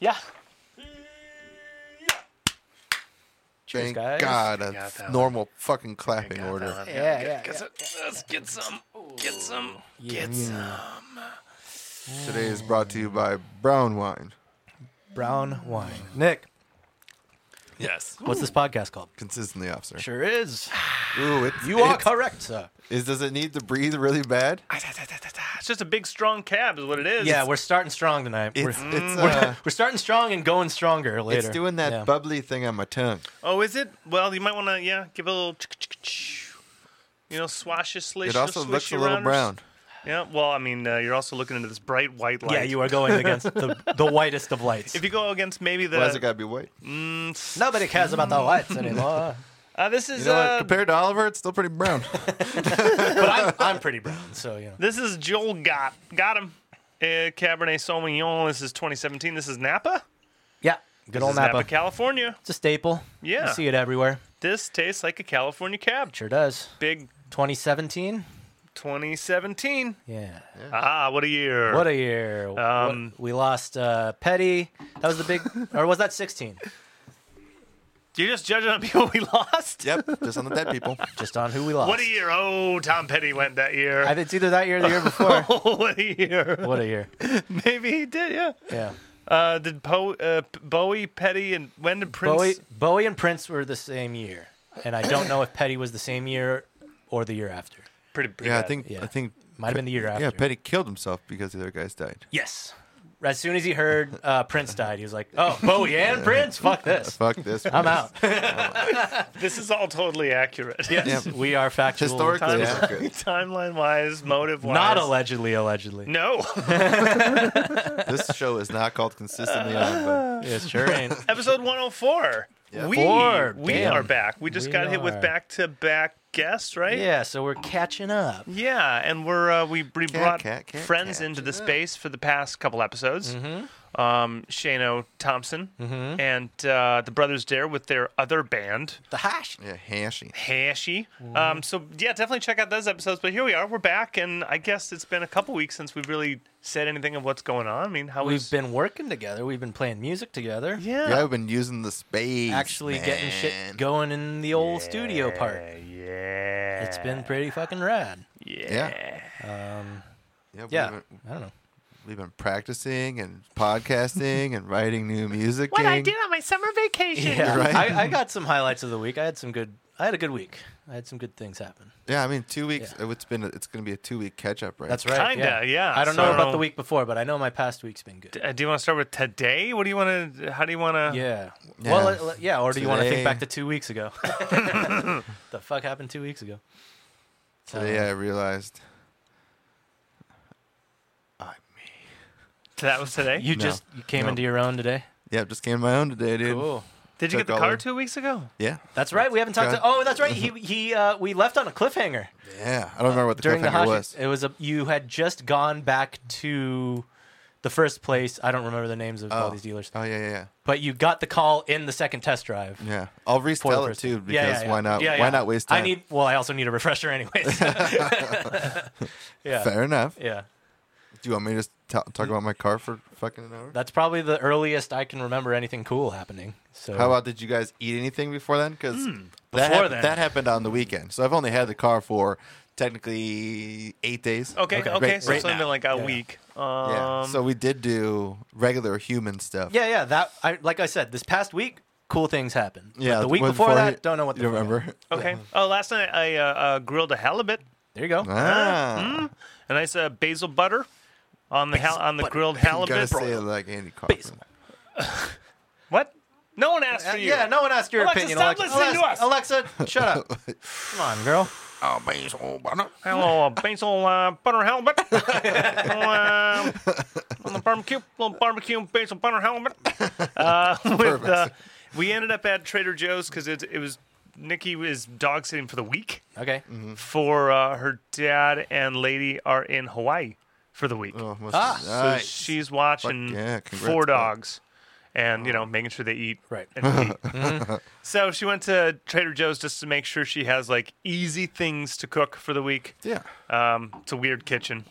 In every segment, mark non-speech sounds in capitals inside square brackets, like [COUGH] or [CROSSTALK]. Yeah. Cheers, Thank guys. God, got that a one. normal fucking clapping order. Yeah, yeah, Get- 'cause it- Let's get some. Get some. Get some. Today is brought to you by Brown Wine. Brown wine. Nick, Yes. what's this podcast called? Consistently, officer. Sure is. Ooh, it's, You are correct, sir. is does it need to breathe really bad? Ah, da, da, da, da, da. It's just a big strong cab, is what it is. Yeah, we're starting strong tonight. We're, Mm. It's it's we're, [LAUGHS] uh, we're starting strong and going stronger later. it's doing that Yeah. bubbly thing on my tongue. Oh, is it? Well, you might want to, yeah, give it a little, ch- ch- ch- you know, swash your slish. It also swish looks a you little around. brown. Yeah. Well, I mean, uh, you're also looking into this bright white light. yeah, you are going against the, the whitest of lights. If you go against maybe the Why does it gotta be white? Nobody cares about the lights anymore. uh, this is You know what? uh, Compared to Oliver, it's still pretty brown. [LAUGHS] but I'm, I'm pretty brown, so you know. this is Joel Got got him uh, Cabernet Sauvignon. This is 2017. This is Napa. Yeah, good This old is Napa. Napa, California. It's a staple. Yeah. you see it everywhere. This tastes like a California cab. Sure does. Big 2017. 2017. Yeah. Ah, what a year! What a year. What- Um, we lost uh, Petty. That was the big, or was that 16? You're just judging on [LAUGHS] people we lost. [LAUGHS] yep, just on the dead [LAUGHS] people. Just on who we lost. What a year! Oh, Tom Petty went that year. [LAUGHS] I think it's either that year or the year before. what a year! [LAUGHS] what a year. Maybe he did, yeah. Yeah. Uh, did po- uh, P- Bowie, Petty, and when did Prince? Bowie, Bowie and Prince were the same year, and I don't know if Petty was the same year or the year after. Pretty, pretty Yeah, I bad. think Yeah. I think Might have been the year after. yeah, Petty killed himself because the other guys died. Yes. As soon as he heard uh, Prince died, he was like, "Oh, [LAUGHS] Bowie and Prince, [LAUGHS] fuck this, Fuck this. I'm out." this is all totally accurate. [LAUGHS] [LAUGHS] Yes, we are factual. Historically Timeline- accurate. Timeline wise, motive wise, not allegedly, allegedly. No, [LAUGHS] This show is not called consistently on, but It [LAUGHS] sure ain't. episode 104. Yeah. We Four, we damn. are back. We just We got hit with are. back to back guests, right? yeah, so we're catching up. Yeah, and we're uh, we, we brought cat, cat, friends cat. into the space for the past couple episodes. Mm-hmm. Um, Shano Thompson Mm-hmm. and uh, the brothers Dare with their other band The hash. yeah, hashy. Hashy. Mm-hmm. Um, so yeah, definitely check out those episodes. But here we are, we're back, and I guess it's been a couple weeks since we've really said anything of what's going on. I mean, how We've was- been working together. We've been playing music together. yeah, Yeah, I've been using the space. Actually, getting man. shit going in the old studio part. yeah, It's been pretty fucking rad. Yeah. Yeah, yeah, We've been, I don't know. we've been practicing and podcasting and writing new music. gang. on my summer vacation. Yeah, right. I, I got some highlights of the week. I had some good. I had a good week. I had some good things happen. Yeah, I mean, two weeks. It's been. It's going to be a two week catch up, right? That's right. Kinda, yeah, I don't so- know about the week before, but I know my past week's been good. Uh, do you want to start with today? What do you want to? How do you want to? Yeah. Yeah. Well, let- let- yeah. Or do you want to Today- think back to two weeks [LAUGHS] ago? [LAUGHS] the fuck happened two weeks ago? Today I realized That was today. You No. just you came No. into your own today. Yeah, just came to my own today, dude. Cool. Did you Took get the all car of- two weeks ago? Yeah, That's right. We haven't talked. Good. to... Oh, that's right. He he. Uh, we left on a cliffhanger yeah. I don't remember what Mm-hmm. the during the cliffhanger Hashi. was. It was a. You had just gone back to. The first place, I don't remember the names of all Oh. these dealers, Oh yeah, yeah, yeah, but you got the call in the second test drive. yeah. I'll for the restyle it first too time. because Yeah, yeah, yeah. why not? Yeah, Why yeah. not waste time? I need. Well, I also need a refresher, [LAUGHS] anyways. [LAUGHS] yeah. Fair enough. uh, Yeah. Do you want me to just ta- talk about my car for fucking an hour? That's probably the earliest I can remember anything cool happening. So How about did you guys eat anything before then? Because that, before hap- then. that happened on the weekend. So I've only had the car for technically eight days. Okay, okay. Right- so right it's only now. been like a Yeah. week. Um, Yeah. so we did do regular human stuff. Yeah, yeah. That I like I said, this past week, cool things happened. But Yeah. The week one before, that, you- don't know what. The you fuck remember. happened. okay. Oh, last night I uh, uh, grilled a halibut, There you go. [LAUGHS] Uh, Ah, a nice uh, basil butter on the hal- on the grilled you gotta halibut. say it like Andy Kaufman. What? No one asked Uh, for you. yeah. No one asked your Alexa, opinion. stop Alexa, listening to us. Alexa, shut [LAUGHS] up. Come on, girl. Oh, man, so- Hello, uh, basil uh, butter halibut. uh, on the barbecue, little barbecue basil butter halibut. Uh, with, uh, we ended up at Trader Joe's because it, it was Nikki was dog sitting for the week [LAUGHS] Okay. Mm-hmm. for uh, her dad and lady are in Hawaii for the week. Oh, must Ah, be so So nice. she's watching Fuck yeah, congrats, four bud. dogs and, you know, making sure they eat. Right. [LAUGHS] And pee. Mm-hmm. so she went to Trader Joe's just to make sure she has like easy things to cook for the week. yeah. Um, it's a weird kitchen.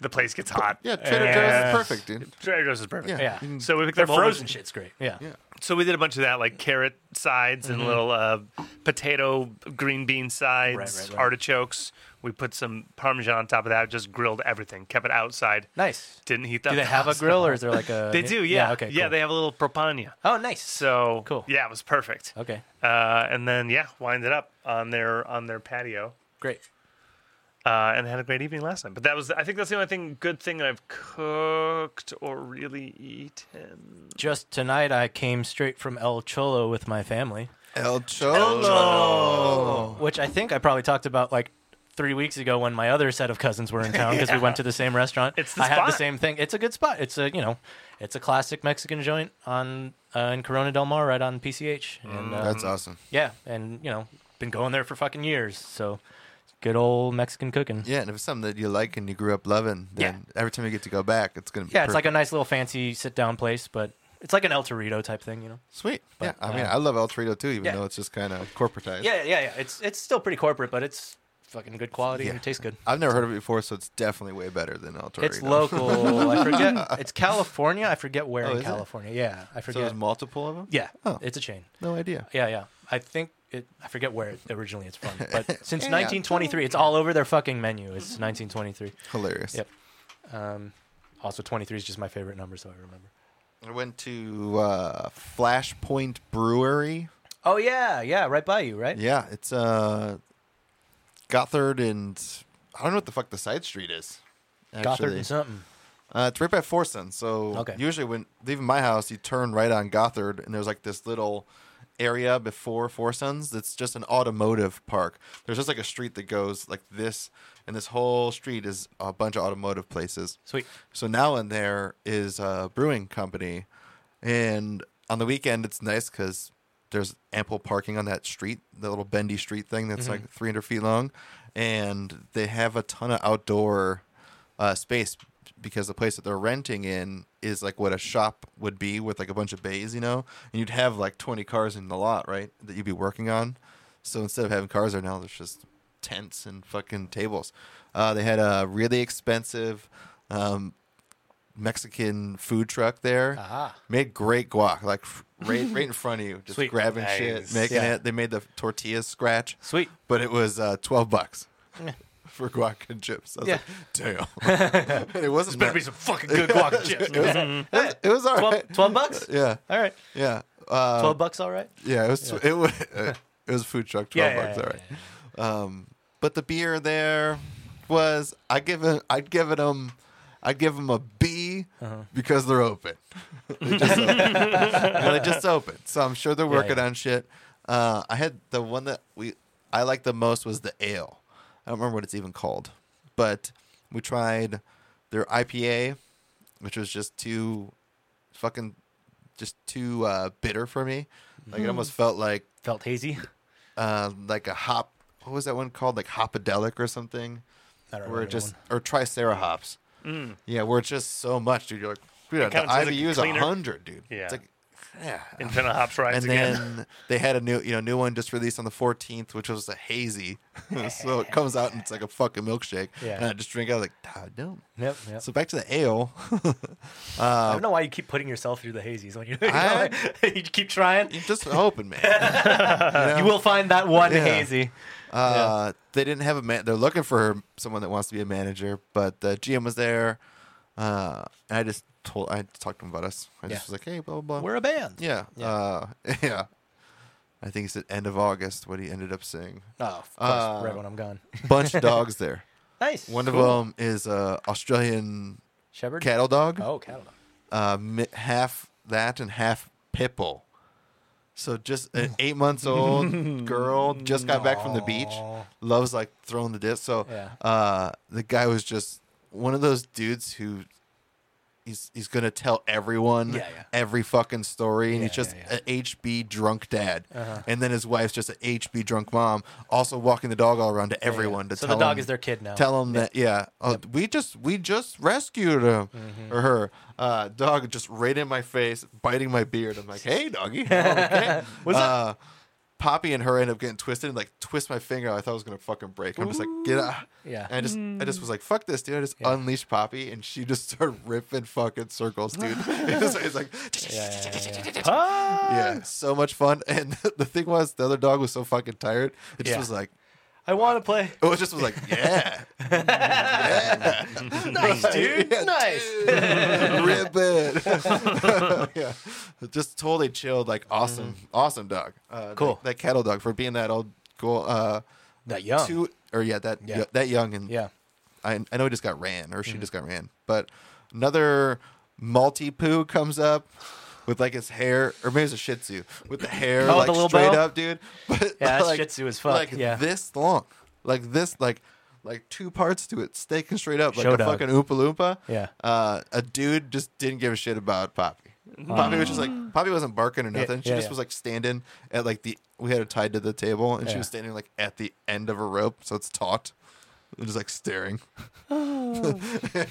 the place gets hot. Yeah, Trader And- Joe's is perfect, dude. Trader Joe's is perfect. Yeah. Yeah. you can- So we picked Their up a whole bunch- frozen shit's great. Yeah. Yeah. So we did a bunch of that, like carrot sides and little uh, potato green bean sides, Mm-hmm. right, right. artichokes. We put some parmesan on top of that. Just grilled everything. Kept it outside. Nice. Didn't heat that. Do they have a grill or is there like a? They do. Yeah. okay. Yeah. cool. They have a little propagna. Oh, nice. So Cool. Yeah, it was perfect. Okay. Uh, and then yeah, wind it up on their on their patio. Great. Uh, and had a great evening last night. But that was, I think that's the only thing, good thing that I've cooked or really eaten. Just tonight, I came straight from El Cholo with my family, El Cholo. which I think I probably talked about like three weeks ago when my other set of cousins were in town because we went to the same restaurant. It's the I had the spot. same thing. It's a good spot. It's a you know, it's a classic Mexican joint on uh, in Corona Del Mar, right on PCH. And uh, That's awesome. yeah, and you know, been going there for fucking years. So good old Mexican cooking. Yeah, and if it's something that you like and you grew up loving, then every time you get to go back, it's gonna be Yeah, it's like perfect. a nice little fancy sit down place, but it's like an El Torito type thing, you know. sweet. Yeah, but, I mean, uh, I love El Torito too, even yeah. though it's just kind of corporatized. Yeah, yeah, yeah. It's it's still pretty corporate, but it's fucking good quality and Yeah. it tastes good. I've never heard of it before, so it's definitely way better than El Torito. It's local. [LAUGHS] I forget. It's California. I forget where Oh, in is it? California. Yeah, I So forget. there's multiple of them. yeah, Oh. it's a chain. No idea. Yeah, yeah. I think it. I forget where it, originally it's from, but [LAUGHS] since Yeah. 1923, it's all over their fucking menu. It's 1923. Hilarious. Yep. Um, also, 23 is just my favorite number, so I remember. I went to uh, Flashpoint Brewery. Oh yeah, yeah. Right by you, right? Yeah, it's uh, Gothard and I don't know what the fuck the side street is. Gothard actually. and something. Uh, it's right by Forson. So Okay. usually when leaving my house, you turn right on Gothard, and there's like this little area before Four Sons that's just an automotive park. There's just like a street that goes like this, and this whole street is a bunch of automotive places. Sweet. So now in there is a brewing company, and on the weekend it's nice because there's ample parking on that street, the little bendy street thing that's like 300 feet long, and they have a ton of outdoor uh, space because the place that they're renting in is like what a shop would be with like a bunch of bays, you know, and you'd have like 20 cars in the lot, right, that you'd be working on. So instead of having cars there now, there's just tents and fucking tables. Uh, they had a really expensive um, Mexican food truck there. Aha. Made great guac, like f- right, right in front of you, just Sweet. grabbing Nice. shit, making Yeah. it. They made the tortillas scratch, Sweet. but it was uh, twelve bucks [LAUGHS] for guac and chips. I was Yeah. like, damn, And it wasn't. Better be bad. some fucking [LAUGHS] good guac and chips. [LAUGHS] [LAUGHS] It was, it was, it was all 12, right. 12 bucks? [LAUGHS] Yeah, All right. yeah, uh, 12 bucks, all right. yeah. It was. It was. [LAUGHS] It was a food truck. Twelve bucks. all right. yeah. Um, but the beer there was I give it I'd give it them I'd give them a B Uh-huh. because they're open. [LAUGHS] they just opened. No, they just opened, so I'm sure they're working yeah. on shit. Uh, I had the one that we I liked the most was the ale. I don't remember what it's even called, but we tried their IPA, which was just too fucking just too uh, bitter for me. Like it Mm. almost felt like Felt hazy. [LAUGHS] uh, like a hop. What was that one called? Like hopadelic or something? I don't Where it remember just or tricera hops. Mm, Yeah, where it's just so much, dude. You're like, dude, the kinda tastes like IBU is cleaner. hundred, dude. Yeah. It's like, yeah. Infinite hops rides And again. [LAUGHS] then they had a new, you know, new one just released on the 14th, which was a hazy. [LAUGHS] so it comes out and it's like a fucking milkshake. Yeah. And I just drink it. I was like, ah, no. one. Yep, yep. So back to the ale. [LAUGHS] I don't know why you keep putting yourself through the hazies when you're you, [LAUGHS] I- know, like, you keep trying. just hoping, man. You will find that one Yeah. hazy. Uh, They didn't have a man. They're looking for someone that wants to be a manager, but the GM was there. Uh, and I just told, I talked to him about us. I just Yeah. was like, hey, blah blah blah. We're a band. yeah, Yeah. Uh, [LAUGHS] yeah. I think he said end of August. What he ended up saying. Oh, of course, Uh, right when I'm [LAUGHS] gone. Bunch of dogs there. [LAUGHS] Nice. One Cool. of them is a Australian Shepherd? cattle dog. Oh, cattle. dog. uh, mi- half that and half pit bull. So just Mm. an eight [LAUGHS] months old girl just got back from the beach. Aw. Loves like throwing the disc. So Yeah. uh, the guy was just one of those dudes who he's he's gonna tell everyone Yeah, yeah. every fucking story, and Yeah, he's just yeah, Uh-huh. yeah. an HB drunk dad, and then his wife's just an HB drunk mom, also walking the dog all around to everyone to So the tell dog him- is their kid now. Tell him that, yeah. Oh, We just we just rescued him or her. Uh, dog just right in my face, biting my beard. I'm like, hey, doggy, Oh, okay. What's uh, Poppy and her end up getting twisted and like twist my finger. I thought I was gonna fucking break. I'm just like, get out. Yeah. And I just I just was like, fuck this, dude. I just unleashed Poppy and she just started ripping fucking circles, dude. [LAUGHS] it was, it's like Yeah, yeah, yeah, [LAUGHS] yeah. Yeah. So much fun. And [LAUGHS] the thing was the other dog was so fucking tired. It just Yeah. was like I want to play. it was just was like, yeah. yeah. nice, dude. [LAUGHS] Nice. [LAUGHS] [LAUGHS] Rip it. yeah. Just totally chilled, like awesome, awesome dog. Uh, Mm-hmm. Cool. That, that cattle dog for being that old cool uh That young. two or yeah, that Yeah. that young and Yeah. I, I know he just got ran or she just got ran. But another multi poo comes up with like his hair or maybe it's a shih tzu with the hair Oh, the like little straight bow? up, dude. [LAUGHS] But Yeah, that's like, Shih Tzu as fuck, Like yeah. this long. Like this like like two parts to it, staking straight up like Show a dog. fucking Oompa Loompa. Yeah. Uh, a dude just didn't give a shit about Poppy. Poppy was just like Poppy wasn't barking or nothing. she Mm. yeah, just yeah. was like standing at like the we had her tied to the table and she Yeah. was standing like at the end of a rope, so it's taut. And just like staring, [LAUGHS]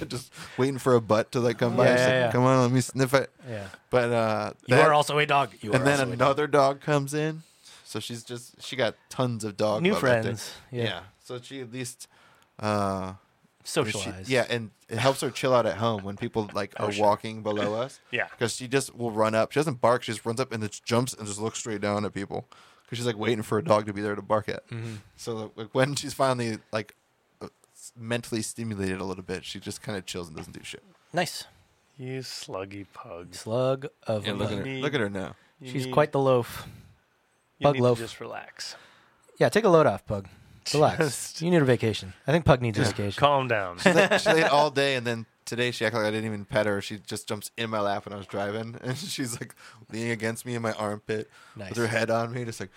just waiting for a butt to like come by. Oh. Yeah, She's yeah, like, yeah. Come on, let me sniff it. Yeah. But uh, You that- are also a dog. You and are then also a another dog. comes in, so she's just she got tons of dog New love that day. friends, yeah. so she at least uh, dog. she- socialize. yeah, and it helps her chill out at home when people like are walking below us. Yeah. because she just will run up. She doesn't bark. She just runs up and just jumps and just looks straight down at people because she's like waiting for a dog to be there to bark at. Mm-hmm. So like, when she's finally like uh, s- mentally stimulated a little bit, she just kind of chills and doesn't do shit. Nice. You sluggy pug. Slug of. look love. at her! her- Look at her now. You She's need- quite the loaf. you bug need to loaf. Just relax. Yeah, take a load off, [LAUGHS] Pug. Relax. Just- You need a vacation. I think Pug needs a vacation. [LAUGHS] Calm down. [LAUGHS] She laid, she laid all day, and then today she acted like I didn't even pet her. She just jumps in my lap when I was driving, [LAUGHS] and she's like leaning against me in my armpit Nice. with her head on me, just like.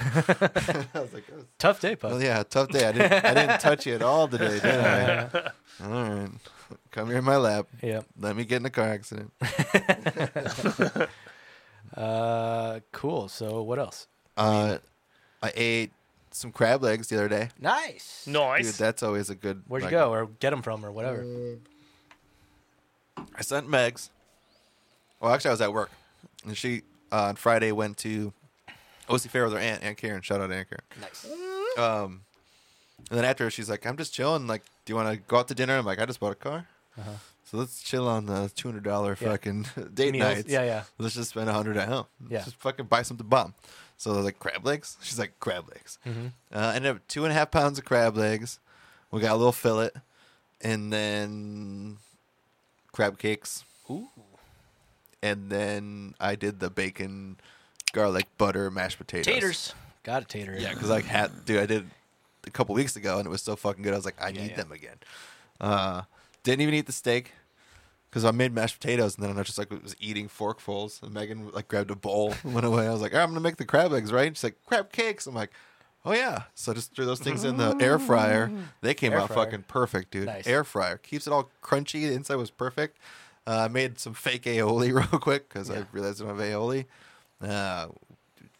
[LAUGHS] I was like, [LAUGHS] oh, Tough day, Pug. [LAUGHS] well, yeah, tough day. I didn't, I didn't touch you at all today, did [LAUGHS] I? [LAUGHS] all right, come here in my lap. Yeah. Let me get in a car accident. Uh, cool. So what else? Uh, I ate some crab legs the other day. Nice. nice. Dude, that's always a good. Where'd you like, go or get them from or whatever? I sent Megs. Well, actually, I was at work, and she uh, on Friday went to OC Fair with her aunt, Aunt Karen. Shout out Aunt Karen. Nice. Um, and then after she's like, "I'm just chilling. Like, do you want to go out to dinner?" I'm like, "I just bought a car, so let's chill on the two hundred dollar Uh-huh. Yeah. fucking [LAUGHS] date Meals. nights. Yeah, yeah. Let's just spend a hundred at home. Yeah. just fucking buy something bomb." So I was like, "Crab legs." She's like, "Crab legs." Mm-hmm. Uh, ended up two and a half pounds of crab legs. We got a little fillet, and then crab cakes. Ooh. And then I did the bacon, garlic, butter, mashed potatoes. Taters. Got a tater. Yeah, because I had, dude, I did a couple weeks ago and it was so fucking good. I was like, I need yeah. them again. Uh, didn't even eat the steak because I made mashed potatoes and then I just like was eating forkfuls. And Megan like grabbed a bowl [LAUGHS] and went away. I was like, "Alright, I'm gonna make the crab eggs, right? She's like, crab cakes. I'm like, oh yeah. So I just threw those things in the air fryer. They came Mm. Air out fryer. fucking perfect, dude. Nice. Air fryer keeps it all crunchy. The inside was perfect. Uh, I made some fake aioli [LAUGHS] real quick because I realized I don't have aioli. Uh,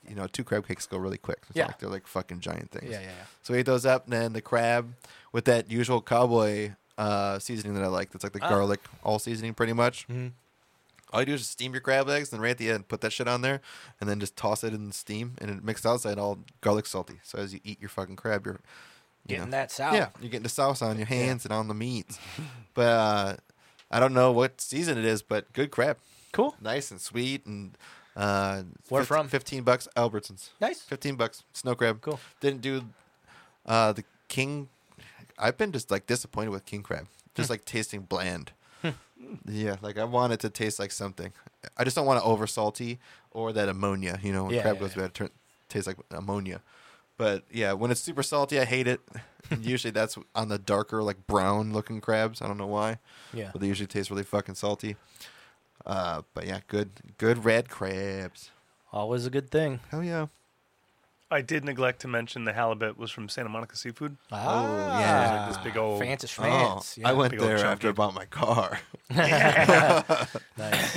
you know, two crab cakes go really quick. It's not Yeah. like they're like fucking giant things. Yeah, yeah, yeah. So we ate those up, and then the crab with that usual cowboy uh, seasoning that I like. That's like Ah. the garlic all seasoning, pretty much. Mm-hmm. All you do is just steam your crab legs, and right at the end, put that shit on there, and then just toss it in the steam, and it mixes outside all garlic salty. So as you eat your fucking crab, you're you Getting know, that sour. yeah, you're getting the sauce on your hands and on the meats. but uh, I don't know what season it is, but good crab, Cool. nice and sweet, and uh, Where 15 from? Fifteen bucks, Albertsons. Nice. Fifteen bucks, snow crab. Cool. Didn't do uh, the king. I've been just like disappointed with king crab, just Hmm. like tasting bland. yeah, like I want it to taste like something. I just don't want it over salty or that ammonia. You know, when Yeah, crab yeah, goes yeah. bad, it turn, tastes like ammonia. But yeah, when it's super salty, I [LAUGHS] hate it. And usually that's on the darker, like brown looking crabs. I don't know why, Yeah. but they usually taste really fucking salty. Uh, but yeah, good, good red crabs. Always a good thing. Hell yeah. I did neglect to mention the halibut was from Santa Monica Seafood. [LAUGHS] Ah, yeah. Like this big old- fancy schmancy. Oh, yeah. I went Big old there chunky. after I bought my car. Nice.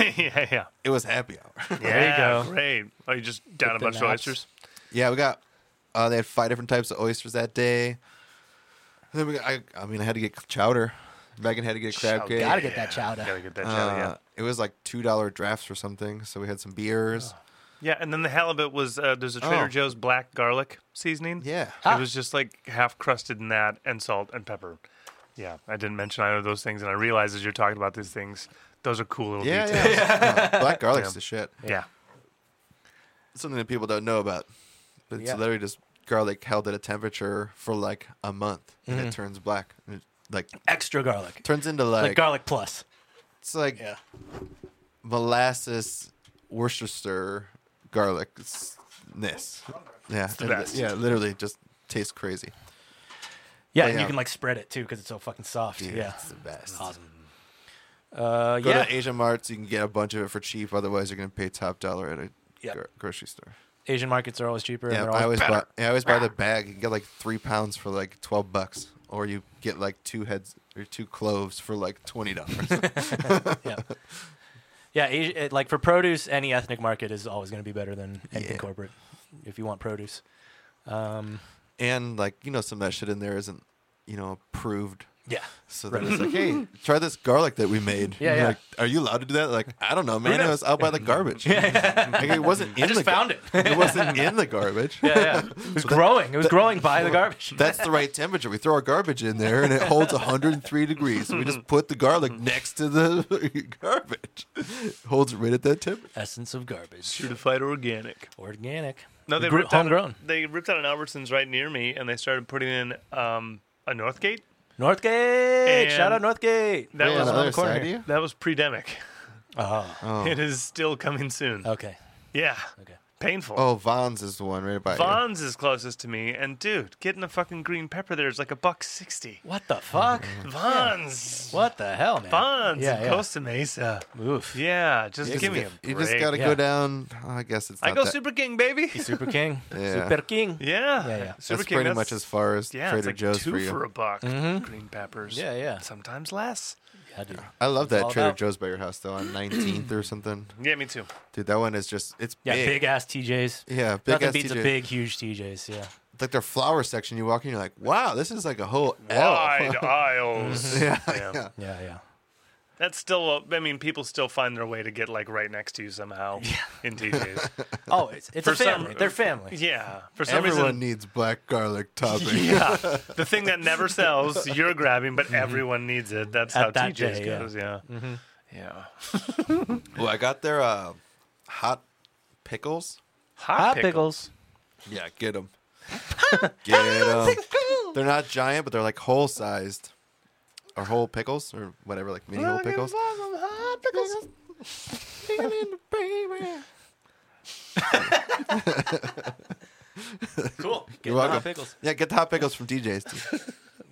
[LAUGHS] yeah, yeah. It was happy [LAUGHS] hour. Yeah, Great. Oh, you just down a With the bunch of naps. oysters. yeah, we got. Uh, they had five different types of oysters that day. And then we got. I, I mean, I had to get chowder. Megan had to get crab Chowder. cake. Gotta get that chowder. Gotta get that Uh, chowder, yeah. It was like two dollar drafts or something. So we had some beers. Yeah, and then the halibut was uh, there's a Trader Oh. Joe's black garlic seasoning. Yeah. Ah. It was just like half crusted in that and salt and pepper. Yeah, I didn't mention either of those things, and I realize as you're talking about these things, those are cool little Yeah, details. yeah. No, black garlic's the shit. Yeah. Something that people don't know about. But it's Yeah. literally just garlic held at a temperature for like a month and it turns black. It, like Extra garlic. turns into Like, like, garlic plus. it's like Yeah. molasses Worcestershire garlicness. Yeah. the it- best. Yeah, literally just tastes crazy. Yeah, But and yeah. you can like spread it too because it's so fucking soft. Dude, yeah. It's the best. Awesome. Uh, Go yeah. to Asian marts, you can get a bunch of it for cheap. Otherwise, you're going to pay top dollar at a Yep. gro- grocery store. Asian markets are always cheaper. and Yeah, they're I always always buy. Yeah, I always buy the bag. You can get like three pounds for like twelve bucks, or you get like two heads or two cloves for like twenty dollars. [LAUGHS] yeah. Yeah, Asia, it, like for produce, any ethnic market is always going to be better than anything Yeah. corporate if you want produce. Um, and like you know, some of that shit in there isn't you know approved. Yeah. So they're Right. just like, [LAUGHS] hey, try this garlic that we made. Yeah, And you're yeah. Like, are you allowed to do that? Like, I don't know, man. It knows? was out by the garbage. Like, it wasn't. In I just the gar- found it. yeah, It wasn't in the garbage. yeah. [LAUGHS] It was growing. It was growing by the garbage. That's the right temperature. We throw our garbage in there, and it holds 103 degrees. So we just put the garlic next to the [LAUGHS] garbage. Holds it right at that temperature. Essence of garbage. Certified organic. Organic. No, they Gro- ripped out. homegrown. They ripped out an Albertsons right near me, and they started putting in um, a Northgate. Northgate. Shout out And- Northgate. That Wait, was on the around other the corner side of here. you? that was pre-demic. Oh, Oh. [LAUGHS] It is still coming soon. okay. yeah. Oh. Okay. Painful. Oh, Vons is the one right by you. Vaughn's is closest to me, and dude, getting a fucking green pepper there is like a buck sixty. What the fuck? Vaughn's, What the hell, man? Vaughn's, Yeah, in yeah. Costa Mesa. Oof. Yeah, just You just give me a got- break. You just got to Yeah. go down. oh, I guess it's. Not I go that. Super King, baby. Super King. [LAUGHS] Yeah. Super King. [LAUGHS] Yeah, Yeah, yeah. Super that's pretty King. that's- much as far as yeah, it's Trader like Joe's two for you. Mm-hmm. a buck. Green peppers. Yeah, yeah. Sometimes less. I do. I love all that Trader about- Joe's by your house though on [CLEARS THROAT] 19th or something. Yeah, me too. Dude, that one is just it's Yeah, big. big ass TJs. Yeah, big Nothing ass beats TJ. a big, huge TJs. Yeah. Like their flower section, you walk in, you're like, wow, this is like a whole Wide [LAUGHS] L. aisles. yeah, [LAUGHS] Yeah. yeah. Yeah, yeah. That's still. I mean, people still find their way to get like right next to you somehow [LAUGHS] in TJs. Oh, it's, it's a For some- family. They're family. yeah, for some Everyone reason. needs black [LAUGHS] garlic topping. Yeah, the thing that never sells, you're grabbing, but everyone needs it. That's At how that TJs day, yeah. Mm-hmm. goes. Yeah, yeah. Well, I got their uh, hot pickles. Hot, Hot pickle. pickles. Yeah, [LAUGHS] get them. get them. They're not giant, but they're like whole sized, or whole pickles, or whatever, like mini whole pickles. Cool. Get the You're welcome. hot pickles. Yeah, get the hot pickles from DJ's. dude.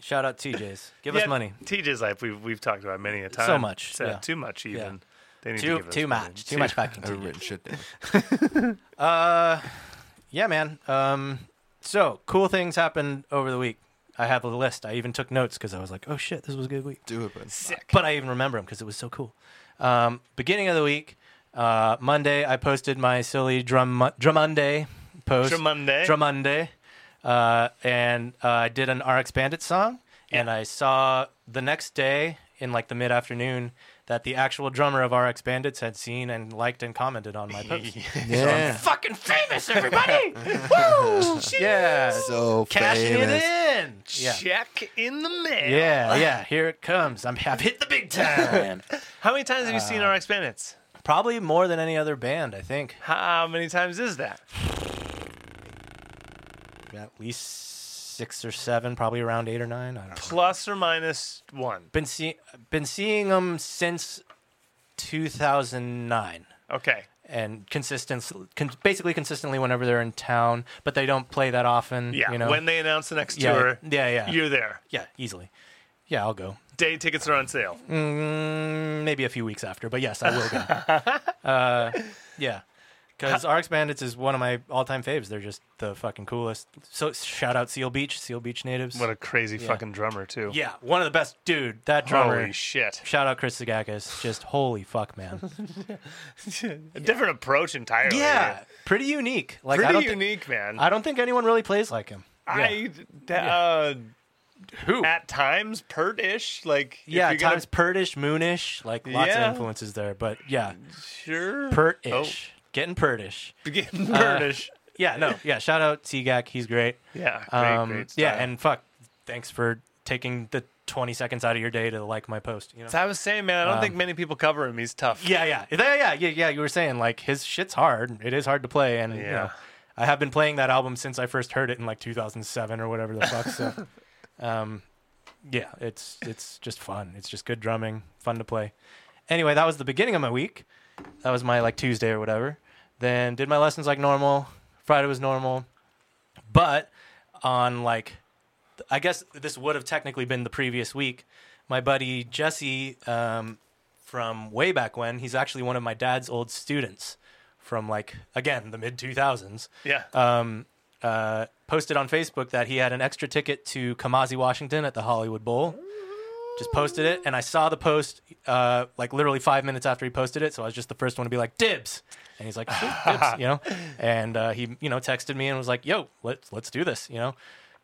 Shout out TJs. Give Yeah, us money. TJ's life we've we've talked about many a time. much, Said yeah. too much even. Yeah. They need to Too give us too money. much. Too much fucking I've TJs. written shit down. Uh, yeah, man. Um, so cool things happened over the week. I have a list. I even took notes because I was like, oh shit, this was a good week. Do [LAUGHS] it, but Sick. But I even remember them because it was so cool. Um, beginning of the week, uh, Monday, I posted my silly drum Drumunday post. Drumunday. Drumunday. Uh, and uh, I did an RX Bandit song, and I saw the next day in like the mid afternoon that the actual drummer of RX Bandits had seen and liked and commented on my post. [LAUGHS] yeah, fucking [LAUGHS] famous, everybody! Woo! Yeah, so cashing famous. it in. Yeah, Check in the mail. yeah, yeah. Here it comes. I'm I've hit the big time. How many times have you seen Uh, our bandits? Probably more than any other band, I think. How many times is that? At least six or seven, probably around eight or nine. I don't know. Plus or minus one. Been seeing been seeing them since 2009. Okay. And consistent, con- basically consistently whenever they're in town, but they don't play that often. Yeah. you know? When they announce the next yeah, tour, yeah, yeah, you're there. yeah, easily. Yeah, I'll go. Day tickets are on sale. Mm, maybe a few weeks after, but yes, I will [LAUGHS] go. uh, yeah, because RX Bandits is one of my all-time faves. They're just the fucking coolest. So shout out Seal Beach, Seal Beach natives. What a crazy fucking drummer too. yeah, one of the best, dude. That drummer. [LAUGHS] Holy shit. shout out Chris Sagakis. Just holy fuck, man. [LAUGHS] A different approach entirely. yeah, pretty unique. Like I Pretty don't thi- unique, man. I don't think anyone really plays like him. I uh, Who? at times pert ish. Like if yeah, you're gonna- times Pertish, Moonish, like lots Yeah. Oh. of influences there. But yeah, sure. Oh, Pertish. Uh, Getting Purdish. [LAUGHS] Getting Kurdish. Yeah, no, yeah. Shout out Seagak. He's great. yeah, great, Um, great yeah, style. and fuck, thanks for taking the 20 seconds out of your day to like my post. You know? So I was saying, man, I don't Um, think many people cover him. He's tough. Yeah, yeah, yeah, yeah, yeah, yeah. You were saying like his shit's hard. It is hard to play, and you Yeah. know, I have been playing that album since I first heard it in like 2007 or whatever the fuck. So, [LAUGHS] um, yeah, it's it's just fun. It's just good drumming, fun to play. Anyway, that was the beginning of my week. That was my like Tuesday or whatever. Then did my lessons like normal. Friday was normal, but on like I guess this would have technically been the previous week. My buddy Jesse um, from way back when, he's actually one of my dad's old students from like, again, the mid 2000s, yeah. um, uh, posted on Facebook that he had an extra ticket to Kamazi, Washington at the Hollywood Bowl. Just posted it, and I saw the post uh, like literally five minutes after he posted it. So I was just the first one to be like, "Dibs!" And he's like, "Sweet, "Dibs," you know. And uh, he, you know, texted me and was like, "Yo, let's let's do this," you know.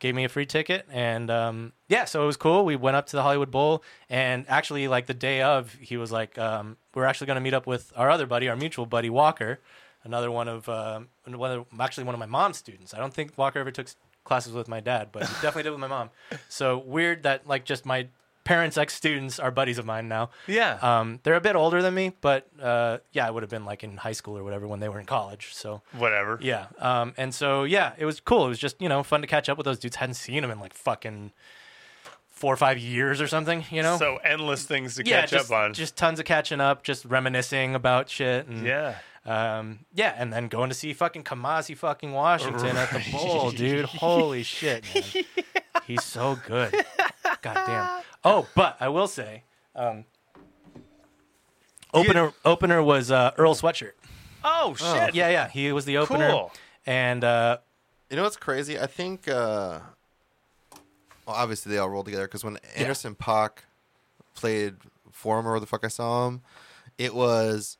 Gave me a free ticket, and um, yeah, so it was cool. We went up to the Hollywood Bowl, and actually, like the day of, he was like, um, "We're actually going to meet up with our other buddy, our mutual buddy Walker, another one of um, another actually one of my mom's students. I don't think Walker ever took s- classes with my dad, but he definitely did with my mom. So weird that like just my parents' ex students are buddies of mine now. Yeah. Um, they're a bit older than me, but uh, yeah, I would have been like in high school or whatever when they were in college. So Whatever. yeah. Um, and so yeah, it was cool. It was just you know fun to catch up with those dudes. Hadn't seen them in like fucking four or five years or something. You know. So endless things to yeah, catch just, up on. just tons of catching up, just reminiscing about shit. And, yeah. um, yeah, and then going to see fucking Kamazi fucking Washington at the bowl, dude. Holy shit, man. He's so good. God damn. Oh, but I will say, um, opener opener was uh, Earl Sweatshirt. Oh shit. Yeah, yeah, he was the opener. Cool. And uh, You know what's crazy? I think, uh, well, obviously they all rolled together because when Anderson Pac played Forum or where the fuck I saw him, it was,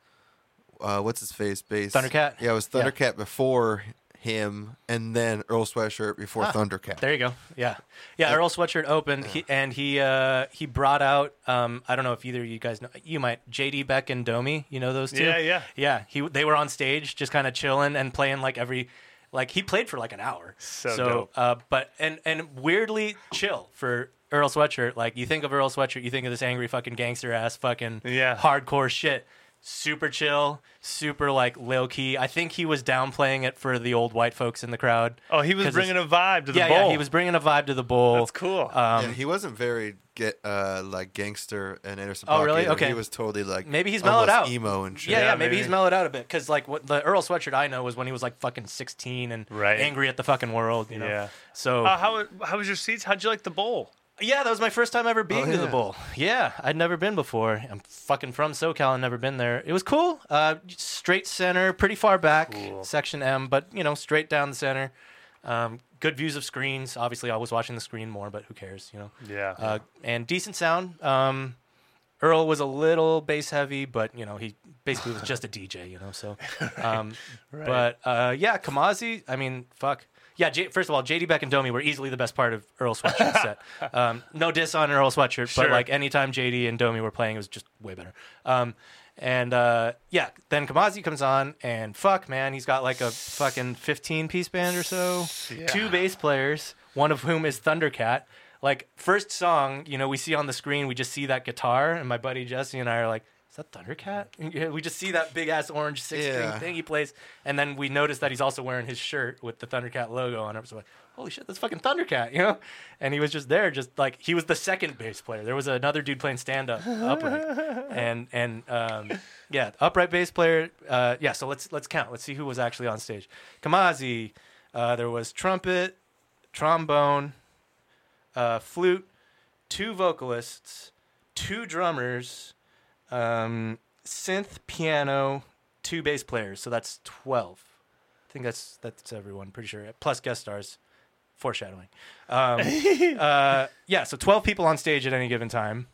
uh, what's his face? Bass. Thundercat? Yeah, it was Yeah. Thundercat before him and then Earl Sweatshirt before Thundercat. There you go. Yeah, yeah. Earl Sweatshirt opened, he, and he uh, he brought out. Um, I don't know if either of you guys know. You might JD Beck and Domi. You know those two. Yeah, yeah. yeah. He they were on stage, just kind of chilling and playing like every. Like he played for like an hour, So dope. Uh, but and and weirdly chill for Earl Sweatshirt. Like you think of Earl Sweatshirt, you think of this angry fucking gangster ass fucking Yeah. hardcore shit. Super chill, super like low key. I think he was downplaying it for the old white folks in the crowd. Oh, he 'Cause was it's- bringing a vibe to the yeah, bowl. Uh, yeah, he was bringing a vibe to the bowl. That's cool. Um, Yeah, he wasn't very get uh like gangster and Anderson. Oh, Paak really? either. Okay. He was totally like Maybe he's mellowed almost out. emo and shit. yeah, yeah, Yeah, maybe, maybe. he's mellowed out a bit because like what the Earl Sweatshirt I know was when he was like fucking sixteen and Right. angry at the fucking world. You know? Yeah. So uh, how how was your seats? How'd you like the bowl? yeah, that was my first time ever being oh, to the yeah. bowl. Yeah, I'd never been before. I'm fucking from SoCal and never been there. It was cool. Uh, straight center, pretty far back, section M, but you know, straight down the center. Um, good views of screens. Obviously, I was watching the screen more, but who cares? You know. Yeah. uh, and decent sound. Um, Earl was a little bass heavy, but you know he basically was just a DJ, you know. So, [LAUGHS] um, but uh, yeah, Kamazi. I mean, fuck. Yeah, J- first of all, JD Beck and Domi were easily the best part of Earl Sweatshirt's [LAUGHS] set. Um, no diss on Earl Sweatshirt, Sure. but like anytime JD and Domi were playing, it was just way better. Um, and uh, yeah, then Kamazi comes on, and fuck, man, he's got like a fucking 15 piece band or so, two bass players, one of whom is Thundercat. Like, first song, you know, we see on the screen, we just see that guitar, and my buddy Jesse and I are like, is that Thundercat? [LAUGHS] Yeah, we just see that big ass orange six string Yeah. thing he plays, and then we notice that he's also wearing his shirt with the Thundercat logo on it. So like, holy shit, that's fucking Thundercat, you know? And he was just there, just like he was the second bass player. There was another dude playing stand up upright, and and um, yeah, upright bass player. Uh, yeah, so let's let's count. Let's see who was actually on stage. Kamazi, uh, there was trumpet, trombone, uh, flute, two vocalists, two drummers, um, synth, piano, two bass players. So that's twelve. I think that's that's everyone. Pretty sure. Plus guest stars. Foreshadowing. [LAUGHS] Um, uh, yeah, so twelve people on stage at any given time,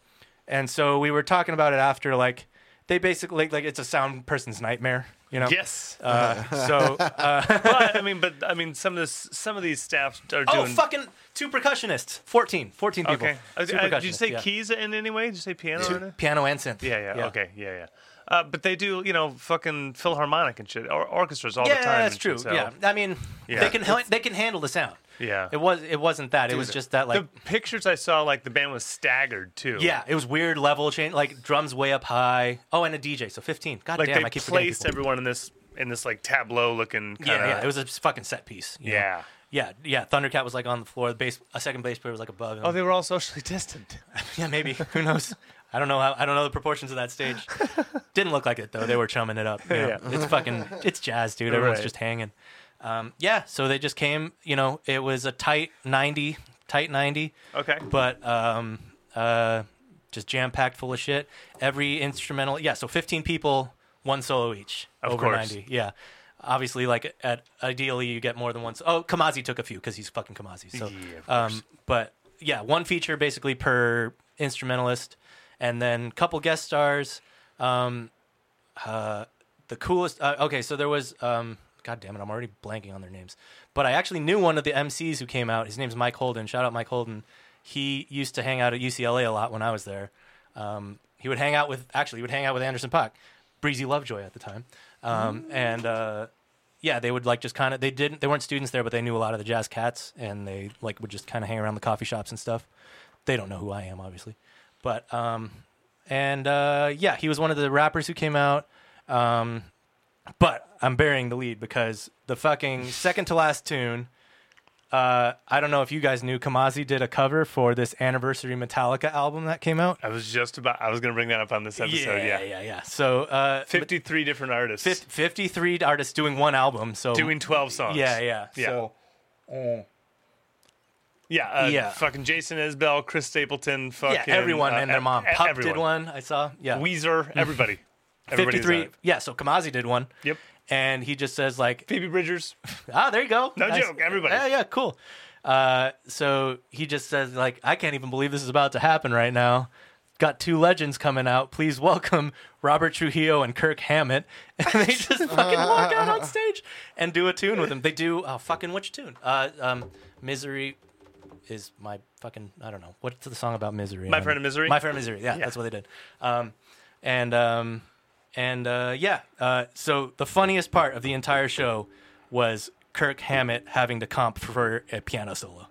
and so we were talking about it after. Like they basically like it's a sound person's nightmare. You know. yes. [LAUGHS] Uh, so uh, but I mean, but I mean, some of this, some of these staffs are oh doing. fucking two percussionists 14 14 people Okay. Uh, Two uh, did you percussionists, say yeah. keys in any way? Did you say piano? in it? piano and synth Yeah, yeah, Okay. Yeah, yeah. Uh, but they do, you know, fucking philharmonic and shit, or orchestras all yeah, the time. that's and true. shit, so- Yeah, I mean, Yeah. they can ha- they can handle the sound. Yeah. It was it wasn't that. it was just that like the pictures I saw, like the band was staggered too. yeah, it was weird level change, like drums way up high. Oh, and a DJ, so fifteen. God like damn, they I keep forgetting placed people. everyone in this in this like tableau looking kind Yeah, of. yeah, it was a fucking set piece. you know? Yeah. yeah, yeah. Thundercat was like on the floor. The bass, a second bass player was like above him. Oh, they were [LAUGHS] all socially distant. yeah, maybe. Who knows? I don't know. How, I don't know the proportions of that stage. [LAUGHS] Didn't look like it though. They were chumming it up. you know? Yeah. It's fucking. It's jazz, dude. Everyone's Right. just hanging. Um, yeah. So they just came. You know, it was a tight ninety, tight ninety, Okay. but um, uh, just jam packed full of shit. Every instrumental. Yeah. So fifteen people, one solo each. Of over course. ninety. Yeah. Obviously, like at ideally, you get more than one. Oh, Kamazi took a few because he's fucking Kamazi. So Yeah, of um, but yeah, one feature basically per instrumentalist, and then couple guest stars. Um, uh, the coolest. Uh, okay, so there was. Um, God damn it, I'm already blanking on their names. But I actually knew one of the MCs who came out. His name's Mike Holden. Shout out Mike Holden. He used to hang out at UCLA a lot when I was there. Um, he would hang out with actually he would hang out with Anderson Pock, Breezy Lovejoy at the time, um, and. Uh, yeah, they would like just kind of they didn't they weren't students there, but they knew a lot of the jazz cats, and they like would just kind of hang around the coffee shops and stuff. They don't know who I am, obviously, but um, and uh, yeah, he was one of the rappers who came out. Um, but I'm burying the lead because the fucking second to last tune. Uh, I don't know if you guys knew Kamazi did a cover for this anniversary Metallica album that came out. I was just about. I was going to bring that up on this episode. Yeah. yeah, yeah, yeah. So uh, Fifty-three different artists fif- 53 artists doing one album. So doing twelve songs. yeah, yeah. Yeah. So Yeah. Uh, Yeah. Fucking Jason Isbell, Chris Stapleton, fucking yeah, everyone uh, and their e- mom. e- Pup everyone. did one. I saw. Yeah, Weezer, [LAUGHS] everybody. Everybody's on fifty-three. it. Yeah, so Kamazi did one. Yep. And he just says like, Phoebe Bridgers. [LAUGHS] ah, there you go. No joke, everybody. Yeah, yeah, cool. Uh, so he just says like, I can't even believe this is about to happen right now. Got two legends coming out. Please welcome Robert Trujillo and Kirk Hammett. [LAUGHS] And they [LAUGHS] just fucking walk out on stage and do a tune with them. They do oh fucking which tune? Uh, um, misery is my fucking I don't know what's the song about misery. My Friend of Misery? My friend of misery. Yeah, that's what they did. Um, and um, and uh, yeah. Uh, so the funniest part of the entire show was Kirk Hammett having to comp for a piano solo.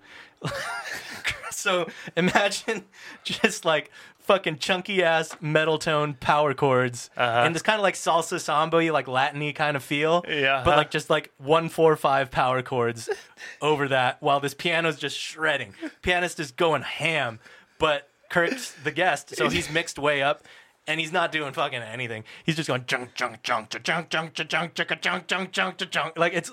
so imagine [LAUGHS] just like fucking chunky ass metal tone power chords and this kind of like salsa samba like latin-y kind of feel Yeah. but like just like one four five power chords [LAUGHS] over that while this piano's just shredding pianist is going ham but kurt's the guest so he's mixed way up and he's not doing fucking anything he's just going junk junk junk junk junk junk junk junk junk junk junk junk like it's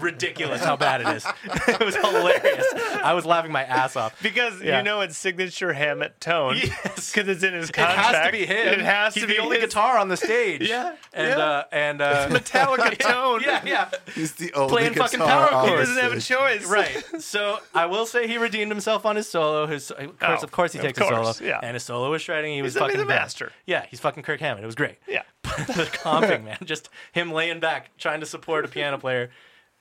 ridiculous how bad it is [LAUGHS] it was hilarious i was laughing my ass off Because Yeah. you know it's signature Hammett tone. Yes. Because it's in his it contract. has to be him. It has He's to be the only his guitar on the stage. [LAUGHS] Yeah, and yeah. uh, and uh, [LAUGHS] Metallica tone. [LAUGHS] yeah, [LAUGHS] yeah, He's the only Playing guitar fucking power on chords. He the doesn't have a stage. choice. right. So I will say he redeemed himself on his solo. His of course, Oh, of course, he of takes a course, solo. yeah. and his solo was shredding. He was He's a- he's fucking a bad. master. Yeah, he's fucking Kirk Hammett. It was great. [LAUGHS] Yeah. [LAUGHS] the comping man, just him laying back trying to support a piano player.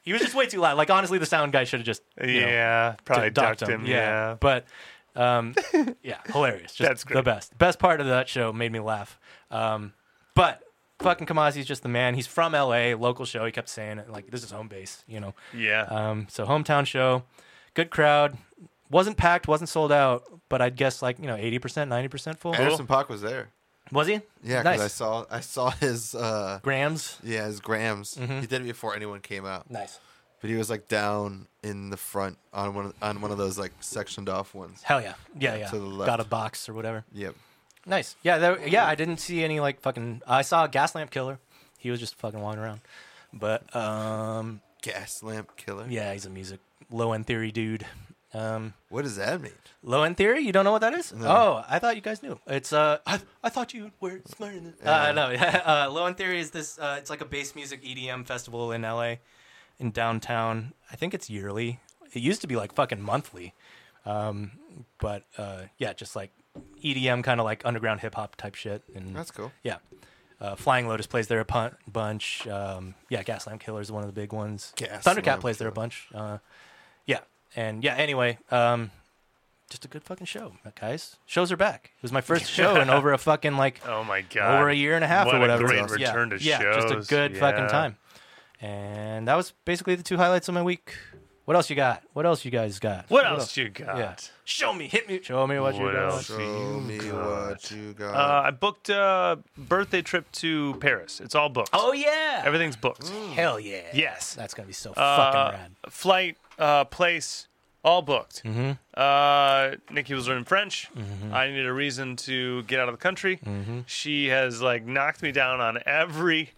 He was just way too loud. Like honestly, the sound guy should have just you know, Yeah. probably to dock ducked him. Yeah. But um, [LAUGHS] yeah, hilarious. Just That's great. the best. Best part of that show made me laugh. Um, but fucking Kamazi's just the man. He's from LA, local show. He kept saying it like this is home base, you know. Yeah. Um, so hometown show, good crowd. Wasn't packed, wasn't sold out, but I'd guess like, you know, 80%, 90% full. Anderson Pock was there. Was he? Yeah, because nice. I saw I saw his uh Grams. yeah his grams. Mm-hmm. He did it before anyone came out, Nice. but he was like down in the front on one of, on one of those like sectioned off ones. Hell yeah. Yeah, yeah. to the left. Got a box or whatever. Yep. Nice. Yeah, there, yeah. I didn't see any like fucking. I saw a gas lamp killer. He was just fucking walking around. But um, Gas lamp killer. yeah, he's a music low end theory dude. Um, What does that mean? Mm. low end theory? You don't know what that is? Oh, I thought you guys knew. It's uh, I, I thought you were smarter than. Uh, no, [LAUGHS] uh, low end theory is this. Uh, it's like a bass music EDM festival in LA, in downtown. I think it's yearly. It used to be like fucking monthly, um, but uh, yeah, just like E EDM kind of like underground hip hop type shit. And That's cool. yeah. Uh, Flying Lotus plays there a pun- bunch. Um, yeah, Gaslamp Killer is one of the big ones. Gaslamp Thundercat plays there a Killer. bunch. Uh, yeah, and yeah. Anyway, um, just a good fucking show, guys. Shows are back. It was my [LAUGHS] first show in over a fucking like Oh my god! over a year and a half what or whatever. A great it was. return yeah. to yeah, shows. just a good yeah. fucking time. And that was basically the two highlights of my week. What else you got? What else you guys got? What, else you got? Yeah. Show me, hit me, show me what, you What got. else? Show you me got? what you got. Uh, I booked a birthday trip to Paris. It's all booked. Oh Mm. yeah, Everything's booked. hell yeah. Yes. that's gonna be so Uh, fucking rad. Mm-hmm. Flight, uh, place, all booked. Uh, Nikki was learning French. I needed a reason to get out of the country. Mm-hmm. She has like knocked me down on every.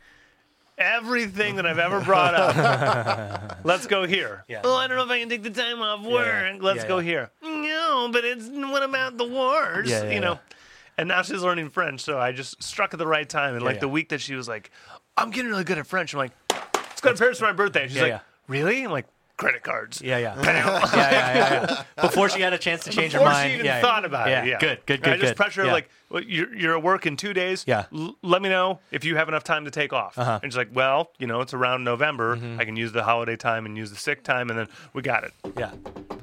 Everything that I've ever brought up. [LAUGHS] Let's go here. Yeah. Oh, I don't know if I can take the time off work. Let's Yeah, go yeah. here. No, but it's what about the wars? Yeah, yeah, you know. yeah. And now she's learning French, so I just struck at the right time. And like yeah. the week that she was like, "I'm getting really good at French," I'm like, let's go to Paris for my birthday. And she's Yeah, like, yeah. really? I'm like, credit cards. Yeah, yeah. [LAUGHS] yeah, yeah, yeah, yeah. Before she had a chance to change Before her mind. she even yeah, yeah. thought about yeah. it. Yeah. Good, good, And good. I just good. pressure her yeah. like, well, you're, you're at work in two days. Yeah. L- let me know if you have enough time to take off. Uh-huh. Mm-hmm. And she's like, well, you know, it's around November. I can use the holiday time and use the sick time, and then we got it. yeah.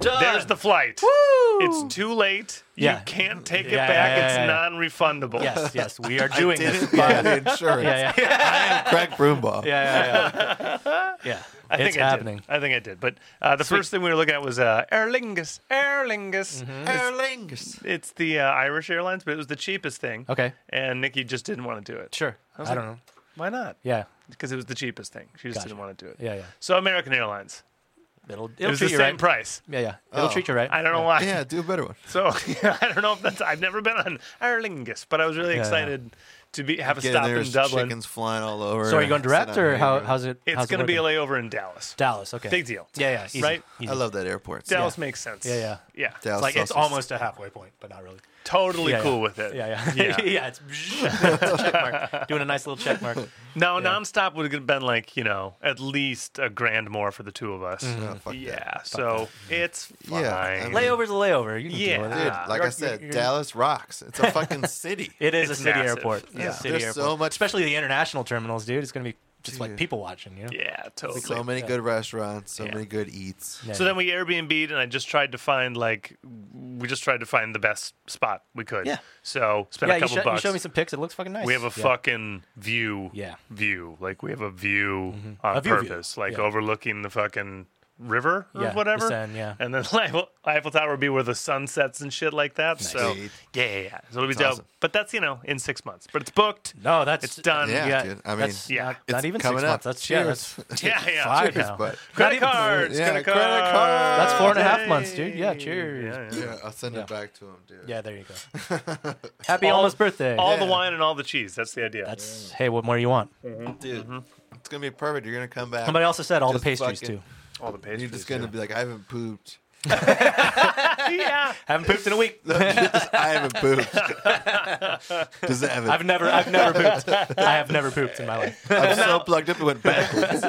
There's the flight. Woo! It's too late. Yeah. You can't take it Yeah, back. yeah, yeah, yeah. it's non-refundable. yes, yes. We are I doing this. didn't buy the insurance. Yeah, yeah, yeah, Craig Broombaugh. yeah, yeah. [LAUGHS] yeah. [LAUGHS] I it's think I happening. Did. I think I did. But uh, the first thing we were looking at was uh, Aer Lingus. Aer Lingus. Mm-hmm. Aer Lingus. It's the uh, Irish Airlines, but it was the cheapest thing. Okay, And Nikki just didn't want to do it. sure. I, was don't like- know. Why not? Yeah, Because it was the cheapest thing. She just Gotcha. didn't want to do it. yeah, yeah. So American Airlines. It'll, It it'll was the treat same you right. price. Yeah, yeah. It'll Oh. treat you right. I don't know why. Yeah, do a better one. [LAUGHS] So I don't know if that's. I've never been on Aer Lingus, but I was really Yeah, yeah. excited to be have a Get stop there, in there's Dublin. Chickens flying all over. So are you going Sit direct down or here, how, bro. how's it? It's how's it going to be a working? layover in Dallas. Dallas. Okay. Big deal. Yeah, yeah. easy, Right? easy. I love that airport. Dallas makes sense. Yeah, yeah. Yeah. Dallas It's like it's also- almost a halfway point, but not really. Totally Yeah, yeah. cool with it. Yeah, yeah, [LAUGHS] [LAUGHS] Yeah. yeah. it's, it's a check mark. Doing a nice little check mark. Now, Yeah. nonstop would have been like, you know, at least a grand more for the two of us. Mm-hmm. Oh, fuck that. Yeah, so it's fine. Yeah, I mean- Layover's a layover. You can deal Yeah. with it. Dude, Ah, like you're- I said, you're- Dallas rocks. It's [LAUGHS] a fucking city. It is It's a city massive. airport. It's a Yeah. city There's airport. so much- especially the international terminals, dude. It's gonna be just like Dude. people watching, you know. Yeah, totally. so many good restaurants, so Yeah. many good eats. Yeah, so yeah. then we Airbnb'd, and I just tried to find like, we just tried to find the best spot we could. Yeah. So spent yeah, a you, couple sho- you bucks. showed me some pics. It looks fucking nice. we have a Yeah. fucking view. Yeah. Mm-hmm. View like we have a view on A view view. purpose, like Yeah. overlooking the fucking river or Yeah, the whatever. Seine, yeah. And then [LAUGHS] Eiffel, Eiffel Tower would be where the sun sets and shit like that. So yeah, Dude. yeah, yeah. So it'll be dope. awesome. But that's you know in six months. But it's booked. No, that's It's done. Yeah, dude. I mean, that's Yeah. not, It's not even six coming months. up. That's yeah, that's Yeah, yeah. five Cheers, now. bud. Credit Not even- cards. Yeah, credit cards. credit cards. That's four and a half Yay. months, dude. Yeah, cheers. Yeah, yeah. [CLEARS THROAT] Yeah, I'll send Yeah. it back to him, dude. Yeah, there you go. [LAUGHS] Happy All- almost birthday. All Yeah. the wine and all the cheese. That's the idea. that's hey, what more you want? dude, Mm-hmm. it's gonna be perfect. You're gonna come back. Somebody also said all the Just pastries fucking- too. all the and pastries. you're just gonna be like, I haven't [LAUGHS] pooped. yeah. Haven't pooped in a [LAUGHS] week. I haven't [LAUGHS] pooped. Does it have I've it? never, I've never pooped. I have never pooped in my life. I'm so plugged up it went [LAUGHS] backwards.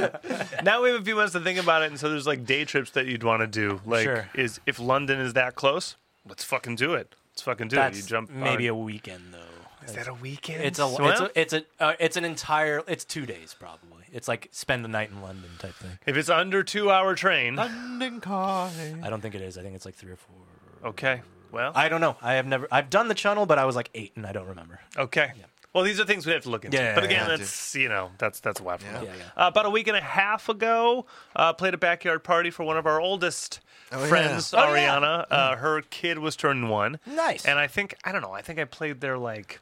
Now we have a few months to think about it, and so there's like day trips that you'd want to do. Like, Sure. is if London is that close, let's fucking do it. Let's fucking do That's it. You jump maybe on, a weekend though. is that a weekend? It's a, Well, it's a, it's a, uh, it's an entire, it's two days probably. It's like spend the night in London type thing. if it's under two hour train, London calling. I don't think it is. I think it's like three or four. okay. Well, I don't know. I have never, I've done the channel, but I was like eight and I don't remember. okay. Well, these are things we have to look into. Yeah, but yeah, again, yeah. that's you know that's that's a lot. Yeah. Yeah, yeah. Uh, about a week and a half ago, uh, played a backyard party for one of our oldest Oh, friends, yeah. Oh, yeah. Ariana. Uh, her kid was turning one. Nice. And I think I don't know. I think I played their like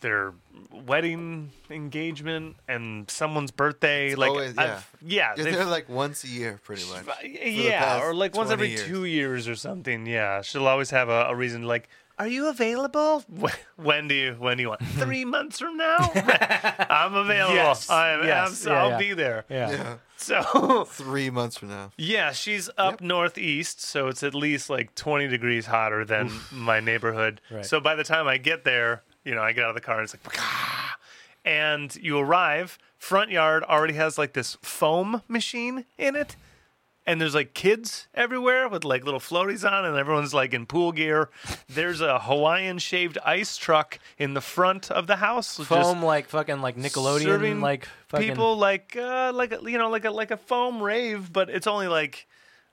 their wedding engagement and someone's birthday. like always- I've- yeah, You're they've- there like once a year, pretty much. yeah, past or like once 20 every years. two years or something. Yeah, she'll always have a, a reason. Like, are you available? Wh- When do you? When [LAUGHS] do you want? Three months from now, I'm available. Yes, I am. yes, abs- yeah, I'll yeah. be there. Yeah. So [LAUGHS] Three months from now. yeah, she's up northeast, so it's at least like 20 degrees hotter than my neighborhood. Right. So by the time I get there, you know, I get out of the car and it's like, "Pah!" and you arrive. Front yard already has like this foam machine in it, and there's like kids everywhere with like little floaties on, and everyone's like in pool gear. There's a Hawaiian shaved ice truck in the front of the house, just Foam like fucking like Nickelodeon serving like fucking people like uh, like a, you know like a like a foam rave, but it's only like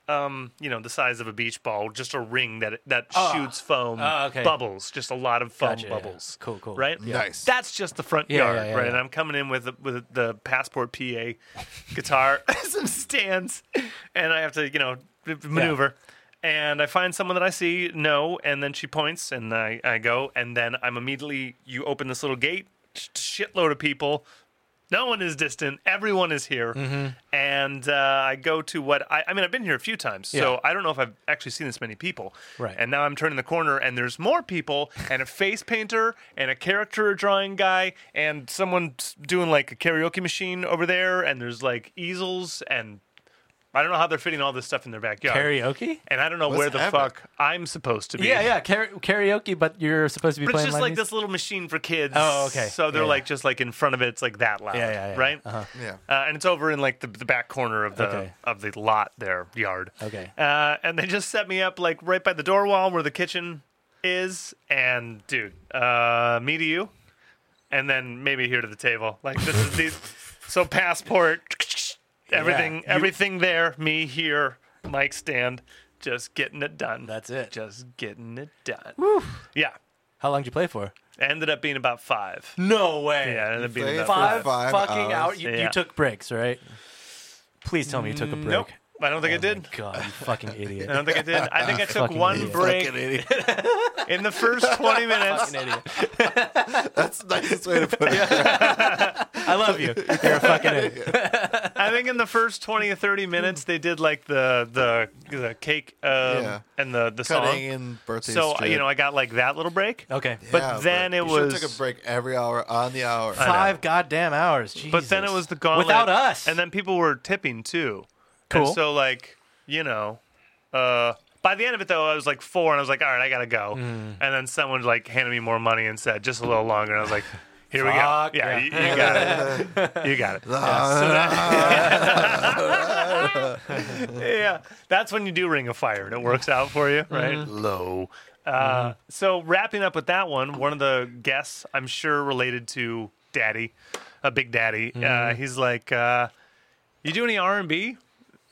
um, you know, the size of a beach ball, just a ring that that Ah. shoots foam Ah, okay. bubbles, just a lot of foam Gotcha, yeah. bubbles. Cool, cool. Right? Yeah. Nice. That's just the front Yeah, yard, yeah, yeah, right? yeah. And I'm coming in with the, with the passport PA guitar, [LAUGHS] some stands, and I have to, you know, maneuver. And I find someone that I see, no, and then she points, and I, I go, and then I'm immediately, you open this little gate, shitload of people, no one is distant. Everyone is here. Mm-hmm. And uh, I go to what I, I mean, I've been here a few times, so Yeah. I don't know if I've actually seen this many people. Right. And now I'm turning the corner, and there's more people, and a face painter, and a character drawing guy, and someone s- doing like a karaoke machine over there, and there's like easels, and I don't know how they're fitting all this stuff in their backyard. Karaoke? And I don't know What's where the ever- fuck I'm supposed to be. Yeah, yeah, kara- karaoke, but you're supposed to be But it's playing just like live this little machine for kids. Oh, okay. So they're Yeah, like yeah. just like in front of it. It's like that loud. Yeah, yeah, yeah. Right. Uh-huh. Yeah. Uh, and it's over in like the, the back corner of the Okay. of the lot there yard. Okay. Uh, and they just set me up like right by the door wall where the kitchen is. And dude, uh, me to you, and then maybe here to the table. Like this [LAUGHS] is these. So passport, everything, You- everything there. Me here, mic stand, just getting it done. That's it. just getting it done. Yeah. How long did you play for? Ended up being about five. No way. Yeah, ended up being Play about five Five, five. Five fucking hours. hours. You, Yeah. you took breaks, right? Please tell me you took a break. Nope. I don't think I Oh my did. God, you fucking idiot. [LAUGHS] I don't think I did. I think I took Fucking one idiot. [LAUGHS] break Fucking idiot. in the first 20 minutes. Fucking idiot. That's the nicest way to put it. I love you. You're a fucking [LAUGHS] idiot. I think in the first 20 or 30 minutes they did like the the the cake um, Yeah. and the the Cutting song. and birthday. So uh, strip. you know, I got like that little break. Okay. but then it you should've was- took a break every hour on the hour. Five goddamn hours. Jesus. But then it was the gauntlet Without us. and then people were tipping too. Cool. And so like you know, uh, by the end of it though, I was like four, and I was like, all right, I gotta go. Hmm. And then someone like handed me more money and said just a little longer, and I was like, here we go. Yeah, Fuck yeah. You, you got [LAUGHS] it. You got [LAUGHS] it. yeah, that's when you do Ring of Fire and it works out for you, right? Mm-hmm. Low. Uh, So wrapping up with that one, one of the guests, I'm sure related to Daddy, a Big Daddy. Mm-hmm. Uh, he's like, uh, "You do any R and B?"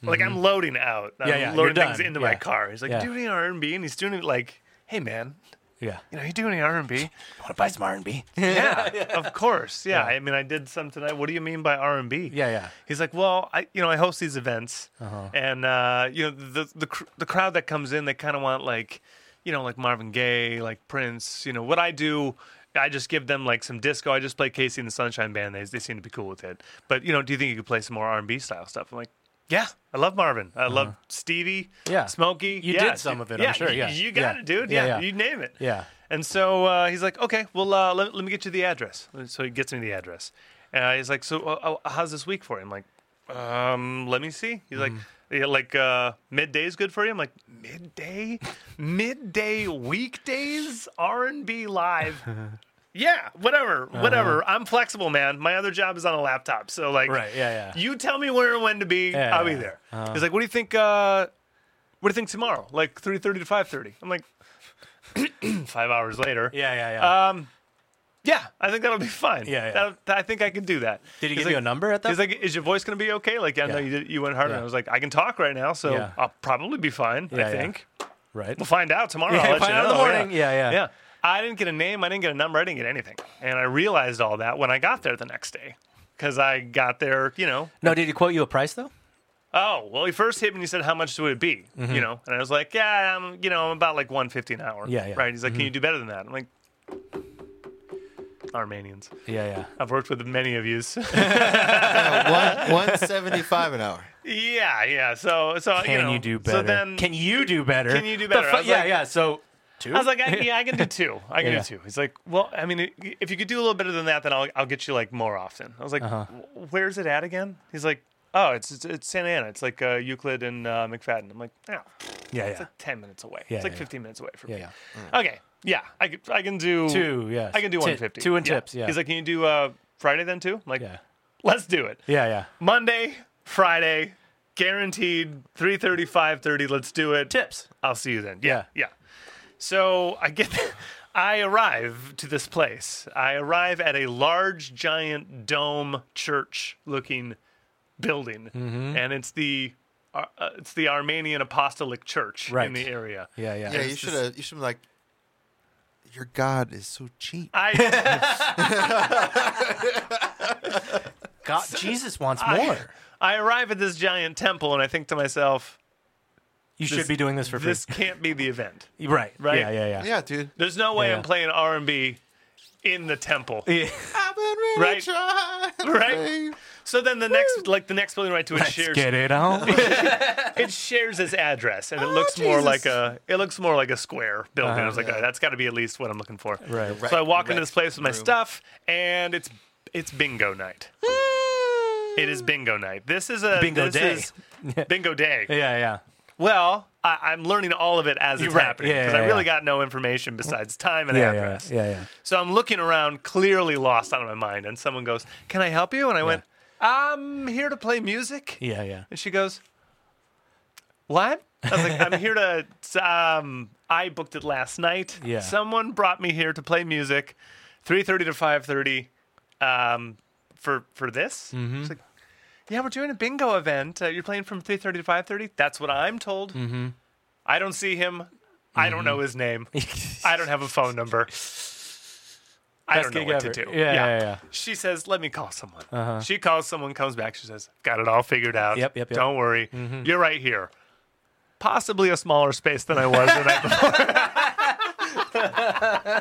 Like I'm loading out. I'm Mm-hmm. Yeah, yeah, loading you're things done. into Yeah. my car. He's like, Yeah. "Do any R and B?" And he's doing it like, "Hey man, Yeah. you know, you do any R [LAUGHS] and B?" Want to buy some R&B? yeah, of course. Yeah. I mean, I did some tonight. What do you mean by R and B? [LAUGHS] Yeah, yeah. He's like, well, I, you know, I host these events, Uh-huh. and uh, you know, the the cr- the crowd that comes in, they kind of want like, you know, like Marvin Gaye, like Prince. You know, what I do. I just give them like some disco. I just play Casey and the Sunshine Band. They, they seem to be cool with it. But you know, do you think you could play some more R and B style stuff? I'm like, yeah, I love Marvin. I love Stevie. Uh-huh. Yeah. Smokey. You yeah, did some of it, I'm sure, you- yeah. you got Yeah. it, dude. Yeah, Yeah, yeah. you name it. Yeah. And so uh, he's like, okay, well, uh, let, let me get you the address. So he gets me the address. And uh, he's like, so uh, uh, how's this week for you? I'm like, um, let me see. He's Mm. like, yeah, like uh, midday's good for you. I'm like, midday, midday weekdays, R and [LAUGHS] B live. yeah, whatever, Uh-huh. whatever. I'm flexible, man. My other job is on a laptop, so like, Right, yeah, yeah. You tell me where and when to be. Yeah, I'll be yeah. Uh-huh. there. He's like, what do you think? Uh, what do you think tomorrow? Like three thirty to five thirty. I'm like, [CLEARS THROAT] five hours later. Um, Yeah, yeah, yeah. Yeah, I think that'll be fine. Yeah, yeah. That'll- I think I can do that. Did he He's give like- you a number at that? He's like, "Is your voice going to be okay?" Like, I know Yeah. you did, you went hard, and Yeah. I was like, "I can talk right now, so Yeah. I'll probably be fine." Yeah, I yeah. think right. we'll find out tomorrow. Yeah, I'll let find you out in the know. morning. Yeah, yeah. yeah. I didn't get a name. I didn't get a number. I didn't get anything, and I realized all that when I got there the next day because I got there, you know, No, did he quote you a price though? Oh, well, he first hit me and he said, How much would it be? Mm-hmm. You know, and I was like, Yeah, I'm, you know, I'm about like 150 an hour. Yeah, Mm-hmm. yeah. Right. He's like, Can you do better than that? I'm like, Armenians. Yeah, yeah. I've worked with many of yous. [LAUGHS] one one seventy five an hour. yeah, yeah. So, so, Can you know, you do better? So then, can you do better? Can you do The better? fu- I was yeah, like- yeah. So two. I [LAUGHS] was like, I, Yeah, I can do two. I can Yeah. do two. He's like, Well, I mean, if you could do a little better than that, then I'll, I'll get you like more often. I was like, Uh-huh. "W- Where's it at again? He's like, Oh, it's, it's, it's Santa Ana. It's like uh, Euclid and uh, McFadden. I'm like, Oh, yeah, yeah. It's like ten minutes away. Yeah, it's like yeah. fifteen minutes away from Yeah, me. Okay. Yeah, I can, I can do Two, yes. I can do Ti- one fifty. two and tips, yeah. He's like, can you do uh, Friday then too? I'm like, Yeah. let's do it. Yeah, yeah. Monday, Friday, guaranteed 3.30, 5.30, Let's do it. Tips. I'll see you then. Yeah. Yeah, yeah. So I get, [LAUGHS] I arrive to this place. I arrive at a large, Mm-hmm. giant dome church-looking building, and it's the uh, uh, it's the Armenian Apostolic Church Right. in the area. Yeah, yeah. Yeah, you it's should just- have. You should have like. Your God is so cheap. [LAUGHS] I God, Jesus wants more. I arrive at this giant temple and I think to myself, you this- should be doing this for free. this can't be the event. right, right. Yeah, yeah, yeah. Yeah, dude. There's no way Yeah. I'm playing R and B in the temple. Yeah. I've been really Right. trying. Right? So then the next, like the next building right to it [LAUGHS] shares Get it [LAUGHS] on. it shares its address, and it looks Oh, more Jesus. like a it looks more like a square building. I was like, yeah. "Oh, that's got to be at least what I'm looking for. Uh-huh. Right. So I walk into Rec this place with my room. stuff, and it's it's bingo night. It is bingo night. This is a Bingo this day. is bingo day. [LAUGHS] yeah, yeah. Well, I, I'm learning all of it as it's Right. happening Yeah, because I yeah, really yeah. Mm-hmm. got no information besides time and Yeah, yeah, address. yeah, yeah. So I'm looking around, clearly lost out of my mind, and someone goes, "Can I help you?" And I went, "I'm here to play music." Yeah, yeah. And she goes, "What?" I was like, "I'm here to. Um, I booked it last night. Yeah. Someone brought me here to play music, three thirty to five thirty, um, for for this." Mm-hmm. It's like, "Yeah, we're doing a bingo event. Uh, you're playing from three thirty to five thirty. That's what I'm told. Mm-hmm. I don't see him. I don't know [LAUGHS] his name. I don't have a phone number." I Best don't know gig what to ever. do. Yeah, yeah, yeah. She says, "Let me call someone." She calls someone, comes back. She says, "Got it all figured out. Uh-huh. Yep, yep, Mm-hmm. yep. Don't worry, you're right here." Possibly a smaller space than I was the night [LAUGHS] before.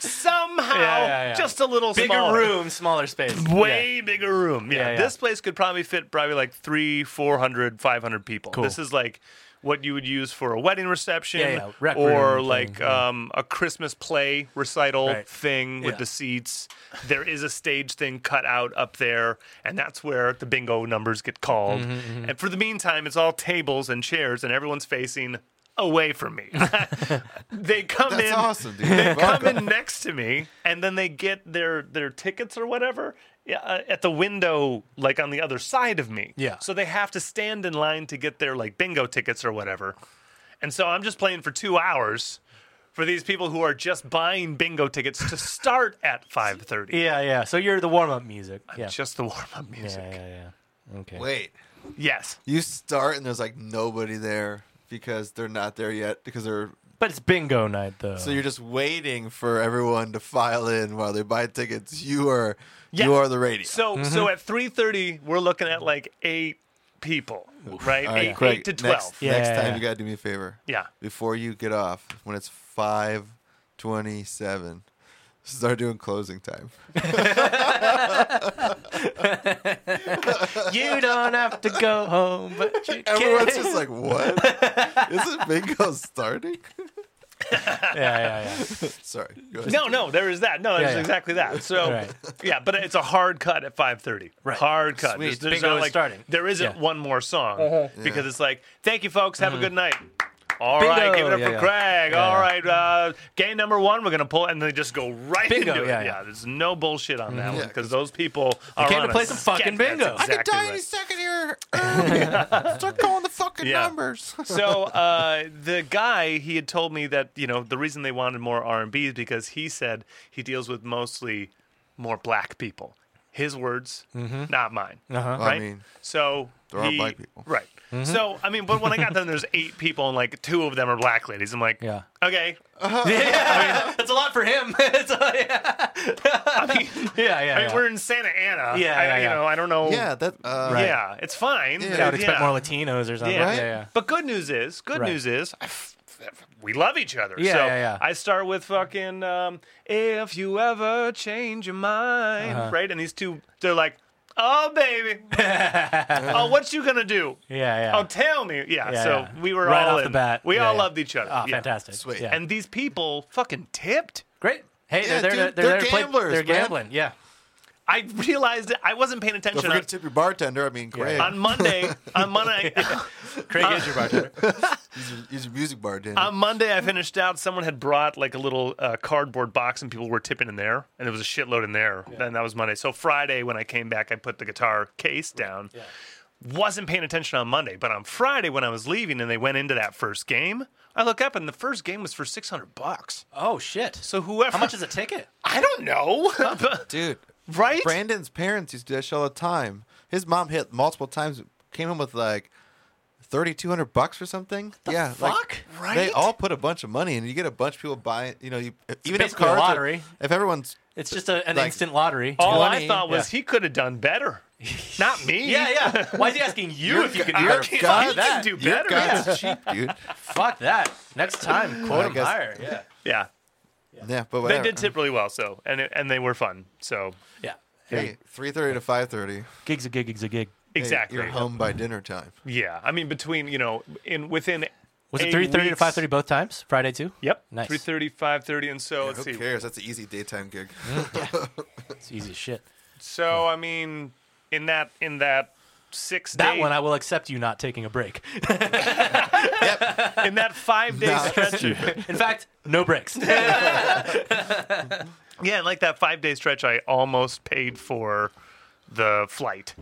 Somehow, Yeah, yeah, yeah. just a little Bigger smaller. room, smaller space. Way bigger room. Yeah, Yeah, yeah. This place could probably fit probably like three, 400, 500 people. Cool. This is like what you would use for a wedding reception Yeah, yeah. Rec or room thing, like um, a Christmas play recital Right. thing with Yeah. the seats. There is a stage thing cut out up there, and that's where the bingo numbers get called. Mm-hmm, And for the meantime, it's all tables and chairs, and everyone's facing away from me. [LAUGHS] they come That's in awesome, [LAUGHS] dude. come [LAUGHS] in next to me and then they get their their tickets or whatever yeah, uh, at the window like on the other side of me Yeah. so they have to stand in line to get their like bingo tickets or whatever and so i'm just playing for two hours for these people who are just buying bingo tickets to start [LAUGHS] at 5.30 Yeah, yeah. So you're the warm up music. Yeah. just the warm-up music yeah, yeah, yeah. Okay. Wait, yes you start and there's like nobody there because they're not there yet because they're. But it's bingo night though. So you're just waiting for everyone to file in while they buy tickets. You are, Yes. you are the radio. so Mm-hmm. so at 3.30 we're looking at like eight people right, All right, eight, Craig, eight to 12 next- Next Yeah. time you gotta do me a favor. yeah before you get off when it's 527 start doing closing time [LAUGHS] you don't have to go home, but [LAUGHS] you everyone's can. just like what isn't bingo starting [LAUGHS] [LAUGHS] yeah, yeah, yeah. sorry go ahead. No, no, there is that. No, there's yeah. exactly that. So, Right. yeah, but it's a hard cut at 5:30. Right. Hard cut. Sweet. There's, there's Bingo not is like starting. there isn't Yeah. Uh-huh. one more song because it's like, thank you, folks. Have a good night. All right, Bingo. give it up Yeah, for yeah. Craig. Yeah, All yeah. right, uh, game number one, we're gonna pull, and they just go right Bingo, into it. yeah, Yeah, yeah. there's no bullshit on that one Yeah, 'cause- because those people are came to on a play some sketch. fucking That's bingo. I could Exactly die right. any second [LAUGHS] here Early. start calling the fucking [LAUGHS] Yeah. numbers so uh, the guy he had told me that you know the reason they wanted more r&b is because he said he deals with mostly more black people his words Mm-hmm. not mine Uh-huh. right I mean, so there are he- black people. right Mm-hmm. so i mean but when i got them there's eight people and like two of them are black ladies i'm like Yeah. [LAUGHS] okay yeah. [LAUGHS] that's a lot for him. [LAUGHS] It's a- yeah, i mean, [LAUGHS] yeah, yeah. I mean, we're in santa ana Yeah, I, yeah, you yeah. know i don't know yeah that uh, Right. Oh. yeah it's fine Yeah, I but yeah, I would expect yeah. more Latinos or something. Yeah. Yeah, yeah. But good news is, good Right. news is, I f- f- we love each other. Yeah, so yeah, yeah. I start with fucking um, if you ever change your mind, Uh-huh. right? And these two, they're like, oh [LAUGHS] baby, oh what you gonna do? Yeah, yeah. Oh tell me, yeah. Yeah, so yeah. we were Right all off the in. bat. We Yeah, all yeah. loved each other. Oh, Yeah. fantastic. Sweet. Yeah. And these people fucking tipped. great. Hey, Yeah, they're there. to, dude, they're, they're there to play- gamblers, They're man. gambling. Yeah. I realized that I wasn't paying don't attention forget on, to tip your bartender i mean great on Monday. [LAUGHS] on Monday, Craig is your bartender. he's, a, he's a music bartender On Uh, Monday, I finished out. Someone had brought like a little uh, cardboard box, and people were tipping in there, and there was a shitload in there. And that was Monday. So Friday, when I came back, I put the guitar case down. Wasn't paying attention on Monday, but on Friday when I was leaving, and they went into that first game. I look up, and the first game was for six hundred bucks. [LAUGHS] Oh shit. So So whoever, how much [LAUGHS] is a ticket? I don't know, [LAUGHS] But- dude right? Brandon's parents used to do that shit all the time. His mom hit multiple times, came in with like thirty two hundred bucks or something. yeah, like, fuck? They Right? all put a bunch of money, and you get a bunch of people buying. You know, you even if basically a cards are- lottery. if everyone's It's just a, an Like- instant lottery. All 20, I thought was he could have [LAUGHS] done better, not me. yeah, [LAUGHS] yeah. Why is he asking you if you can do Your it? God- Fuck you can that. do your better. God's [LAUGHS] cheap, dude. Fuck that. Next time, I quote him guess- higher. Yeah. yeah. Yeah, but They whatever. did tip really well, so and it, and they were fun. So Yeah. Hey, three thirty to five thirty. Gig's a gig, gig's a gig. exactly, you're home by dinner time. yeah. I mean, between you know, in within Was eight it 3.30 to weeks- 5.30 both times? Friday too? Yep, Nice. 3:30, 5:30, and so let's Who see. cares? That's an easy daytime gig. It's easy as shit. So I mean, in that in that six That day, one, I will accept you not taking a break. [LAUGHS] in that five day Nah, [LAUGHS] stretch, In fact, no [LAUGHS] breaks. yeah, like that five day stretch, I almost paid for the flight.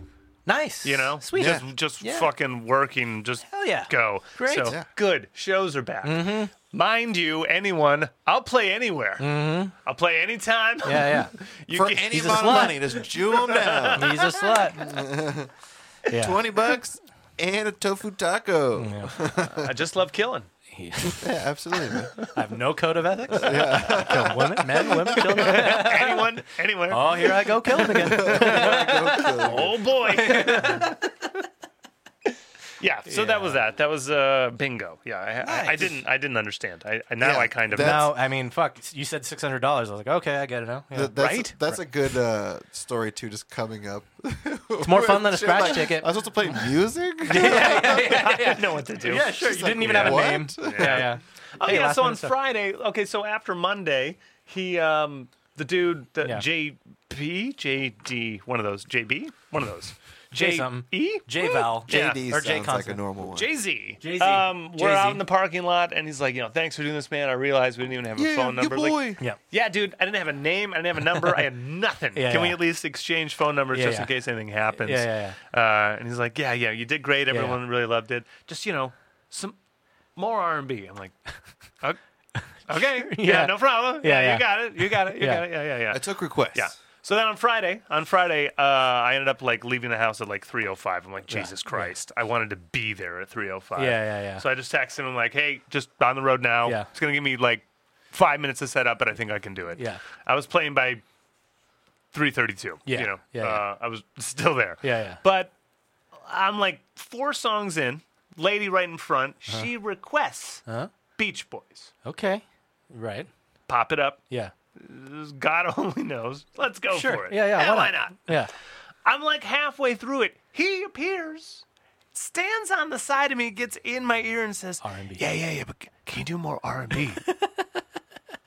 nice. You know, Sweet. Yeah. just, just Yeah. fucking working, just Hell yeah. go. Great. Mm-hmm. So Yeah. good. Shows are back. Mind you, anyone, I'll play anywhere. I'll play anytime. Yeah, yeah. You For can- any He's a amount slut. of money, just Jew them [LAUGHS] down. He's a slut. Yeah. Twenty bucks and a tofu taco. Yeah, [LAUGHS] I just love killing. [LAUGHS] absolutely. man. I have no code of ethics. Kill women, men, women, children. Anyone, anywhere. Oh, here I go killing [LAUGHS] again. [LAUGHS] [LAUGHS] Oh boy. yeah. So Yeah. that was that. That was uh, bingo. Yeah. I, I, I Nice. didn't. I didn't understand. I, I now Yeah, I kind of. that- Now, I mean, fuck. You said six hundred dollars. I was like, okay, I get it now. Yeah. Th- that's, Right? [LAUGHS] That's a good uh, story too. Just coming up. It's more [LAUGHS] fun than a Shit, scratch like, ticket. I was supposed to play music. [LAUGHS] [LAUGHS] I didn't know what to do. Yeah, sure. You didn't even have a "What?" name. Yeah, yeah. Oh Hey, yeah. last So minute on stuff. Friday, okay. So after Monday, he um the dude the Yeah. JP JD one of those JB one of those J something. E J Val. JD Or J sounds like a Constant. normal one. Jay Z. Jay-Z. Um, we're Jay-Z. out in the parking lot, and he's like, you know, thanks for doing this, man. I realized we didn't even have a phone number. Like, Yeah. Yeah, dude, I didn't have a name. I didn't have a number. [LAUGHS] I had nothing. Yeah, Can we yeah. at least exchange phone numbers Yeah, just yeah. in case anything happens? Yeah, yeah, Uh, and he's like, yeah, yeah, you did great. yeah. Everyone really loved it. Just you know, some more R and B. I'm like, [LAUGHS] "Ok- okay, yeah. Yeah. no problem. Yeah, yeah. you got it. You got it. You Yeah. got it. Yeah, yeah, yeah. I took requests. yeah. So then on Friday, on Friday, uh, I ended up like leaving the house at like 3:05. I'm like, Jesus Christ! I wanted to be there at 3:05. Yeah, yeah, yeah. So I just text him. I'm like, Hey, just on the road now. Yeah. It's gonna give me like five minutes to set up, but I think I can do it. Yeah. I was playing by 3:32. Yeah, You know. yeah, yeah. Uh, I was [LAUGHS] still there. Yeah, yeah. But I'm like four songs in. Lady right in front. Uh-huh. She requests Beach Boys. Okay. Right. Pop it up. Yeah. God [LAUGHS] only knows. Let's go Sure. for it. Yeah, yeah, why why not? not? Yeah. I'm like halfway through it. He appears, stands on the side of me, gets in my ear, and says, R&B. Yeah, yeah, yeah. But c- can you do more [LAUGHS] R&B?"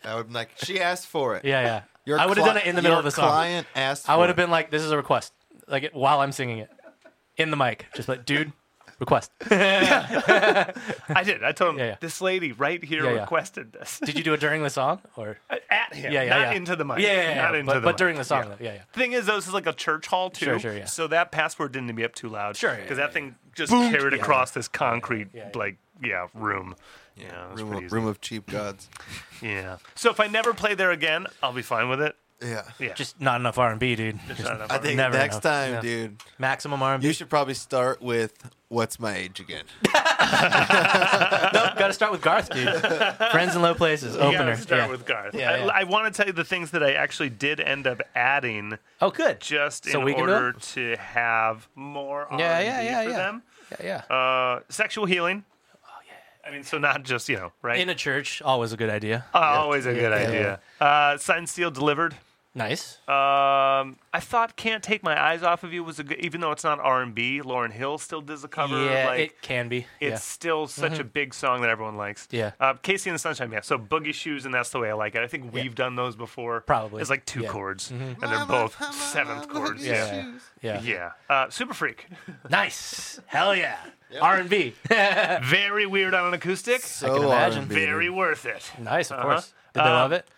I would like. She asked for it. Yeah. Yeah. Your I would have cli- done it in the middle your of the song. Client asked. I for would have it. been like, "This is a request," like it- while I'm singing it, in the mic, just like, "Dude, request." I did. I told him Yeah, yeah. this lady right here Yeah, yeah. requested this Did you do it during the song or? [LAUGHS] at him, Yeah, yeah, Uh, not yeah. into the mic, Yeah, yeah, yeah, not yeah. into but, the but mic. during the song, Yeah. though. yeah, yeah. Thing is, though, this is like a church hall too. Sure, sure, yeah. So that password didn't need to be up too loud. Sure, yeah, because yeah, that thing just carried across this concrete, like yeah, room. Yeah, it was room pretty of, easy. room of cheap gods. Yeah. So if I never play there again, I'll be fine with it. Yeah. [LAUGHS] Yeah. Just not enough R and B, dude. Just not enough I think Never next enough. time, Yeah. dude, Maximum R and you B. should probably start with "What's My [LAUGHS] Age Again." Nope, got to start with Garth, dude. [LAUGHS] Friends in Low Places, You opener. gotta start yeah. with Garth. Yeah, I, yeah. I want to tell you the things that I actually did end up adding oh, good. just So we in can do order to have more R&B Yeah, yeah, yeah, for yeah. them. yeah, yeah. Uh, sexual healing. I mean, so not just, you know, right? in a church, always a good idea. Uh, Always a good idea. Uh, signed, sealed, delivered. Nice. Um, I thought "Can't Take My Eyes Off of You" was a good, even though it's not R and B. Lauren Hill still does the cover. yeah, like, it can be. it's Yeah. Mm-hmm. still such a big song that everyone likes. Yeah. Uh, Casey and the Sunshine Band. So Boogie Shoes, and that's the way I like it. I think we've done those before. Probably. It's like two Yeah. Mm-hmm. chords, and they're both seventh chords. Yeah, Yeah. yeah, yeah. Yeah. Uh, Super [LAUGHS] Freak. Nice. Hell yeah. R and B. Very weird on an acoustic. So can imagine. R&B, dude. Very worth it. Nice, of Uh-huh. course. Did they Uh, love it? [LAUGHS]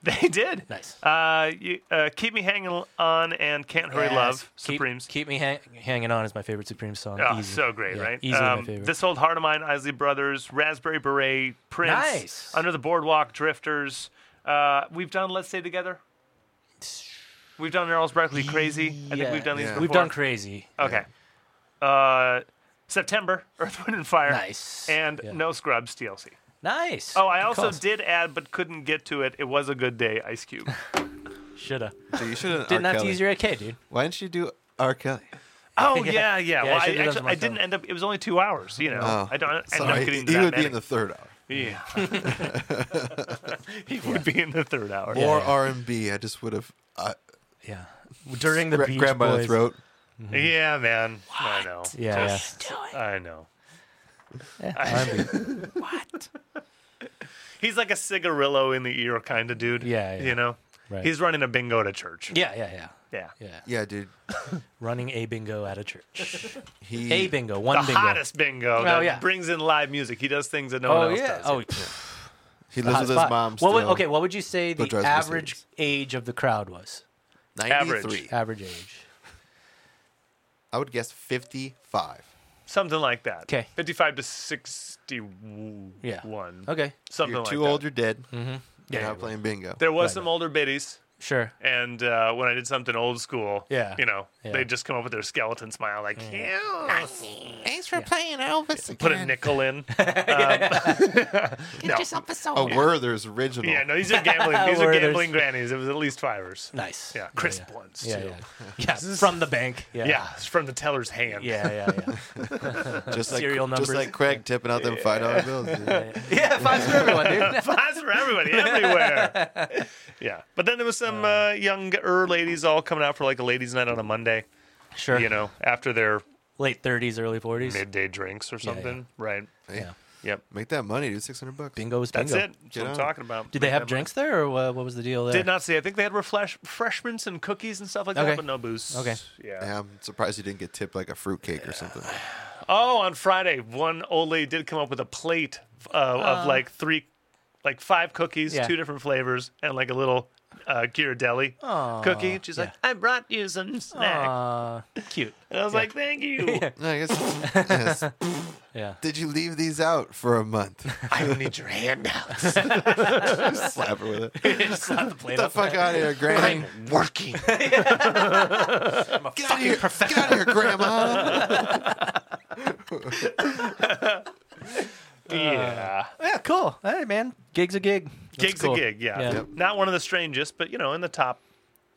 They did. Nice. Uh, you, uh, Keep Me Hanging On and Can't Hurry Yes. Love, Keep- Supremes. Keep, me hang, hanging on is my favorite Supreme song. Oh, Easy. so great, Yeah, right? Easily my Um, favorite. This Old Heart of Mine, Isley Brothers, Raspberry Beret, Prince, Nice. Under the Boardwalk, Drifters. Uh, we've done Let's Stay Together. We've done Earls Barkley Crazy. I think Yeah. we've done these Yeah. before. We've done crazy. Okay. Uh, September, [LAUGHS] Earth, Wind, and Fire. Nice. And Yeah. No Scrubs DLC. Nice. Oh, I also did add, but couldn't get to it. It was a good day, [LAUGHS] Ice Cube. Shoulda. So you shouldn't. Didn't R. have Kelly. to use your AK, dude. Why didn't you do R. Kelly? Oh Yeah. yeah, yeah. Yeah, I should've well, I, done actually, some I didn't myself. end up. It was only two hours. You know, Oh, I don't end up Sorry, getting to he that would be many. in the third hour. yeah. [LAUGHS] he would be in the third hour. Yeah. More R and B. I just would have uh, Yeah. During the gra- Beach grabbed by the Boys. throat. Yeah, man. I know. Yeah, Just- I know. Yeah, R&B. He's like a cigarillo in the ear kind of dude. Yeah, yeah. You know, Right. he's running a bingo to church. yeah, yeah, yeah. Yeah. Yeah. Yeah, dude. Running a bingo at a church. [LAUGHS] He a bingo, one The bingo. hottest bingo that yeah. brings in live music. He does things that no Oh one else yeah. does. Oh, pff, he lives hot with his spot. mom. What would, still. okay, what would you say the drives average Mercedes. age of the crowd was? 93. Average age. I would guess 55. something like that. 'Kay. Fifty-five to sixty-one. Yeah. Okay. Okay. Something you're like too that. old, you're dead. Mm-hmm. Yeah, You're you're not playing bingo. There was Right. some older biddies. Sure. And uh, when I did something old school, Yeah. you know, Yeah. Mm. they just come up with their skeleton smile, like, "Ew." Thanks for playing Elvis put a again. [LAUGHS] nickel in. Get yourself a soda. A Werther's original. yeah, no, these are gambling. These are Where there's- gambling grannies. It was at least fivers. Nice. Yeah, crisp ones Yeah. too. Yeah. yeah. From the bank. Yeah. Yeah, it's from the teller's hand. Yeah. Yeah. Yeah. just like, serial Just numbers. like Craig tipping out them [LAUGHS] $5 bills. dude. yeah. Five for everyone, dude. [LAUGHS] That's for everybody, everywhere. yeah, but then there was some uh, younger ladies all coming out for like a ladies' night on a Monday. [LAUGHS] Sure. You know, after their Late 30s, early 40s. midday drinks or Yeah, yeah. something. Right. Yeah. Yep. Make that money, dude. 600 bucks. Bingo was bingo. That's it. That's Get what I'm on. talking about. Did they Make have that drinks there, or what, what was the deal there? Did not see. I think they had refresh refreshments and cookies and stuff like Okay. that, but no booze. Okay. Yeah. Yeah, I'm surprised you didn't get tipped like a fruitcake or something. Oh, on Friday, one old lady did come up with a plate uh, of like three, like five cookies, Oh. Yeah. two different flavors, and like a little uh, Ghirardelli cookie. And she's like, "I brought you some snack," Uh, cute. and I was like, [LAUGHS] "Thank you." No, I guess. yes. Yeah. Did you leave these out for a month? I don't need your [LAUGHS] handouts. Slap her with it. Get Slap the plate the up. fuck out of here, Granny. Working. Get out of here. Get out of here, Grandma. yeah. Yeah, cool. Hey, man. Gig's a gig. That's Gig's cool. a gig. Yeah. Yeah. Yep. Not one of the strangest, but you know, in the top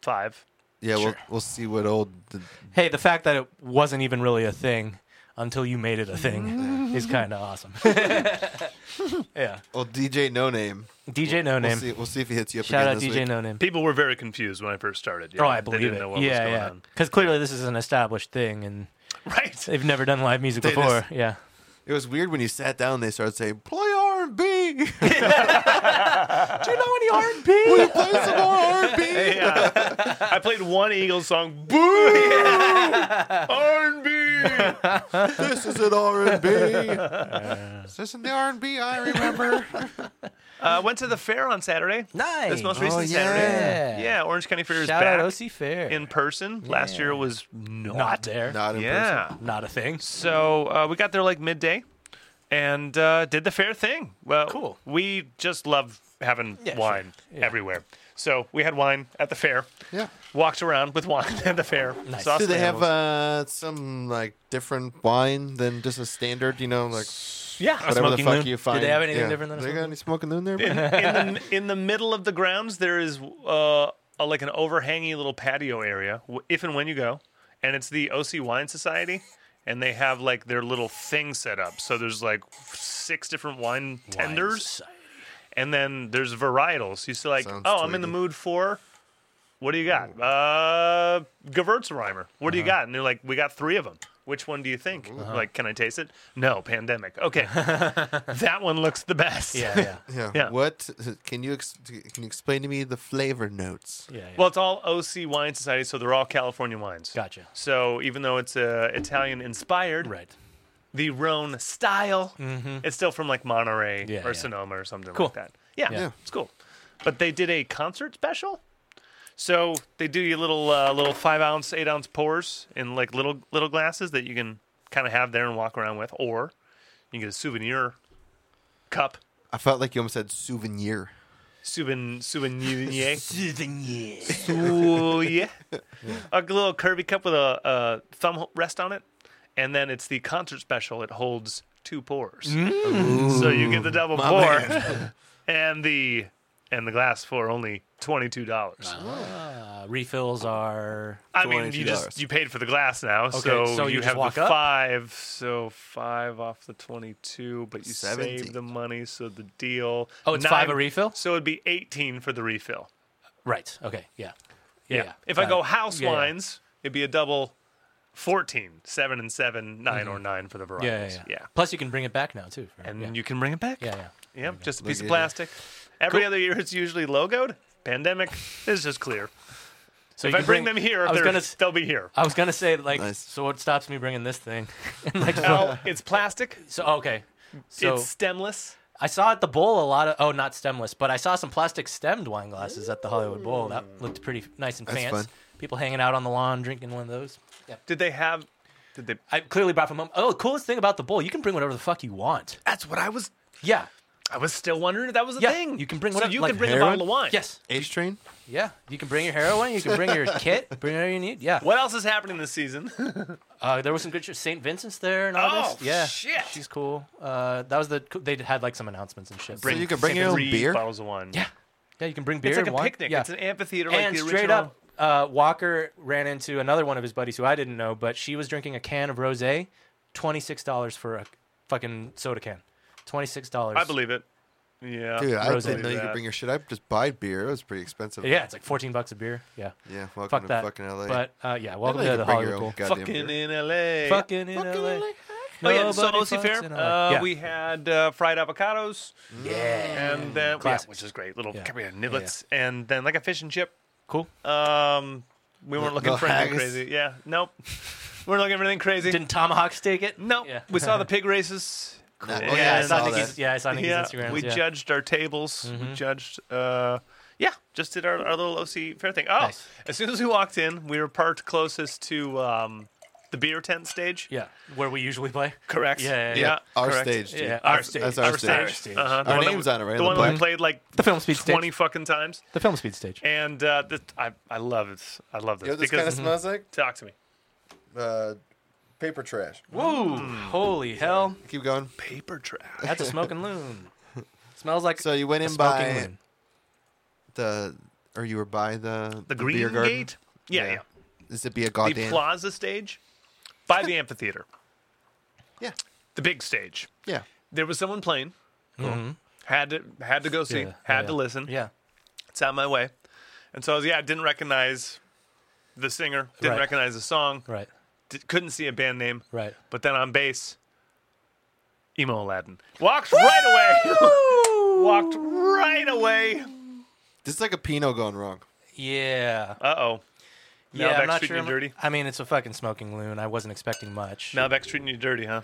five. Yeah, we'll, we'll see what old. The, Hey, the fact that it wasn't even really a thing until you made it a [LAUGHS] thing is kind of awesome. yeah. old DJ No Name. DJ No We'll Name. see, we'll see if he hits you up Shout again out this DJ week. No Name. People were very confused when I first started. Yeah. Oh, I they believe didn't it. know what was yeah, going yeah. on. [LAUGHS] Because clearly this is an established thing, and Right. [LAUGHS] they've never done live music They before. just- Yeah. It was weird when you sat down. They started saying, "Play R and B, [LAUGHS] play Do you know any R&B? some more R and B." Yeah. I played one Eagles song. Boo! R&B. This is an [LAUGHS] R and B. Is this in the R and B I remember? Uh, went to the fair on Saturday. nice. This most recent Oh, Saturday. yeah. Yeah, Orange County Fair is Shout back out OC Fair. in person. Last year was Not not, there. [LAUGHS] Not in yeah. Not a thing. So uh, we got there like midday, and uh, did the fair thing. Well, Cool. We just love having Yeah, wine sure. Yeah. everywhere. So we had wine at the fair. person. Yeah. Walked around with wine [LAUGHS] at the fair. Nice. Saw Do they some have animals. uh, some like different wine than just a standard? You know, like Yeah. whatever Smoking the fuck Loon. you find. Did they have anything yeah. different than a They smoking got any smoking loon there? in, bro? in the in the middle of the grounds there is uh, a, like an overhanging little patio area w- if and when you go and it's the oc wine society and they have like their little thing set up so there's like six different wine tenders and then there's varietals you see like Sounds oh i'm in the tweety. mood for what do you got uh gewurztraminer what do you got and they're like we got three of them which one do you think like can i taste it no pandemic okay [LAUGHS] that one looks the best Yeah, [LAUGHS] yeah. Yeah. Yeah. What can you ex- can you explain to me the flavor notes? yeah, yeah. Well, it's all OC Wine Society, so they're all California wines. Gotcha. So even though it's uh, Italian inspired, right. Mm-hmm. the Rhone style, it's still from like Monterey Yeah, or yeah. Sonoma or something Cool. like that. Yeah, Yeah. it's cool. But they did a concert special. So they do your little uh, little five ounce, eight ounce pours in like little little glasses that you can kind of have there and walk around with, or you can get a souvenir cup, I felt like you almost said souvenir. souvenir, [LAUGHS] souvenir, Ooh, yeah. A little curvy cup with a, a thumb ho- rest on it. and then it's the concert special. It holds two pours, Mm. so you get the double my pour, [LAUGHS] and the and the glass for only twenty two dollars. Uh, refills are I mean, you just $22. you paid for the glass now, so, so you you, just have walk the up? five. So five off the twenty-two, but you Seventeen. save the money. So the deal. Oh, it's five a refill? So it'd be eighteen for the refill. right. Okay, yeah, yeah. yeah. If I Got go it. house Yeah, yeah. wines, it'd be a double. 14, 7 and 7, 9 or 9 for the varietals. Mm-hmm. yeah, yeah, yeah. Plus, you can bring it back now too. for- And yeah. you can bring it back. yeah, yeah. Yep, just a Look piece at of you. plastic. Every other year it's usually logoed. Pandemic, this is clear. So if you I can bring, them here, I was they're- gonna, s- they'll be [LAUGHS] here. I was gonna say like, Nice. so what stops me bringing this thing? [LAUGHS] and like, Now, it's plastic. so okay, so it's stemless. I saw at the bowl a lot of oh not stemless, but I saw some plastic stemmed wine glasses at the Hollywood Bowl. That looked pretty nice and That's fancy. fun. People hanging out on the lawn drinking one of those. Did they have? Did they? I clearly brought from home. Oh, the coolest thing about the bowl, you can bring whatever the fuck you want. That's what I was. Yeah. I was still wondering if that was a Yeah, thing. you can bring so whatever- you like can bring a heroin? bottle of wine. Yes. H train. Yeah. You can bring your heroin. You can bring [LAUGHS] your kit. Bring whatever you need. Yeah. What else is happening this season? Uh, there was some good shit. St. Vincent's there in August. yeah. Oh, shit. She's cool. Uh, that was the. They had like some announcements and shit. you can bring your own [LAUGHS] three beer? bottles of wine. Yeah. Yeah. You can bring beer. It's like and a wine. picnic. Yeah. It's an amphitheater. like and the straight original. up, uh, Walker ran into another one of his buddies who I didn't know, but she was drinking a can of rosé, twenty six dollars for a fucking soda can, twenty six dollars. I believe it. Yeah. Dude, I Rosé. didn't know you could bring your shit. I just buy beer. It was pretty expensive. Yeah, it's like fourteen bucks a beer. Yeah, Yeah. Welcome fuck to that. fucking LA. But uh, yeah, I welcome didn't to know the you could bring Hollywood your own Bowl. goddamn fucking beer. in LA. Fucking in LA. Oh yeah, so Nobody OC fucks Fair, in LA. uh, Yeah. we had uh, fried avocados. Yeah, and then yeah, Classics. which is great, little Mm. Yeah. caviar niblets, and then like a fish and chip. Cool. Um, we weren't looking no for anything haggis? crazy. Yeah, nope. we weren't looking for anything crazy. Didn't Tomahawks take it? nope. Yeah. [LAUGHS] We saw the pig races. Nah, And- oh, Yeah, I I saw saw Nikki's, that. yeah, I saw Nikki's yeah, Instagram. we yeah. Mm-hmm. judged our tables. We judged. Uh, yeah, just did our, our little OC fair thing. Oh, Nice. as soon as we walked in, we were parked closest to um, the beer tent stage. Yeah, where we usually play. Correct. Yeah, yeah, Yeah, our correct. stage, dude. Yeah, Our, our- stage. that's our stage. Uh-huh. The Our one that name's we- on it, right? The On one the that we back. played like The film speed stage. twenty fucking times. The film speed stage. And uh, this, I I love it. I love this You know what this because kind of smells like? talk to me. Uh, paper trash. Whoa! Holy hell! Keep going. Paper trash. That's a [LAUGHS] smoking loon. Smells like So you went a in smoking by loon. the, or you were by the The beer Green garden? Gate. Yeah, yeah. Is it be a The goddamn? Plaza stage by the amphitheater, Yeah, the big stage. yeah. There was someone playing. Cool. Had to had to go see. Yeah, Had yeah. to listen. Yeah. It's out my way. And so I was yeah. I didn't recognize the singer. Didn't Right. recognize the song. Right. di- couldn't see a band name. Right. But then on bass, Emo Aladdin walks right away. [LAUGHS] Walked right away. This is like a Pinot going wrong. Yeah. Uh oh. Now yeah, back I'm not treating sure. you I'm- dirty? I mean, it's a fucking smoking loon. I wasn't expecting much. Now Beck's treating you dirty, huh?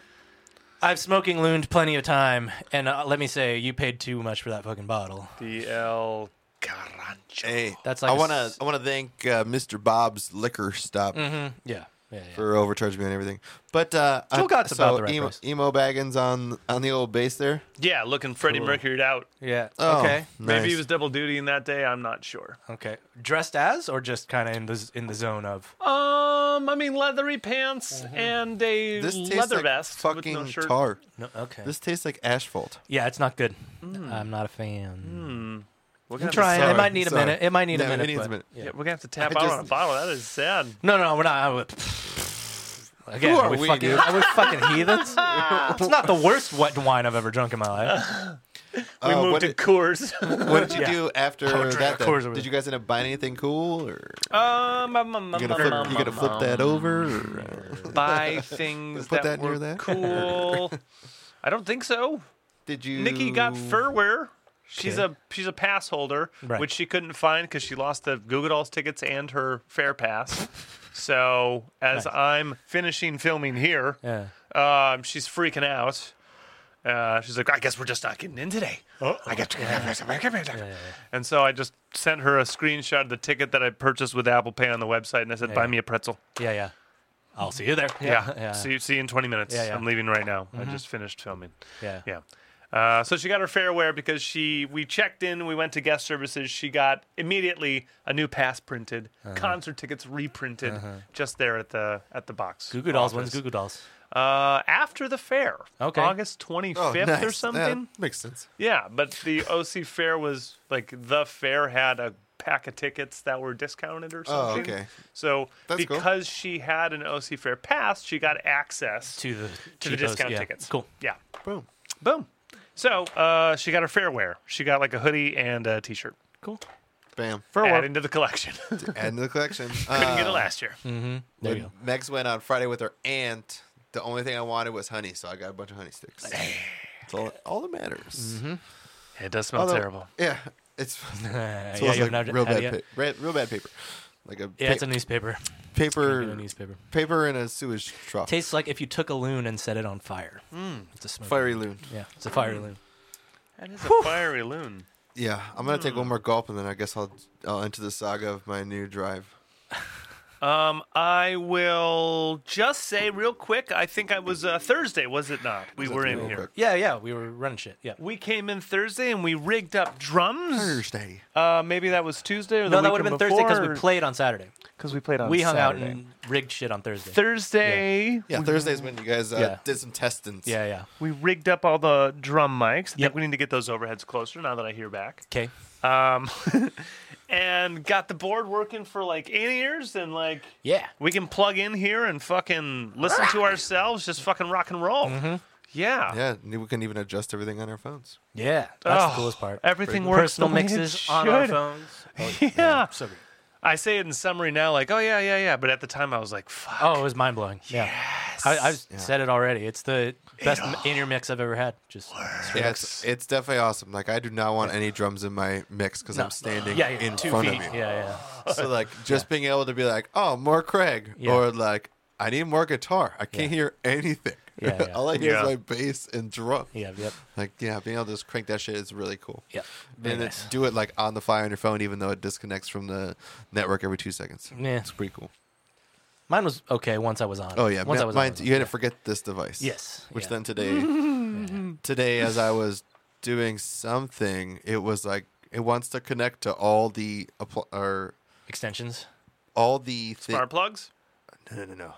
I've smoking looned plenty of time, and uh, let me say, you paid too much for that fucking bottle. DL Carancho. Hey, That's like I a want to. s- I want to thank uh, Mr. Bob's Liquor Stop Yeah. Yeah. yeah. for overcharging me and everything. But uh, Still I- got to so about the right emo, price. emo Baggins on on the old bass there. Yeah, looking Freddie Mercury out. yeah. Oh, okay. Maybe he nice. was double duty in that day. I'm not sure. Okay. Dressed as, or just kind of in the in the zone of. Um, I mean leathery pants and a This tastes leather like vest with fucking no shirt. tar. No. Okay. Hmm. This tastes like asphalt. yeah, it's not good. I'm not a fan. We're I'm gonna, have trying. to, it sorry, might need sorry. a minute. It might need No, a it minute. needs but- a minute. yeah, we're gonna have to tap I out just- on a bottle. That is sad. No, no, we're not. I would, Again, Who are, are we, we, fucking, dude? are we fucking [LAUGHS] heathens? it's not the worst wet wine I've ever drunk in my life. We Uh, moved what, to did, Coors. what did [LAUGHS] you Yeah. Oh, do after that? then? Did you guys end up buying anything cool, or [LAUGHS] um, um, um, you gonna um, flip, um, you gonna um, flip that over? Or, uh, [LAUGHS] buy things Put that, that near were that? cool. I don't think so. did you? Nikki got furwear. She's Okay. a she's a pass holder, Right. which she couldn't find because she lost the Google Dolls tickets and her [LAUGHS] fair pass. so as I'm finishing filming here, Yeah. um, she's freaking out. Uh, she's like, I guess we're just not getting in today. I guess. And so I just sent her a screenshot of the ticket that I purchased with Apple Pay on the website, and I said, Yeah. "Buy me a pretzel." Yeah, yeah. I'll see you there. Yeah. yeah. See, you- see you in 20 minutes. Yeah, Mm-hmm. yeah. I'm leaving right now. I just finished filming. yeah. Yeah. Uh, so she got her fair wear because she we checked in, we went to guest services. She got immediately a new pass Uh-huh. printed, concert tickets reprinted just there at the at the box. Goo Goo Uh-huh. Dolls. office. When's Goo Goo Dolls? uh, after the fair. Okay. August 25th Oh, nice. or Yeah, something. makes sense. Yeah, but the OC Fair was like the fair had a pack of tickets that were discounted or Oh, something. okay. So That's cool. because she had an OC Fair pass, she got access to, to the the cheapos, discount yeah. tickets. Cool. Yeah. Boom. Boom. So uh, she got her fair wear. She got like a hoodie and a t-shirt. Cool. Bam. For wear. adding to the collection. [LAUGHS] Couldn't End of [LAUGHS] the collection. get it Oh, Uh, last year. There when you go. Megs went on Friday with her aunt. The only thing I wanted was honey, so I got a bunch of honey sticks. That's all, all that matters. It does smell Although- terrible. Yeah, [LAUGHS] it's Mm-hmm. yeah, so it's you like haven't real had it bad, yet? pa- re- real bad paper, like a, Yeah, pa- it's a newspaper. paper, A newspaper. paper in a sewage trough. Tastes like if you took a loon and set it on fire. Hmm. It's a smoke. fiery loon. Yeah, it's a fiery loon. That is a fiery loon. Yeah, I'm gonna take Hmm. one more gulp and then I guess I'll I'll enter the saga of my new drive. Um, I will just say real quick. I think I was uh, Thursday, was it not? We were in Real here. quick. Yeah, yeah, we were running shit. Yeah. We came in Thursday and we rigged up drums. Thursday. Uh, maybe that was Tuesday or the No, that would would have been Thursday because we played on Saturday. because we played on we hung out Saturday. and rigged shit on Thursday. Thursday. Yeah, Thursday's when you guys uh, Yeah. did some testings. yeah, yeah. We rigged up all the drum mics. I Yep. think we need to get those overheads closer now that I hear back. Okay. Um, and got the board working for like in ears and like Yeah. we can plug in here and fucking listen to ourselves, just fucking rock and roll. Yeah. Yeah, and we can even adjust everything on our phones. Yeah. That's Oh, the coolest part. Everything works. Personal the way it mixes on our should. phones. Oh, [LAUGHS] Yeah. So good. I say it in summary now, like, oh yeah, yeah, yeah. But at the time, I was like, fuck. Oh, it was mind blowing. Yeah. I, I've said it already. It's the best in your mix I've ever had. Just straight Yeah, up. it's, it's definitely awesome. Like I do not want any drums in my mix because I'm standing yeah, yeah. in two front feet. [LAUGHS] of you. Yeah, So like just being able to be like, oh, more Craig, Yeah. or like I need more guitar. I can't hear anything. Yeah, yeah. [LAUGHS] All I hear Yeah. is my bass and drum. yeah, yeah, yep, Like yeah, being able to just crank that shit is really cool. yep. Very And nice. then do it like on the fly on your phone, even though it disconnects from the network every two seconds. Yeah. it's pretty cool. Mine was okay once I was on. it. Oh yeah, once mi- I was mine, on. it. you had to forget this device. Yes, Which yeah. then today, [LAUGHS] today as I was doing something, it was like it wants to connect to all the appl- or extensions. all the thi- Smart plugs. No, no, no, no.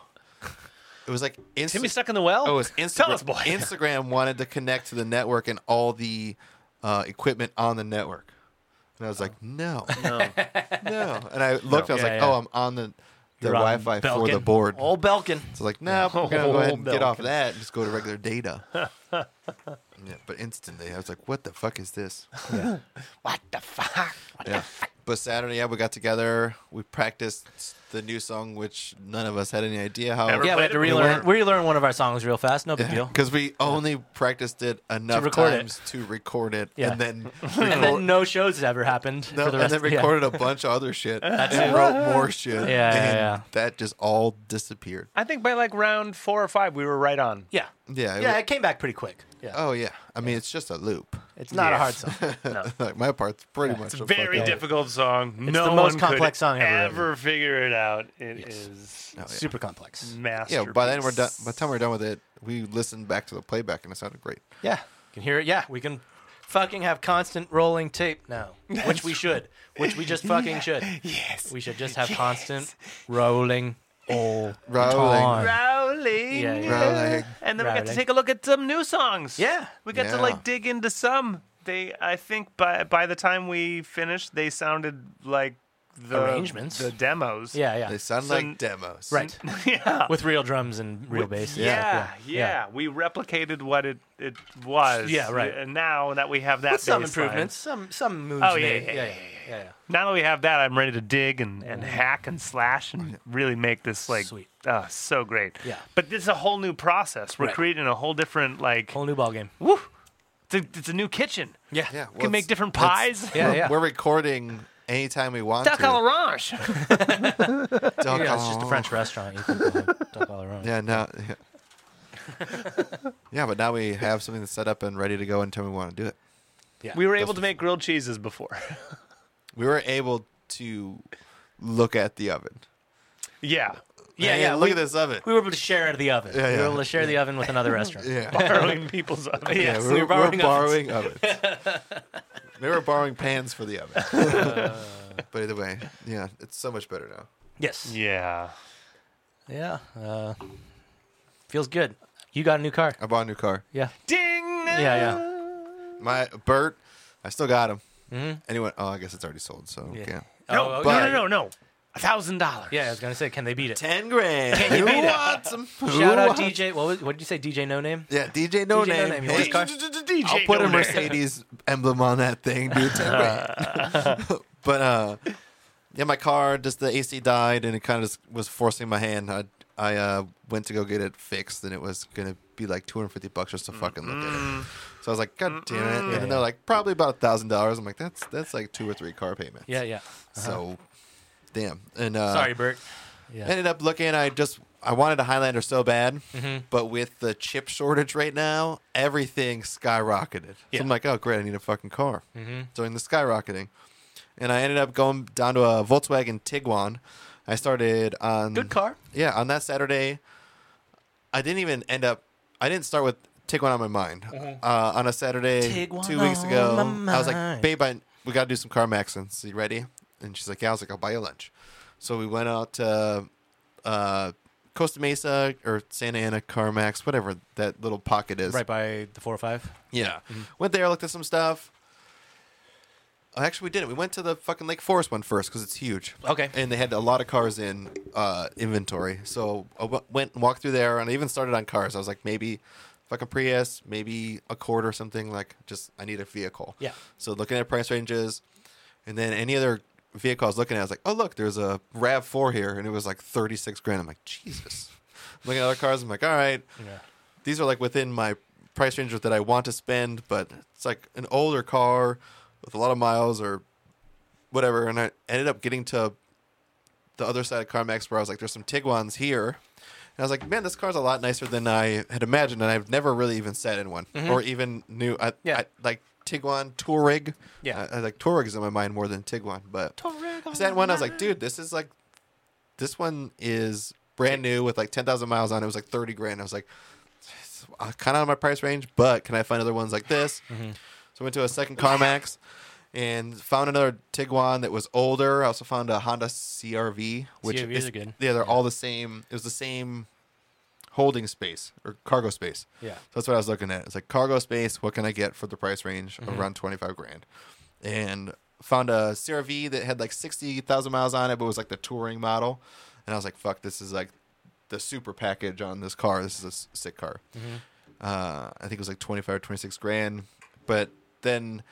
It was like Insta- Timmy stuck in the well. Oh, it was Instagram. Tell us, boy. Instagram wanted to connect to the network and all the uh, equipment on the network, and I was like, no, no, [LAUGHS] no. And I looked, I was Yeah, like, yeah. oh, I'm on the the You're on Wi-Fi for Belkin. the Oh. board. Old Belkin. So like, no, nah, we're gonna go ahead and Oh, get off Belkin. that and just go to regular data. yeah, but instantly, I was like, what the fuck is this? what the fuck? Yeah. But Saturday, yeah, we got together. We practiced the new song, which none of us had any idea how. Ever Yeah, we had to played it? We relearn. weren't- We learned one of our songs real fast. No big deal. Because we only practiced it enough record it. times to record it, Yeah. [LAUGHS] and then [LAUGHS] And then no shows has ever happened no, for the and rest. then yeah. recorded a bunch of other shit, and it. wrote more shit. Yeah, yeah, and yeah. that just all disappeared. I think by like round four or five, we were right on. Yeah. Yeah, it yeah, wa- it came back pretty quick. Yeah, Oh yeah, I mean it's just a loop. it's not Yeah. a hard song. [LAUGHS] like my part's pretty much a Very fucking- difficult song. It's no the most one complex could song ever Ever figure it out? It is Super complex. masterpiece. Yeah, by then we're done. By the time we're done with it, we listened back to the playback and it sounded great. Yeah, you can hear it. Yeah, we can fucking have constant rolling tape now, which we should, which we just fucking should. Yes, we should just have constant rolling all Rolling. time. Rowling. Yeah, yeah. Rolling. And then we got to Rowling. take a look at some new songs. Yeah. We got Yeah. to like dig into some. They I think by by the time we finished, they sounded like the Arrangements. The demos. Yeah, yeah, They sound So- like demos, right. Yeah. With real drums and real bass. Yeah, yeah, We replicated what it, it was. Yeah, right. And now that we have that With some baseline- improvements, some some moves Oh, yeah, made. yeah, yeah, yeah, yeah, yeah. Now that we have that, I'm ready to dig and, and hack and slash and really make this like Sweet. uh, so great. Yeah. But this is a whole new process. We're Right. creating a whole different like Whole new ball game. woo. It's a, it's a new kitchen. Yeah, Yeah, We can make different. different pies. yeah, yeah. We're recording anytime we want [LAUGHS] Duck to. [LAUGHS] à l'orange. Duck Yeah, it's just a all- French restaurant. You can go and duck all around. Yeah, now. Yeah. [LAUGHS] yeah, but now we have something that's set up and ready to go anytime we want to do it. We were able to make grilled [LAUGHS] cheeses before. We were able to look at the oven. yeah. [LAUGHS] Yeah, Hey, yeah, Look we- at this oven. We were able to share out of the oven. Yeah, We yeah. were able to share the oven with another restaurant. [LAUGHS] yeah. Borrowing [LAUGHS] people's ovens. Yeah, so we we're, we're were borrowing, borrowing [LAUGHS] ovens. they were borrowing pans for the oven. [LAUGHS] but either way, yeah, it's so much better now. Yes. Yeah. Yeah. Uh, Feels good. You got a new car. I bought a new car. Yeah. Ding. Yeah, yeah. My Bert, I still got him. Mm-hmm. Anyone? Oh, I guess it's already sold. So yeah. No, Oh, okay. no, no, no, no. A thousand dollars. Yeah, I was gonna say, can they beat it? ten grand. Can you Who beat it? wants 'em? Who Shout out wants- DJ. What, was, what did you say? DJ No Name. Yeah, DJ No DJ No Name. Name, you want his car? DJ I'll put no a name. Mercedes emblem on that [LAUGHS] thing, dude. Ten grand. [LAUGHS] but uh, yeah, my car just the AC died, and it kind of just was forcing my hand. I I uh, went to go get it fixed, and it was gonna be like 250 bucks just to fucking look at it. So I was like, God damn it! And Yeah, they're like, probably about a thousand dollars. I'm like, that's that's like two or three car payments. Yeah, uh-huh. yeah. So, damn. And uh, Sorry, Bert. Yeah. Ended up looking. I just I wanted a Highlander so bad, Mm-hmm. but with the chip shortage right now, everything skyrocketed. So I'm like, oh great, I need a fucking car. Mm-hmm. During the skyrocketing, and I ended up going down to a Volkswagen Tiguan. I started on Good car. Yeah, on that Saturday, I didn't even end up. I didn't start with Tiguan on my mind. Uh, on a Saturday Uh-huh. Tiguan two weeks on ago, my I was like, mind. "Babe, I, we got to do some car maxins. You ready?" And she's like, "Yeah." I was like, "I'll buy you lunch." So we went out to uh, Costa Mesa or Santa Ana CarMax, whatever that little pocket is. Right by the four or five. Yeah. Mm-hmm. Went there, looked at some stuff. Oh, Actually, we didn't. We went to the fucking Lake Forest one first because it's huge. Okay. And they had a lot of cars in uh, inventory. So I w- went and walked through there and I even started on cars. I was like, maybe fucking Prius, maybe a Accord or something. Like, just, I need a vehicle. Yeah. So looking at price ranges and then any other vehicle I was looking at, I was like, oh, look, there's a RAV4 here. And it was like 36 grand. I'm like, Jesus. looking at other cars, I'm like, all right Yeah. these are like within my price range that I want to spend, but it's like an older car with a lot of miles or whatever. And I ended up getting to the other side of CarMax where I was like, there's some Tiguan's here. And I was like, man, this car's a lot nicer than I had imagined. And I've never really even sat in one or even knew. I, Mm-hmm. Yeah. I- like Tiguan, Touareg. Yeah. I, I like Touareg is in my mind more than Tiguan. But I sat in one, I was like, dude, this is like, this one is brand new with like 10,000 miles on it. It was like 30 grand. I was like, kind of on my price range, but can I find other ones [LAUGHS] like this? Mm-hmm. So I went to a second CarMax and found another Tiguan that was older. I also found a Honda CRV, which CRVs is are good. Yeah, they're all the same. It was the same holding space or cargo space. Yeah. So that's what I was looking at. It's like cargo space. What can I get for the price range of around twenty five grand? And found a CRV that had like sixty thousand miles on it, but was like the touring model. And I was like, "Fuck, this is like the super package on this car. This is a s- sick car." Uh, I think it was like twenty five or twenty six grand. But then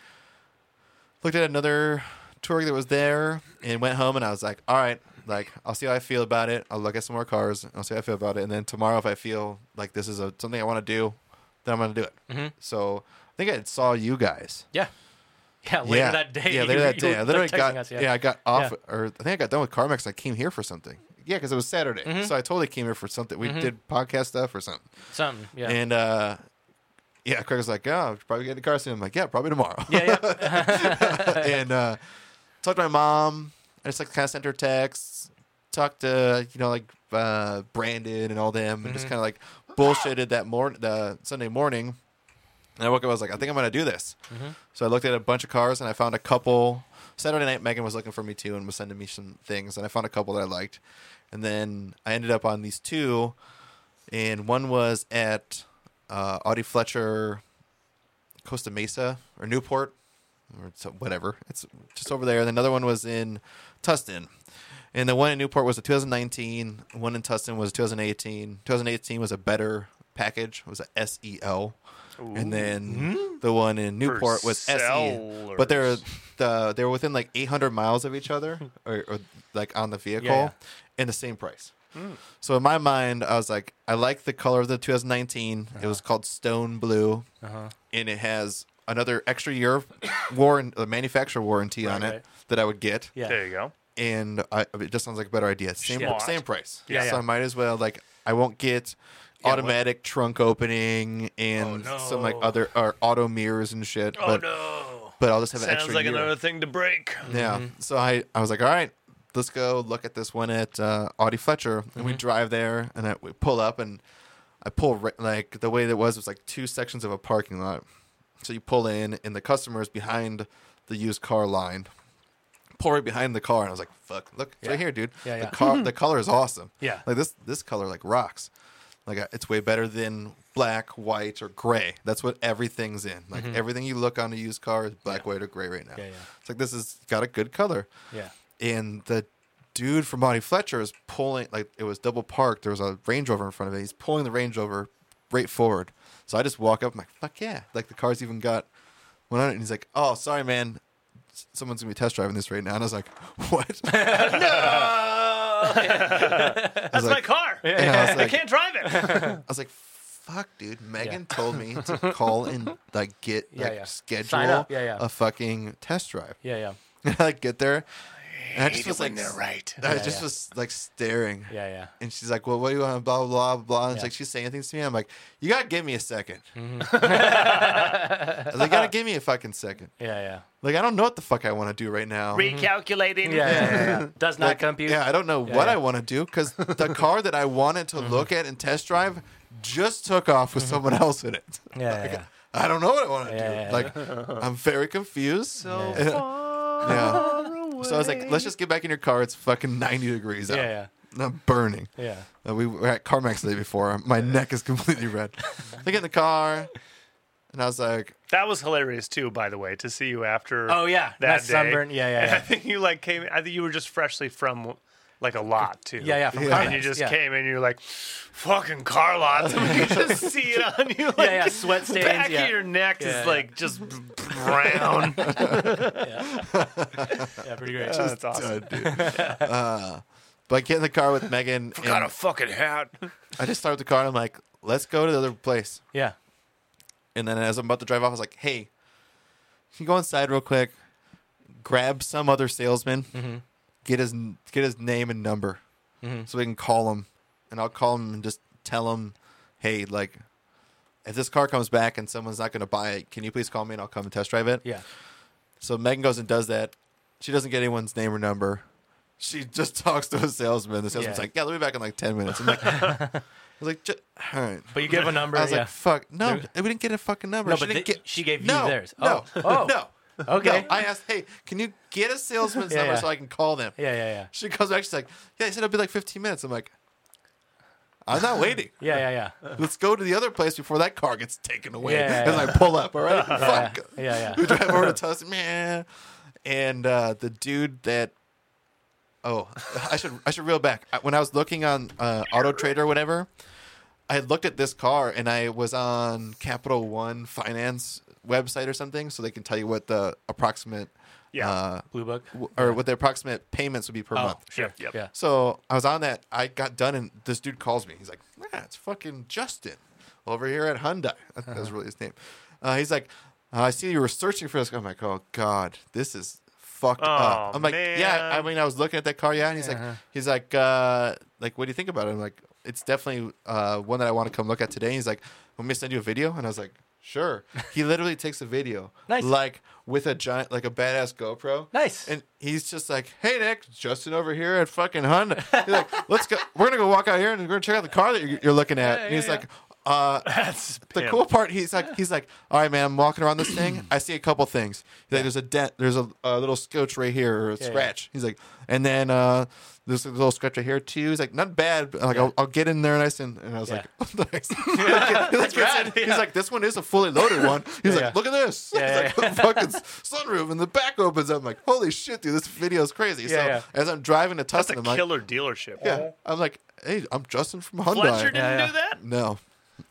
looked at another tour that was there and went home and I was like, all right, like I'll see how I feel about it. I'll look at some more cars. I'll see how I feel about it. And then tomorrow, if I feel like this is a, something I want to do, then I'm going to do it. Mm-hmm. So I think I saw you guys. Yeah. Yeah. Uh, Later yeah. that day. [LAUGHS] Yeah, you- later that you day. I were literally texting got, us, yeah. I got off, or I think I got done with CarMax and I came here for something. Yeah, because it was Saturday. Mm-hmm. So I totally came here for something. We did podcast stuff or something. Something. Mm-hmm. Yeah. And uh, yeah, Craig was like, "Yeah, I'll probably get in the car soon." I'm like, "Yeah, probably tomorrow." yeah. [LAUGHS] Yeah. and uh, talked to my mom. I just like kind of sent her texts. Talked to you know like uh, Brandon and all them, and just kind of like bullshitted that morning, the Sunday morning. And I woke up. I was like, I think I'm gonna do this. So I looked at a bunch of cars, and I found a couple. Saturday night, Megan was looking for me too, and was sending me some things, and I found a couple that I liked. And then I ended up on these two, and one was at uh, Audie Fletcher, Costa Mesa or Newport or so, whatever. It's just over there. And another one was in Tustin. And the one in Newport was a 2019. The One in Tustin was 2018. 2018 was a better package. It was a SEL. And then the one in Newport was SE. But they're the they were within like 800 miles of each [LAUGHS] other, or, or like on the vehicle, yeah. and the same price. Mm. So in my mind, I was like, I like the color of the 2019. It Uh-huh. was called Stone Blue, and it has another extra year warrant, uh, manufacturer warranty on it right. that I would get. Yeah. There you go. and I, it just sounds like a better idea. Same Smart. same price. Yeah, so yeah. I might as well like I won't get automatic trunk opening and Oh, no. some like other or auto mirrors and shit. Oh but no. but I'll just have an Sounds extra like year. another thing to break. Yeah. Mm-hmm. So I, I was like, all right, let's go look at this one at uh, Audie Fletcher. And Mm-hmm. we drive there and I, we pull up and I pull, right, like, the way that was was like two sections of a parking lot. So you pull in and the customer is behind the used car line. Pull right behind the car and I was like, "Fuck! Look, it's right here, dude. Yeah, [LAUGHS] the yeah. car, the color is awesome. Yeah. like this, this color like rocks." Like uh, it's way better than black, white, or gray. That's what everything's in. Like everything you look on a used car is black, white, or gray right now. Mm-hmm. Yeah, yeah. It's like this has got a good color Yeah. and the dude from Bonnie Fletcher is pulling like it was double parked. There was a Range Rover in front of it. He's pulling the Range Rover right forward. So I just walk up. I'm like, "Fuck yeah!" Like the car's even got one on it. And he's like, "Oh, sorry, man. S- Someone's gonna be test driving this right now." And I was like, [LAUGHS] [LAUGHS] "What?" no. That's [LAUGHS] my car. And I was I like, can't drive it. I was like, "Fuck, [LAUGHS] dude." Megan told me to call and like get Yeah, like yeah. schedule Sign up. Yeah, yeah. a fucking test drive. [LAUGHS] Yeah, yeah. And I like get there, and I, just Hate it was like, when they're right. I Yeah, just yeah. was like staring. Yeah, yeah. And she's like, "Well, what do you want?" Blah blah blah blah, blah. And Yeah. it's Mm-hmm. like she's saying things to me. I'm like, "You gotta give me a 2nd [LAUGHS] they [LAUGHS] gotta give me a fucking second. Yeah, yeah. Like I don't know what the fuck I want to do right now. Recalculating. Yeah, yeah, yeah, [LAUGHS] yeah. Does not Like, compute. Yeah, I don't know Yeah, what yeah. Mm-hmm. I want to [LAUGHS] do because the car that I wanted to look at and test drive just took off with someone else in it. Yeah, Like, yeah. I don't know what I want to Yeah, do. yeah, like I'm very confused. So yeah. So I was like, "Let's just get back in your car. It's fucking 90 degrees out. Yeah, yeah. And I'm burning." Yeah. Uh, we were at CarMax the day before. My neck is completely red. I get in the car, and I was like, That was hilarious too, by the way, to see you after. Oh yeah, that Nice day. sunburn. Yeah, yeah, And [LAUGHS] [LAUGHS] I yeah. think you like came. I think you were just freshly from like a lot too. Yeah, yeah, from Yeah. And you Carfax, just yeah. came and you're like, fucking car lots. [LAUGHS] I mean, [LAUGHS] you just see it on you. Like, Yeah, yeah, sweat stains. Back yeah. of your neck Yeah, is yeah. like just [LAUGHS] brown. yeah, pretty great. That's awesome. "Dude." uh, but I get in the car with Megan. Got And a fucking hat. I just start the car, and I'm like, "Let's go to the other place." yeah, And then as I'm about to drive off, I was like, "Hey, can you go inside real quick, grab some other salesman, Mm-hmm. get his get his name and number, so we can call him, and I'll call him and just tell him, hey, like." If this car comes back and someone's not going to buy it, can you please call me and I'll come and test drive it? yeah. So Megan goes and does that. She doesn't get anyone's name or number. She just [LAUGHS] talks to a salesman. The salesman's Yeah. like, "Yeah, they'll be back in like ten [LAUGHS] minutes." I'm like, I was like, "Ju- "All right." But you give a number. I was yeah. like, "Fuck, no, There- we didn't get a fucking number." no, she but didn't th- get. she gave no, you theirs. [LAUGHS] no, oh, oh, no. Okay. No. I asked, "Hey, can you get a [LAUGHS] salesman's Yeah, number yeah. so I can call them?" yeah, yeah, yeah, She comes back. She's like, "Yeah, they said it'll be like 15 minutes." I'm like, "I'm not waiting. yeah, yeah, yeah. Let's go to the other place before that car gets taken away." Yeah, yeah, and yeah. I pull up. [LAUGHS] All right, Yeah, [LAUGHS] fuck. yeah, We yeah. drive over to Tustin, man. And uh, the dude that oh, I should I should reel back. I- When I was looking on uh, Auto Trader or whatever, I had looked at this car and I was on Capital One Finance website or something, so they can tell you what the approximate Yeah. uh, Blue book. w- or what the approximate payments would be per Oh, month. sure. Yep. Yeah. So I was on that. I got done, and this dude calls me. He's like, "Yeah, it's fucking Justin over here at Hyundai." [LAUGHS] That, that Uh-huh. was really his name. Uh, he's like, uh, "I see you were searching for this." I'm like, "Oh God, this is fucked up." I'm like, "Yeah." I man. mean, I was looking at that car. Yeah, and he's Uh-huh. like, "He's like, uh, like, what do you think about it?" I'm like, "It's definitely uh, one that I want to come look at today." He's like, "Want me to send you a video?" And I was like, "Sure." he literally takes a video, [LAUGHS] Nice. like with a giant, like a badass GoPro, Nice. and he's just like, "Hey Nick, Justin over here at fucking Honda. He's like, let's go. We're gonna go walk out here and we're gonna check out the car that you're, you're looking at." and he's yeah, like, "Uh, That's the pimp. cool part." He's like, "He's like, all right, man. I'm walking around this [CLEARS THROAT] thing. I see a couple things. He's like, there's a dent. There's a, a little scotch right here or a yeah. scratch." He's like, "And then uh, there's a little scratch right here too." He's like, "Not bad. But like, I'll, I'll get in there and I send." And I was Yeah. [LAUGHS] like, [LAUGHS] "Nice." Let's get in. He's like, "This one is a fully loaded [LAUGHS] one." Yeah, He's like, yeah. "Look at this." Yeah, He's yeah, like, [LAUGHS] fucking sunroof and the back opens up. I'm like, holy shit, dude, this video is crazy. so Yeah, yeah. as I'm driving to That's Tustin, a I'm like, killer dealership. yeah, I'm like, hey, I'm Justin from Hyundai. Fletcher didn't Yeah, yeah. do that. No,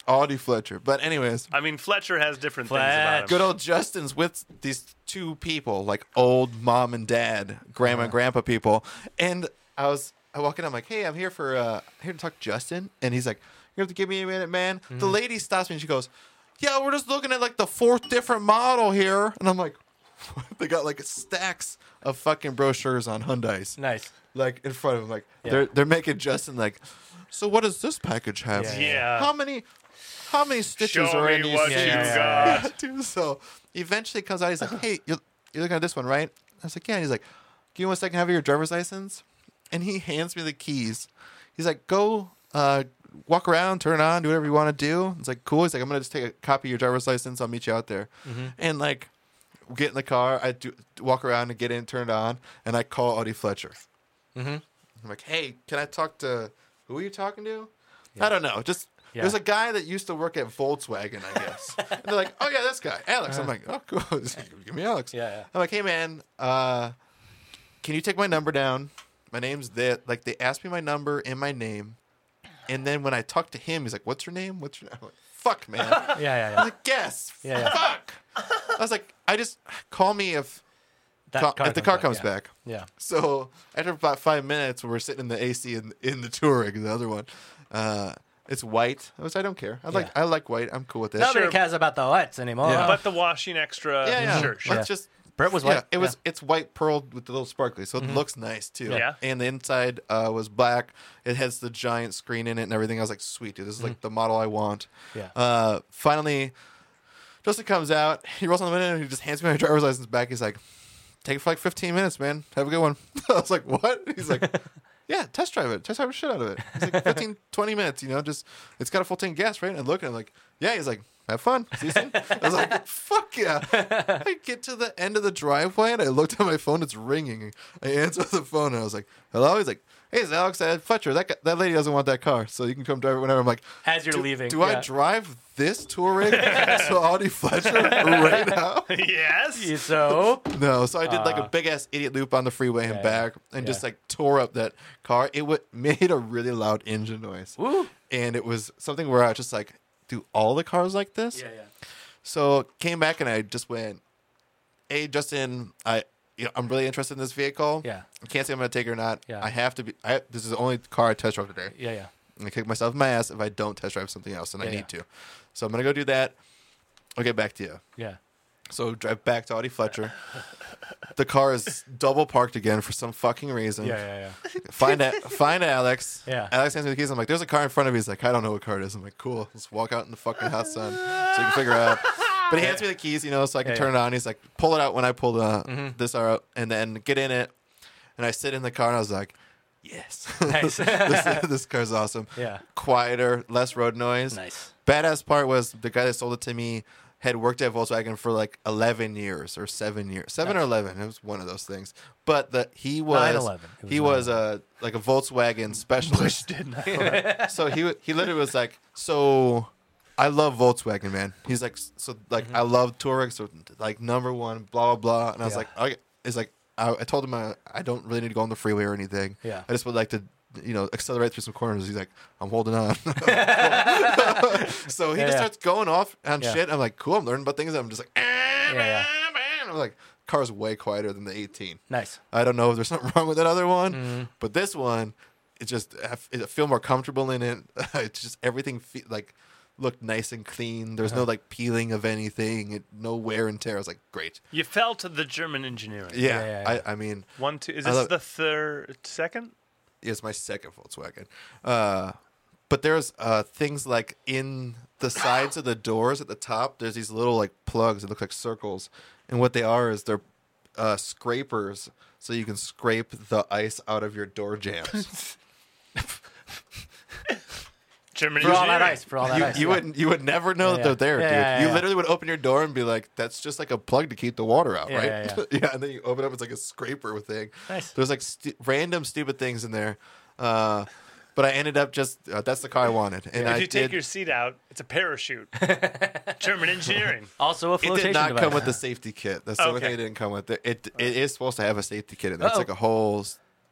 Audi Fletcher. But anyways, I mean, Fletcher has different things about him. good old Justin's with these two people, like old mom and dad, grandma and grandpa people, and I was I walk in, I'm like, hey, I'm here for uh here to talk to Justin, and he's like, you have to give me a minute, man. The lady stops me and she goes, yeah, we're just looking at like the fourth different model here, and I'm like. [LAUGHS] They got like stacks of fucking brochures on Hyundai's Nice. like in front of him. Like they're they're making Justin like. So what does this package have? Yeah. Yeah. How many? How many stitches Show are in me these? what seats? you Yeah, yeah, got. [LAUGHS] Yeah, dude. So he eventually comes out. He's like, "Hey, you're, you're looking at this one, right?" I was like, "Yeah." He's like, "Give me one second. Have your driver's license." And he hands me the keys. He's like, "Go uh, walk around, turn it on, do whatever you want to do." It's like, "Cool." He's like, "I'm gonna just take a copy of your driver's license. I'll meet you out there." And like, get in the car. I do walk around and get in, turn it on, and I call Audie Fletcher. Mm-hmm. I'm like, "Hey, can I talk to? Who are you talking to? I don't know. Just Yeah. There's a guy that used to work at Volkswagen, [LAUGHS] I guess. and they're like, oh, yeah, this guy, Alex. I'm like, oh, cool. [LAUGHS] He's like, Give me Alex. Uh. Yeah, yeah. I'm like, hey, man, uh, can you take my number down? My name's this. Like, they asked me my number and my name. And then when I talked to him, he's like, what's your name? What's your [LAUGHS] name? I'm like, fuck, man. Yeah, yeah, I yeah. was like, yes. Yeah, yeah. Fuck. I was like, I just call me if, That ca- if the car comes yeah. back. Yeah. So after about five minutes, we we're sitting in the AC in, in the Touareg, the other one. Uh, it's white. I was, I don't care. I like Yeah. I like white. I'm cool with this. Nobody Sure. cares about the lights anymore. Yeah. Uh, But the washing extra. Yeah, yeah. Sure, sure. Let's Yeah. just. Brett was yeah, white. it was it's white pearled with the little sparkly, so it looks nice too. Yeah. And the inside uh, was black. It has the giant screen in it and everything. I was like, sweet, dude, this is like the model I want. Yeah. Uh, finally, Justin comes out. [LAUGHS] He rolls on the window and he just hands me my driver's license back. He's like, take it for like 15 minutes, man. Have a good one. [LAUGHS] I was like, what? He's like, yeah, test drive it. Test drive the shit out of it. It's like 15, 20 minutes, you know, just, it's got a full tank of gas, right? And I look and I'm like, yeah. He's like, have fun. See you soon. I was like, fuck yeah. I get to the end of the driveway and I looked at my phone. It's ringing. I answer the phone and I was like, hello? He's like, hey, it's Alex at Fletcher. That, guy, that lady doesn't want that car, so you can come drive it whenever. I'm like, As you're do, leaving, Do yeah. I drive this [LAUGHS] Touareg to Audi Fletcher right now? [LAUGHS] yes. Yeah, So No, so I did like Uh, a big ass idiot loop on the freeway and yeah, back, and just yeah. like tore up that car. It w- made a really loud engine noise, Woo. and it was something where I was just like, "Do all the cars like this?" Yeah, yeah. So came back and I just went, "Hey, Justin, I." You know, I'm really interested in this vehicle. Yeah. I can't say I'm going to take it or not. Yeah. I have to be. I, this is the only car I test drove today. Yeah, yeah. I kick myself in my ass if I don't test drive something else, and I Yeah, need yeah. to. So I'm gonna go do that. I'll get back to you. Yeah. So drive back to Audie Fletcher. the car is double parked again for some fucking reason. Yeah, yeah, yeah. Find a, find Alex. [LAUGHS] Yeah. Alex hands me the keys. I'm like, "There's a car in front of me." He's like, "I don't know what car it is." I'm like, "Cool, let's walk out in the fucking hot sun so you can figure it out." But he hands me the keys, you know, so I can Yeah, Mm-hmm. turn it on. He's like, "Pull it out when I pull the this out, and then get in it." And I sit in the car, and I was like, "Yes, Nice. [LAUGHS] this, [LAUGHS] this car's awesome." Yeah. quieter, less road noise. Nice. Badass part was the guy that sold it to me had worked at Volkswagen for like 11 years or 7 years. 7 or 11, it was one of those things. But the he 9/11. was It was he was a like a Volkswagen specialist. [LAUGHS] so he wa- he literally was like, "So I love Volkswagen, man." He's like, "So like Mm-hmm. I love Touareg, so like number 1, blah blah blah." And I was Yeah. like, "Okay." It's like I, I told him I, I don't really need to go on the freeway or anything. Yeah. I just would like to you know, accelerate through some corners. He's like, I'm holding on. [LAUGHS] so he Yeah, just yeah. starts going off on Yeah. shit. I'm like, cool. I'm learning about things. I'm just like, ah, yeah. man. I'm like, car's way quieter than the 18. Nice. I don't know if there's [LAUGHS] something wrong with that other one, Mm-hmm. but this one, it just I f- I feel more comfortable in it. [LAUGHS] it's just everything fe- like looked nice and clean. There's no Uh-huh. like peeling of anything. It, no wear and tear. I was like, great. You felt the German engineering. Yeah, Yeah, yeah, yeah. I, I mean, One, two. Is I this love- the third, second? it's my second Volkswagen. Uh, but there's uh, things like in the sides of the doors at the top. There's these little like plugs that look like circles, and what they are is they're uh, scrapers, so you can scrape the ice out of your door jams. German For all engineering. that ice. [LAUGHS] For all that you ice. you yeah. would you would never Yeah, know yeah. that they're there, Yeah, dude. yeah, you yeah. literally would open your door and be like, "That's just like a plug to keep the water out, Yeah, right?" yeah, [LAUGHS] Yeah, and then you open up, it's like a scraper thing. Nice. There's like stu- random stupid things in there, uh, but I ended up just uh, that's the car I wanted, and I If you take did. your seat out, it's a parachute. German engineering. Also a it flotation did not device. come with the [LAUGHS] safety kit. That's the only Okay. thing it didn't come with. It it, it is supposed to have a safety kit, and that's Uh-oh. like a whole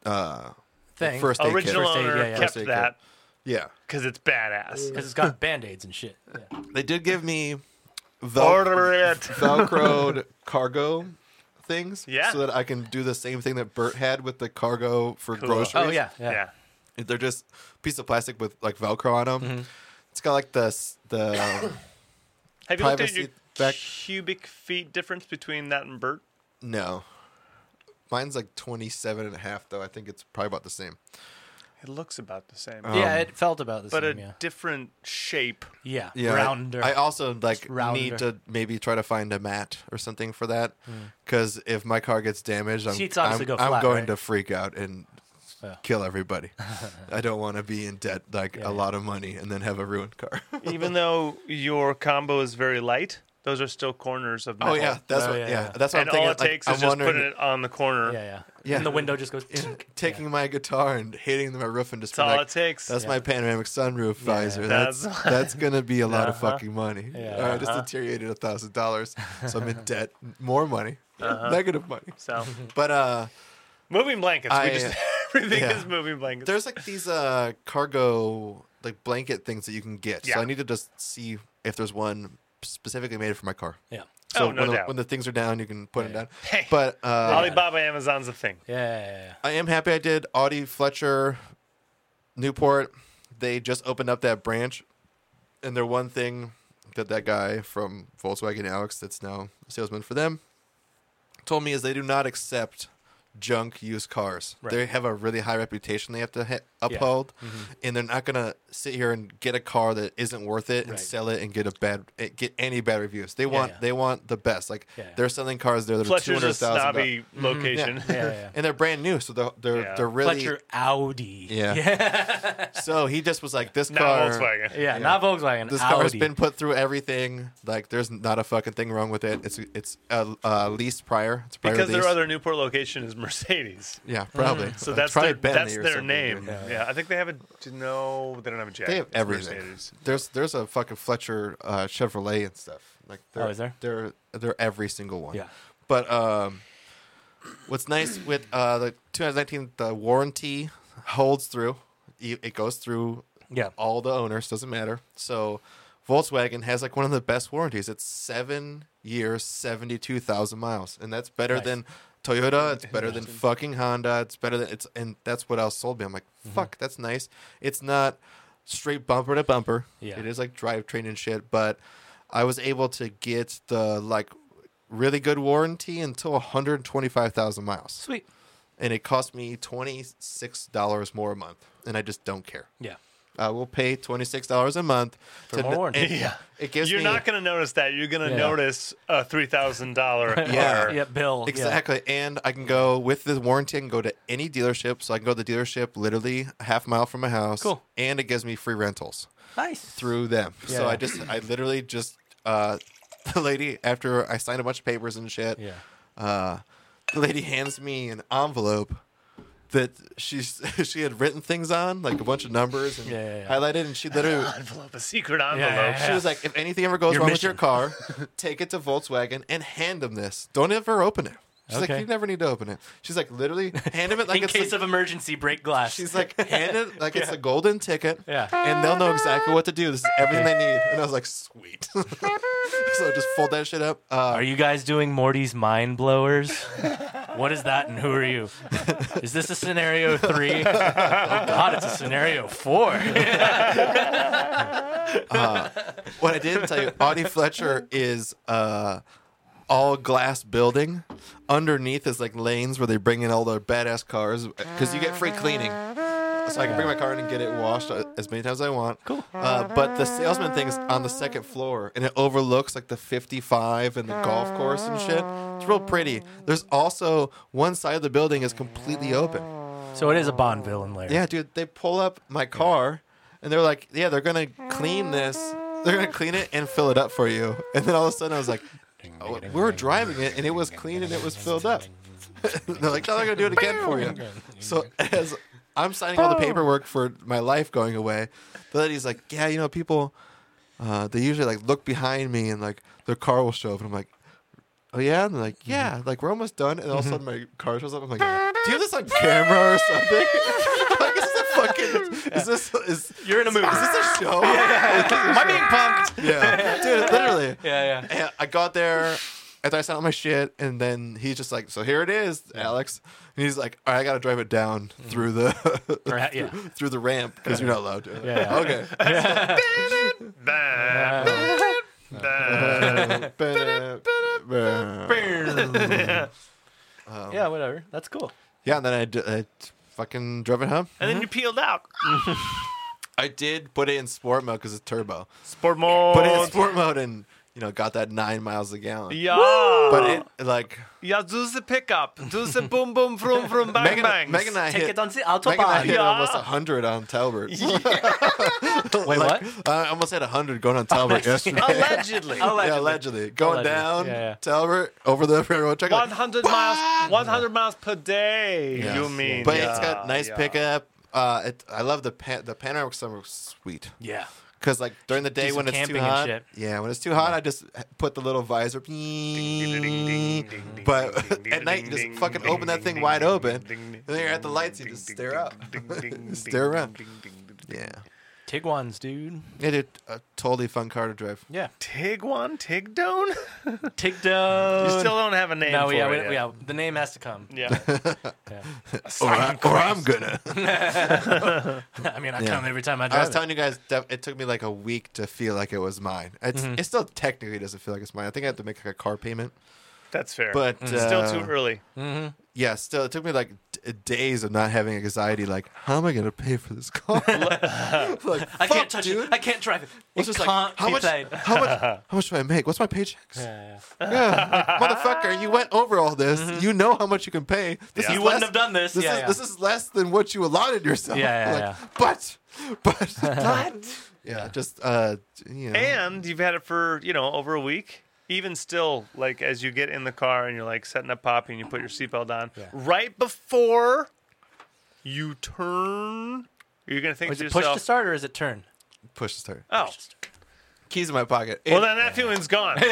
uh, thing. first aid Original kit. First aid, owner yeah, yeah. kept First aid that Yeah, because it's badass. because it's [LAUGHS] got band aids and shit. Yeah. they did give me [LAUGHS] Order it. [LAUGHS] velcroed cargo things Yeah. so that I can do the same thing that Bert had with the cargo for groceries. Oh yeah, yeah. Yeah. They're just a piece of plastic with like velcro on them. Mm-hmm. It's got like the s- the Have you Privacy looked at your back- cubic feet difference between that and Bert? no. Mine's like 27 and a half though. I think it's probably about the same. It looks about the same, Oh. Um, Yeah, it felt about the but same. a yeah. different shape. yeah, Yeah. I- rounder. I, also like rounder. need to maybe try to find a mat or something for that Hmm. cuz if my car gets damaged, I'm Sheets I'm, obviously go I'm flat, going right? to freak out and Yeah. [LAUGHS] kill everybody. I don't want to be in debt like yeah. [LAUGHS] a lot of money and then have a ruined car. Even though your combo is very light, those are still corners of Oh metal. yeah, that's Oh, what. yeah, Yeah, yeah. that's what and I'm thinking. all it like, takes I'm is just wondering- putting it on the corner. Yeah, yeah. Yeah. And the window just [LAUGHS] goes. Yeah, taking my guitar and hitting my roof and just That's all being like, it takes. That's my panoramic sunroof visor. That's- That's [LAUGHS] that's gonna be a lot of Uh-huh. fucking money. Yeah. All right, just deteriorated a thousand dollars, so I'm in [LAUGHS] debt. More money, Uh-huh. negative money. [LAUGHS] so But uh, moving blankets. I- uh, we just [LAUGHS] everything yeah. is moving blankets. there's like these uh cargo like blanket things that you can get. Yeah. So I need to just see if there's one specifically made for my car. Yeah. So Oh, no when, the, doubt. when the things are down, you can put them down. Hey. But uh, Alibaba, Amazon's a thing. Yeah, yeah, yeah. I am happy I did. Audi Fletcher, Newport, they just opened up that branch, and their one thing that that guy from Volkswagen, Alex, that's now a salesman for them, told me is they do not accept junk used cars. They have a really high reputation they have to ha- uphold, Mm-hmm. and they're not gonna sit here and get a car that isn't worth it and Right. sell it and get a bad eh, get any bad reviews. They want yeah. they want the best. Like Yeah, yeah. they're selling cars there that are two Fletcher's hundred a thousand. Mm-hmm, snobby location. yeah, yeah, yeah. And they're brand new, so they're they're, Yeah. they're [LAUGHS] really Fletcher Audi. [LAUGHS] yeah. [LAUGHS] so he just was like, [LAUGHS] this [LAUGHS] Not car, [LAUGHS] Volkswagen. yeah, not Volkswagen. this Audi. car has been put through everything. Like, there's not a fucking thing wrong with it. It's it's uh, uh, leased prior. It's prior Because their lease. other Newport location is Mercedes. yeah, probably. [LAUGHS] So It's that's probably their, that's Bentley or their something, name. dude. Yeah. I think they have a no. They don't have a Jag. They have It's everything. Mercedes. There's there's a fucking Fletcher uh, Chevrolet and stuff. Like, they're, Oh, is there? They're they're every single one. Yeah. But um, what's nice with uh, the 2019, the warranty holds through. It it goes through Yeah. all the owners doesn't matter so volkswagen has like one of the best warranties it's seven years 72000 miles and that's better Nice. than toyota it's better than fucking honda it's better than it's and that's what else sold me i'm like Mm-hmm. fuck that's nice it's not straight bumper to bumper Yeah. it is like drivetrain and shit but i was able to get the like really good warranty until 125000 miles Sweet. and it cost me $26 more a month and i just don't care Yeah. I will pay twenty six dollars a month for more [LAUGHS] warranty. Yeah. it gives You're me not going to notice that. You're going to Yeah. notice a three [LAUGHS] thousand dollar car. Yeah. Yeah, Bill. exactly, and I can go with the warranty. I can go to any dealership, so I can go to the dealership literally a half mile from my house. Cool. and it gives me free rentals Yeah. Nice. through them. So Yeah. I just, I literally just, uh, [LAUGHS] the lady after I signed a bunch of papers and shit. Yeah. uh, the lady hands me an envelope that she's [LAUGHS] she had written things on, like a bunch of numbers and Yeah, yeah, yeah. highlighted, and she literally Envelope, a secret envelope. yeah, She was like, if anything ever goes Your wrong mission. with your [LAUGHS] car, take it to Volkswagen and hand them this. Don't ever open it. She's Okay. like, you never need to open it. She's like, literally, [LAUGHS] hand him it like in it's. case of like, emergency, break glass. she's like, hand it like it's a golden ticket. Yeah. And they'll know exactly what to do. This is everything they need. And I was like, sweet. [LAUGHS] so just fold that shit up. Uh, Are you guys doing Morty's mind blowers? [LAUGHS] what is that and who are you? Is this a scenario [LAUGHS] three? oh God, it's a scenario four. [LAUGHS] what I didn't tell you, Audie Fletcher is uh, all glass building. Underneath is like lanes where they bring in all their badass cars because you get free cleaning. So I can bring my car in and get it washed uh, as many times as I want. Cool. Uh, but the salesman thing is on the second floor and it overlooks like the 55 and the golf course and shit. It's real pretty. There's also one side of the building is completely open. so it is a Bond villain layer. Yeah, dude, they pull up my car and they're like, yeah, they're going to clean this. They're going to clean it and fill it up for you. And then all of a sudden I was like, oh, we were driving it and it was clean and it was filled up. [LAUGHS] they're like, no, they're going to do it again for you. So as I'm signing all the paperwork for my life going away, the lady's like, yeah, you know, people, uh, they usually like look behind me and like their car will show up. And I'm like, oh yeah, and they're like yeah, like we're almost done, and all of a sudden my car shows up. I'm like, do you have this on camera or something? [LAUGHS] like, is this a fucking? Is this is? You're in a movie. Is this a show? Am I being punked? Yeah, dude, literally. Yeah, yeah. And I got there after I sent out my shit, and then he's just like, "So here it is, Alex," and he's like, "All right, I gotta drive it down through the [LAUGHS] Right, yeah. through the ramp because you're not allowed to." Mm-hmm. Yeah. [LAUGHS] Okay. Bah, Uh, [LAUGHS] bah. yeah, whatever. That's cool. yeah, and then I, d- I fucking drove it home. and then you peeled out. I did put it in sport mode because it's turbo. Sport mode. Put it in sport mode and you know, got that nine miles a gallon. Yeah. But it, like yeah, do the pickup. Do the boom, boom, vroom, vroom, bang, Megan, bangs. Megan and I Take hit, it on the Megan and I autobahn. hit Yeah. almost hundred on [LAUGHS] Talbert. [LAUGHS] Wait, Like, what? I almost had hundred going on Talbert [LAUGHS] yesterday. [LAUGHS] [LAUGHS] Allegedly. Yeah, allegedly going Allegedly. down Yeah, yeah. Talbert over the railroad track. like, 100 miles 100 miles per day Yeah. you mean But yeah, it's got nice yeah. pickup. Uh, it, I love the pan- the panoramic summer sweet Yeah. because like during the day some when it's too camping and hot, shit. yeah, when it's too hot, I just put the little visor. But [LAUGHS] at night, you just fucking open that thing wide open, and then you're at the lights, you just stare up, [LAUGHS] stare around. Yeah, Tiguan's, dude. it is a totally fun car to drive. Yeah. Tigwan Tigdone Tigdo. you still don't have a name no, for yeah, we, it yeah. The name has to come. yeah yeah Yeah. Or, I, or I'm gonna. [LAUGHS] I mean, I Yeah. come every time I I was drive. it. telling you guys, def- it took me like a week to feel like it was mine. It's Mm-hmm. it still technically doesn't feel like it's mine. I think I have to make like a car payment, that's [LAUGHS] fair but Mm-hmm. still uh, too early yeah, still, it took me like d- days of not having anxiety. Like, how am I going to pay for this [LAUGHS] car? [LAUGHS] like, I fuck, can't touch dude. it. I can't drive it. It's It just can't like, how be much, played. how [LAUGHS] much? How much do I make? What's my paychecks? Yeah, yeah. Yeah, like, [LAUGHS] motherfucker, you went over all this. You know how much you can pay. This Mm-hmm. is Yeah. You less- wouldn't have done this. This, yeah, is, yeah. this is less than what you allotted yourself. Yeah, yeah, yeah. But, [LAUGHS] but, but, yeah, just uh, you know, Mm-hmm. and you've had it for you know over a week even still like as you get in the car and you're like setting up poppy and you put your seatbelt on Yeah. right before you turn you're gonna think Is to it push yourself to start or is it turn? push the start. oh Keys in my pocket. well then that feeling's gone [LAUGHS] Greg,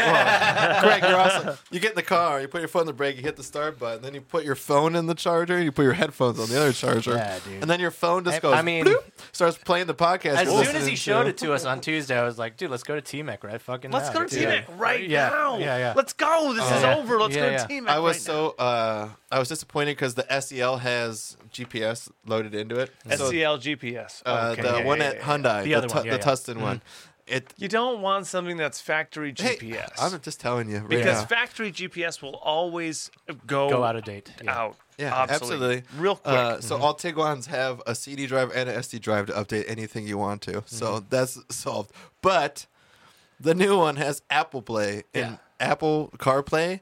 you're awesome. You get in the car, you put your foot on the brake, you hit the start button, then you put your phone in the charger, you put your headphones on the other charger, Yeah, dude. and then your phone just I- goes. I mean- bloop, starts playing the podcast. As you're soon as listening he showed to. it to us on Tuesday, I was like, dude, let's go to T-Mac right fucking Let's now. go to dude. T Mac right Yeah. now. Yeah, yeah. Oh, Let's go. This is yeah. over. Let's Yeah, go yeah. to T Mac. I was so uh, I was disappointed because the SEL has GPS loaded into it. So, SEL GPS. uh, E Okay. the Yeah, one yeah, at yeah. Mm-hmm. Hyundai, The the, other Tu- one, yeah, the yeah. Tustin one. It You don't want something that's factory hey, GPS. I'm just telling you right because now. factory GPS will always go, Go out of date. Yeah. out. Yeah, obsolete. absolutely. Real quick. Uh, so Mm-hmm. all Tiguan's have a CD drive and an SD drive to update anything you want to. So Mm-hmm. that's solved. But the new one has Apple Play and Apple CarPlay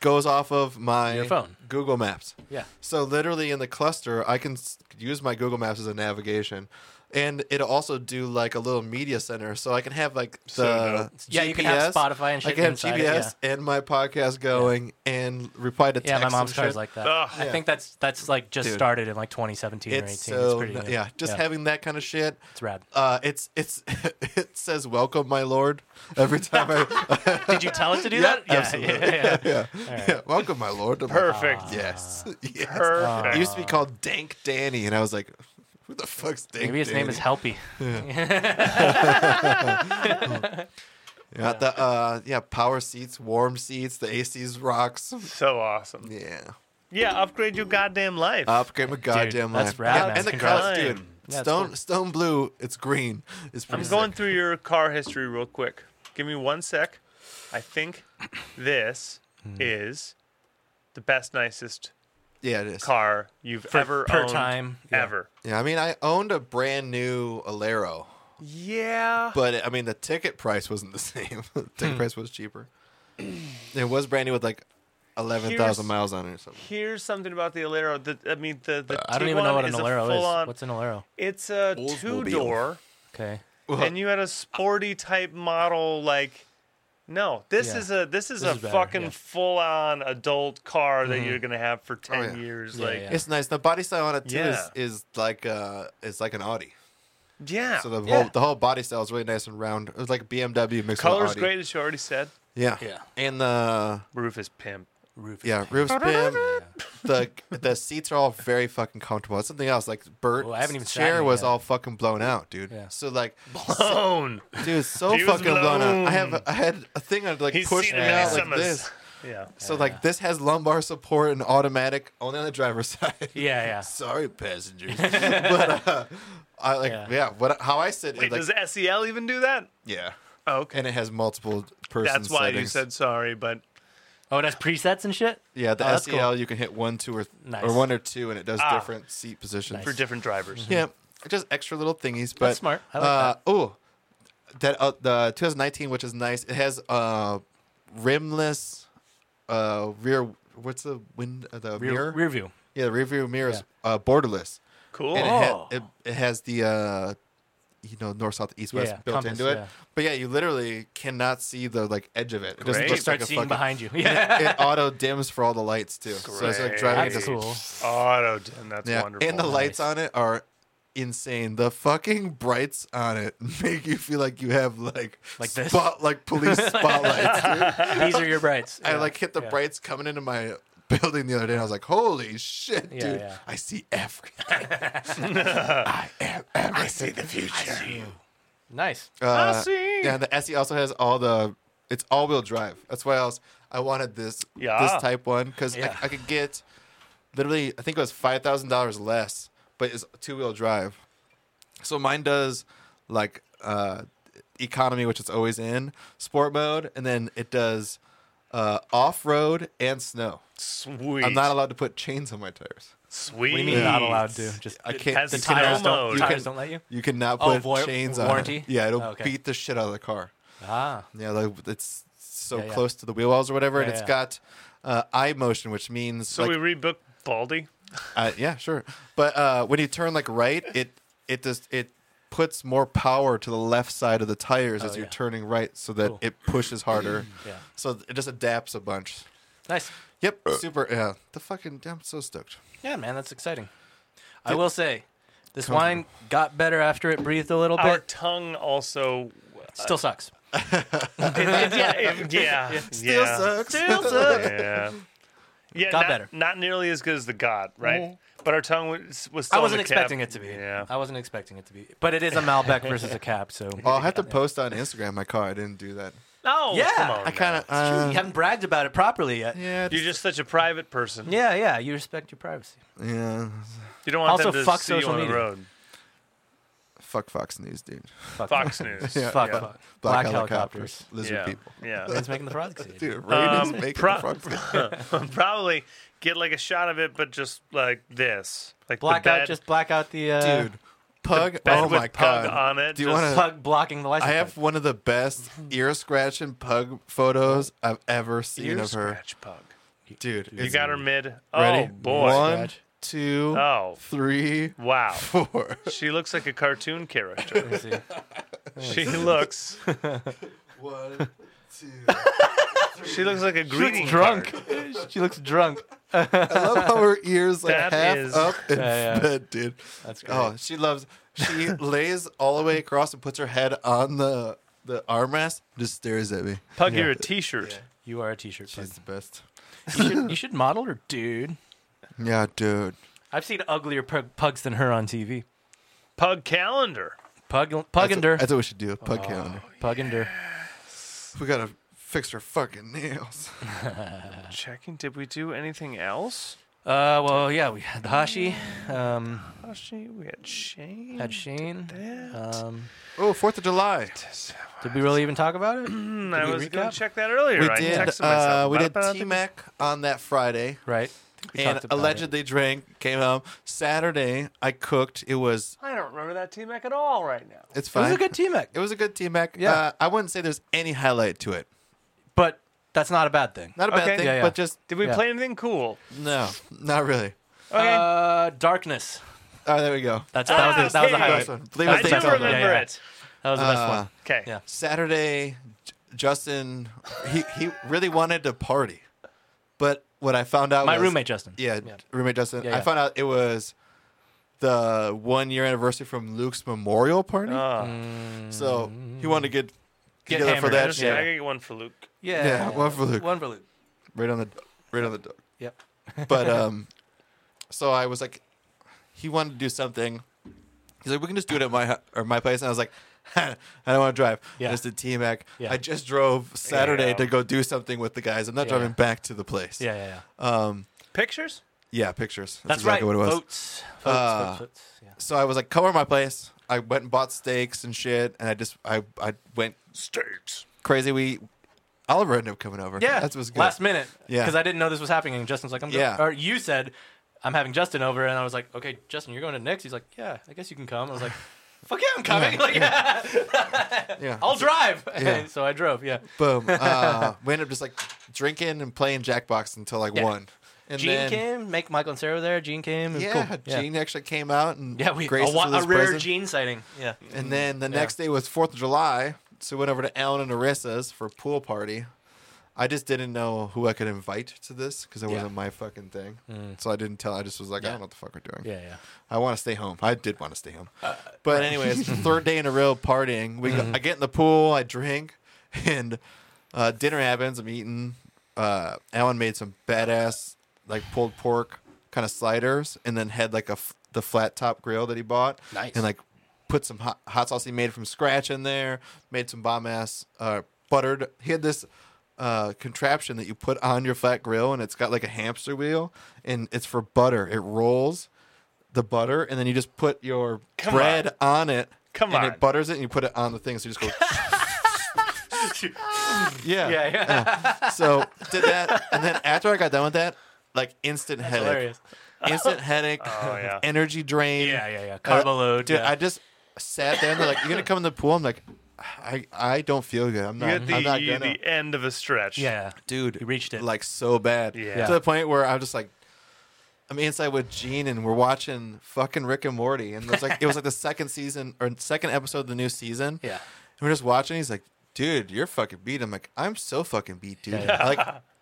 goes off of my Your phone. Google Maps. Yeah. So literally in the cluster, I can s- use my Google Maps as a navigation, and it'll also do like a little media center, so I can have like the dope. Yeah, you can have GPS, Spotify and I shit can have inside GPS it, and my podcast going and reply to Yeah, text. my mom's and car is shit. like that. Ugh. I think that's that's like just Dude. started in like 2017 or 18. It's so it's pretty n- new. yeah, just having that kind of shit. it's [LAUGHS] rad. Uh, it's it's it says welcome, my lord, every time [LAUGHS] I [LAUGHS] Did you tell it to do that? Yep, Yeah, absolutely. Yeah, [LAUGHS] yeah, yeah. yeah, yeah, welcome, my lord. I'm like, "Ah, Perfect. yes, Ah, [LAUGHS] yes. Perfect. It used to be called Dank Danny, and I was like, who the fuck's Dank? Maybe his name is Danny? Helpy. Yeah, the uh, yeah, power seats, warm seats, the AC's rocks. so awesome. Yeah. Yeah, upgrade your goddamn life. upgrade my goddamn that's life. rad, Yeah, man. and the Congrats. colors, dude. Yeah, it's stone cool. stone blue. It's green. It's pretty. I'm going sick. through your car history real quick. Give me one sec. I think this Hmm. is the best, nicest Yeah, it is. car you've ever per owned. time, yeah. Ever. Yeah, I mean, I owned a brand new Alero. Yeah. But I mean, the ticket price wasn't the [LAUGHS] same. the Hmm. ticket price [CLEARS THROAT] was cheaper. It was brand new with like eleven Here's- thousand miles on it or something. Here's something about the Alero. The, I mean, the, the I don't even know Tiguan what an is a Alero is. full-on- What's an Alero? It's a two Oldsmobile. door, Okay. and you had a sporty type model. Like, no, this Yeah. is a this is This a is better, fucking yeah. full on adult car that you're gonna have for ten Mm-hmm. Oh, yeah. years. Yeah, like, yeah. It's nice. The body style on it too Yeah. is, is like uh is like an Audi. yeah, So the Yeah. whole the whole body style is really nice and round. It was like a BMW mixed color's with Audi. great, as you already said. Yeah. Yeah. And the Roof is pimp. Roof. [LAUGHS] yeah [LAUGHS] roof's pin. the the seats are all very fucking comfortable. That's something else. Like Bert's Oh, I haven't even sat in chair it was yet. all fucking blown out, dude. Yeah. So like, Own. dude, so He was fucking blown out. I have I had a thing I'd like He's push seen me many out like summers. this. [LAUGHS] Yeah. So like this has lumbar support and automatic only on the driver's [LAUGHS] side. Yeah, yeah. [LAUGHS] Sorry, passengers. but uh, I like yeah. Yeah. what how I sit Wait, like does SEL even do that? yeah, Oh, okay. and it has multiple person. That's why you settings. said sorry, but Oh, it has presets and shit. yeah. The Oh, that's SEL you can hit one, two, or th- Nice. or one or two, and it does Ah. different seat positions. Mm-hmm. for different drivers. Yeah, just extra little thingies. But smart. I like uh, that. Oh, that uh, the 2019, which is nice. It has uh, rimless uh, rear. What's the wind? Uh, the Rear, mirror. rear view. Yeah, the rear view mirror is uh, borderless. Cool. Oh. And it, ha- it, it has the uh, you know north south east west Yeah, yeah, built compass, into it. yeah. But yeah, you literally cannot see the like edge of it. It doesn't Great. look Start like a seeing fucking. behind you. Yeah. [LAUGHS] [LAUGHS] it auto dims for all the lights too. So it's like driving That's into cool. Auto dim. [LAUGHS] That's yeah, wonderful. and the lights on it are insane. The fucking brights on it [LAUGHS] make you feel like you have like Like this? spot [LAUGHS] like police spotlights. dude. These are your brights. I Yeah. like hit the Yeah. brights coming into my building the other day, and I was like, "Holy shit, Yeah, dude! yeah. I see everything. I am everything. I see the future." Nice. Uh, see. Yeah, the SE also has all the. It's all-wheel drive. That's why I was. I wanted this Yeah. this type one because Yeah. I, I could get literally. I think it was five thousand dollars less, but it's two-wheel drive. So mine does like uh, economy, which it's always in sport mode, and then it does uh, off-road and snow. Sweet. I'm not allowed to put chains on my tires. Sweet. We mean not allowed to. Just I It can't. has you the cannot- tires Tire mode. don't, You tires can- don't let you. You cannot Oh, put voi- chains on. warranty? It. Yeah, it'll Oh, okay. beat the shit out of the car. Ah, Yeah, like it's so Yeah, yeah. close to the wheel wells or whatever, and Yeah, it's yeah. got uh, eye motion, which means So like, we rebook Baldy. uh, yeah, sure. But uh, when you turn like right, it it just it puts more power to the left side of the tires as Oh, you're yeah. turning right, so that Cool. it pushes harder. [CLEARS THROAT] Yeah. So it just adapts a bunch. nice. Yep, super. Yeah, the fucking. I'm so stoked. Yeah, man, that's exciting. I will say, this wine got better after it breathed a little Our bit. [LAUGHS] tongue also. Still sucks. yeah, it- yeah, yeah. Still sucks. Still sucks. Yeah. Yeah, Got not, better. Not nearly as good as the God, right? Mm-hmm. But our tongue was, was still I on wasn't the cap. expecting it to be. Yeah. I wasn't expecting it to be. But it is a Malbec versus a cab, [LAUGHS] so Well, I'll have to post on Instagram my car. I didn't [LAUGHS] do that. No, Yeah, come on. I kind of. you Uh, haven't bragged about it properly yet. yeah, You're just such a private person. Yeah, yeah. You respect your privacy. yeah. You don't want Also, them to fuck see you social on the media. road. Fuck Fox News, dude. Fuck. [LAUGHS] Fox News. [LAUGHS] Yeah, Fuck. yeah. fuck. Black, Black helicopters, helicopters. lizard Yeah. people. Yeah. [LAUGHS] [LAUGHS] It's making the frogs. sing. Dude, Raven's Um, making pro- the frogs sing. Probably get like a shot of it, but just like this. Like Black the out. bed, Just black out the uh, dude. Pug. bed Oh with my pug god. on it. Do you wanna- just- pug blocking the license. I have one of the [LAUGHS] best ear scratching pug photos I've ever [LAUGHS] seen ear of her. scratch pug? Dude, You got her mid. ready? Oh boy. One, Scratch. two, Oh three, [LAUGHS] wow. four. [LAUGHS] She looks like a cartoon character. plate. Let me see. Oh, She looks. One, two. She looks like a She greeting looks card. drunk. [LAUGHS] she looks drunk. I love how her ears like That half is- up in Yeah, yeah. [LAUGHS] bed, dude. That's great. Oh, she loves. She lays all the way across and puts her head on the the armrest. Just stares at me. Pug, you're a T-shirt. You are a t-shirt. Pug. She's the best. You should, you should model her, dude. Yeah, dude. I've seen uglier pug, pugs than her on TV. Pug calendar. Pug, Oh, That's what- puggender, That's what we should do. a Pug calendar. puggender. We gotta fix her [LAUGHS] fucking nails. Uh-huh. Checking. Did we do anything else? Uh, well, yeah, we had Hashi, um, Oh, she, we had Shane. had Shane. Um, Oh, Fourth of July. did we really even talk about it? Hmm, I we was going recap? to check that earlier. We I did. texted Uh, myself we did about it, T Mac on that Friday, Right. I think we and talked about it. allegedly drank. Came home Saturday. I cooked. It was. but I don't remember that T Mac at all right now. It's it fine. was a good team It was a good T Mac. Yeah. Uh, I wouldn't say there's any highlight to it. but that's not a bad thing. Not a bad Okay. thing, Yeah, yeah. but just Did we Yeah. play anything cool? no, not really. Okay. Uh, darkness. Oh, there we go. That's that was the, that was the okay. highlight. Last one. Believe I it, do think so. remember Yeah, yeah. it. That was the best Uh, one. Okay. Yeah. Saturday, J- Justin, he, he really wanted to party, but what I found out My was- roommate Justin. yeah, roommate Justin, Yeah, I yeah. found out it was the one year anniversary from Luke's memorial party, Oh. so he wanted to get, Get Mm. together for hammered. I that just- shit. I gotta get one for Luke. Yeah. Yeah, one for Luke, One for Luke. right on the right on the dog. Yep. [LAUGHS] But um, so I was like, he wanted to do something. He's like, we can just do it at my hu- or my place, and I was like, [LAUGHS] I don't want to drive. Yeah. Just a T Mac. Yeah. I just drove Saturday Yeah. to go do something with the guys. I'm not Yeah. driving back to the place. Yeah, yeah, yeah. Um. Pictures? Yeah. Pictures. That's, That's, exactly right. what it was. Votes. Votes. Uh, votes, votes. Yeah. So I was like, come over to my place. I went and bought steaks and shit, and I just I I went Steaks. crazy. We Oliver ended up coming over. Yeah, That's what's good. Last minute, Yeah. because I didn't know this was happening. And Justin's like, "I'm Yeah. yeah. Or you said, "I'm having Justin over," and I was like, [LAUGHS] "Okay, Justin, you're going to Nick's." He's like, "Yeah, I guess you can come." I was like, fuck yeah, I'm coming. [LAUGHS] like, Yeah. I'll drive. [LAUGHS] [LAUGHS] Yeah. so I drove. Yeah. Boom. Uh, we ended up just like drinking and playing Jackbox until like Yeah. one. And Gene came. Make Michael and Sarah there. Gene came. It was Yeah, cool. Gene actually came out and Yeah, we graced a, us wa- with his a rare presence. Gene sighting. Yeah. And then the next day was Fourth of July, so we went over to Alan and Arissa's for a pool party. I just didn't know who I could invite to this because it wasn't my fucking thing. Mm. So I didn't tell. I just was like, I don't know what the fuck we're doing. Yeah, yeah. I want to stay home. I did want to stay home. but anyways, third day in a row partying. We go, I get in the pool, I drink, [LAUGHS] and uh, dinner happens. I'm eating. Uh, Alan made some badass like pulled pork kind of sliders, and then had like a f- the flat top grill that he bought. Nice. And like put some hot, hot sauce he made from scratch in there. Made some bomb ass uh, buttered. He had this. Uh, contraption that you put on your flat grill and it's got like a hamster wheel and it's for butter. It rolls the butter, and then you just put your Come bread on, it. Come and on. it butters it, and you put it on the thing. So you just go. yeah. [LAUGHS] Yeah, [LAUGHS] yeah. So did that, and then after I got done with that, like instant headache, hilarious. instant headache, yeah. energy drain. Yeah, yeah, yeah. Uh, Carbo load. Dude, yeah. I just sat there, and they're like, "You're gonna come in the pool." I'm like, "I, I don't feel good. I'm You're not. at Uh, I'm not the, gonna." the end of a stretch. yeah. dude You reached it. like so bad Yeah. to the point where i was just like i'm inside with gene and we're watching fucking rick and morty and it was like it was [LAUGHS] like the second season or second episode of the new season Yeah. and we're just watching he's like dude you're fucking beat i'm like i'm so fucking beat dude [LAUGHS] like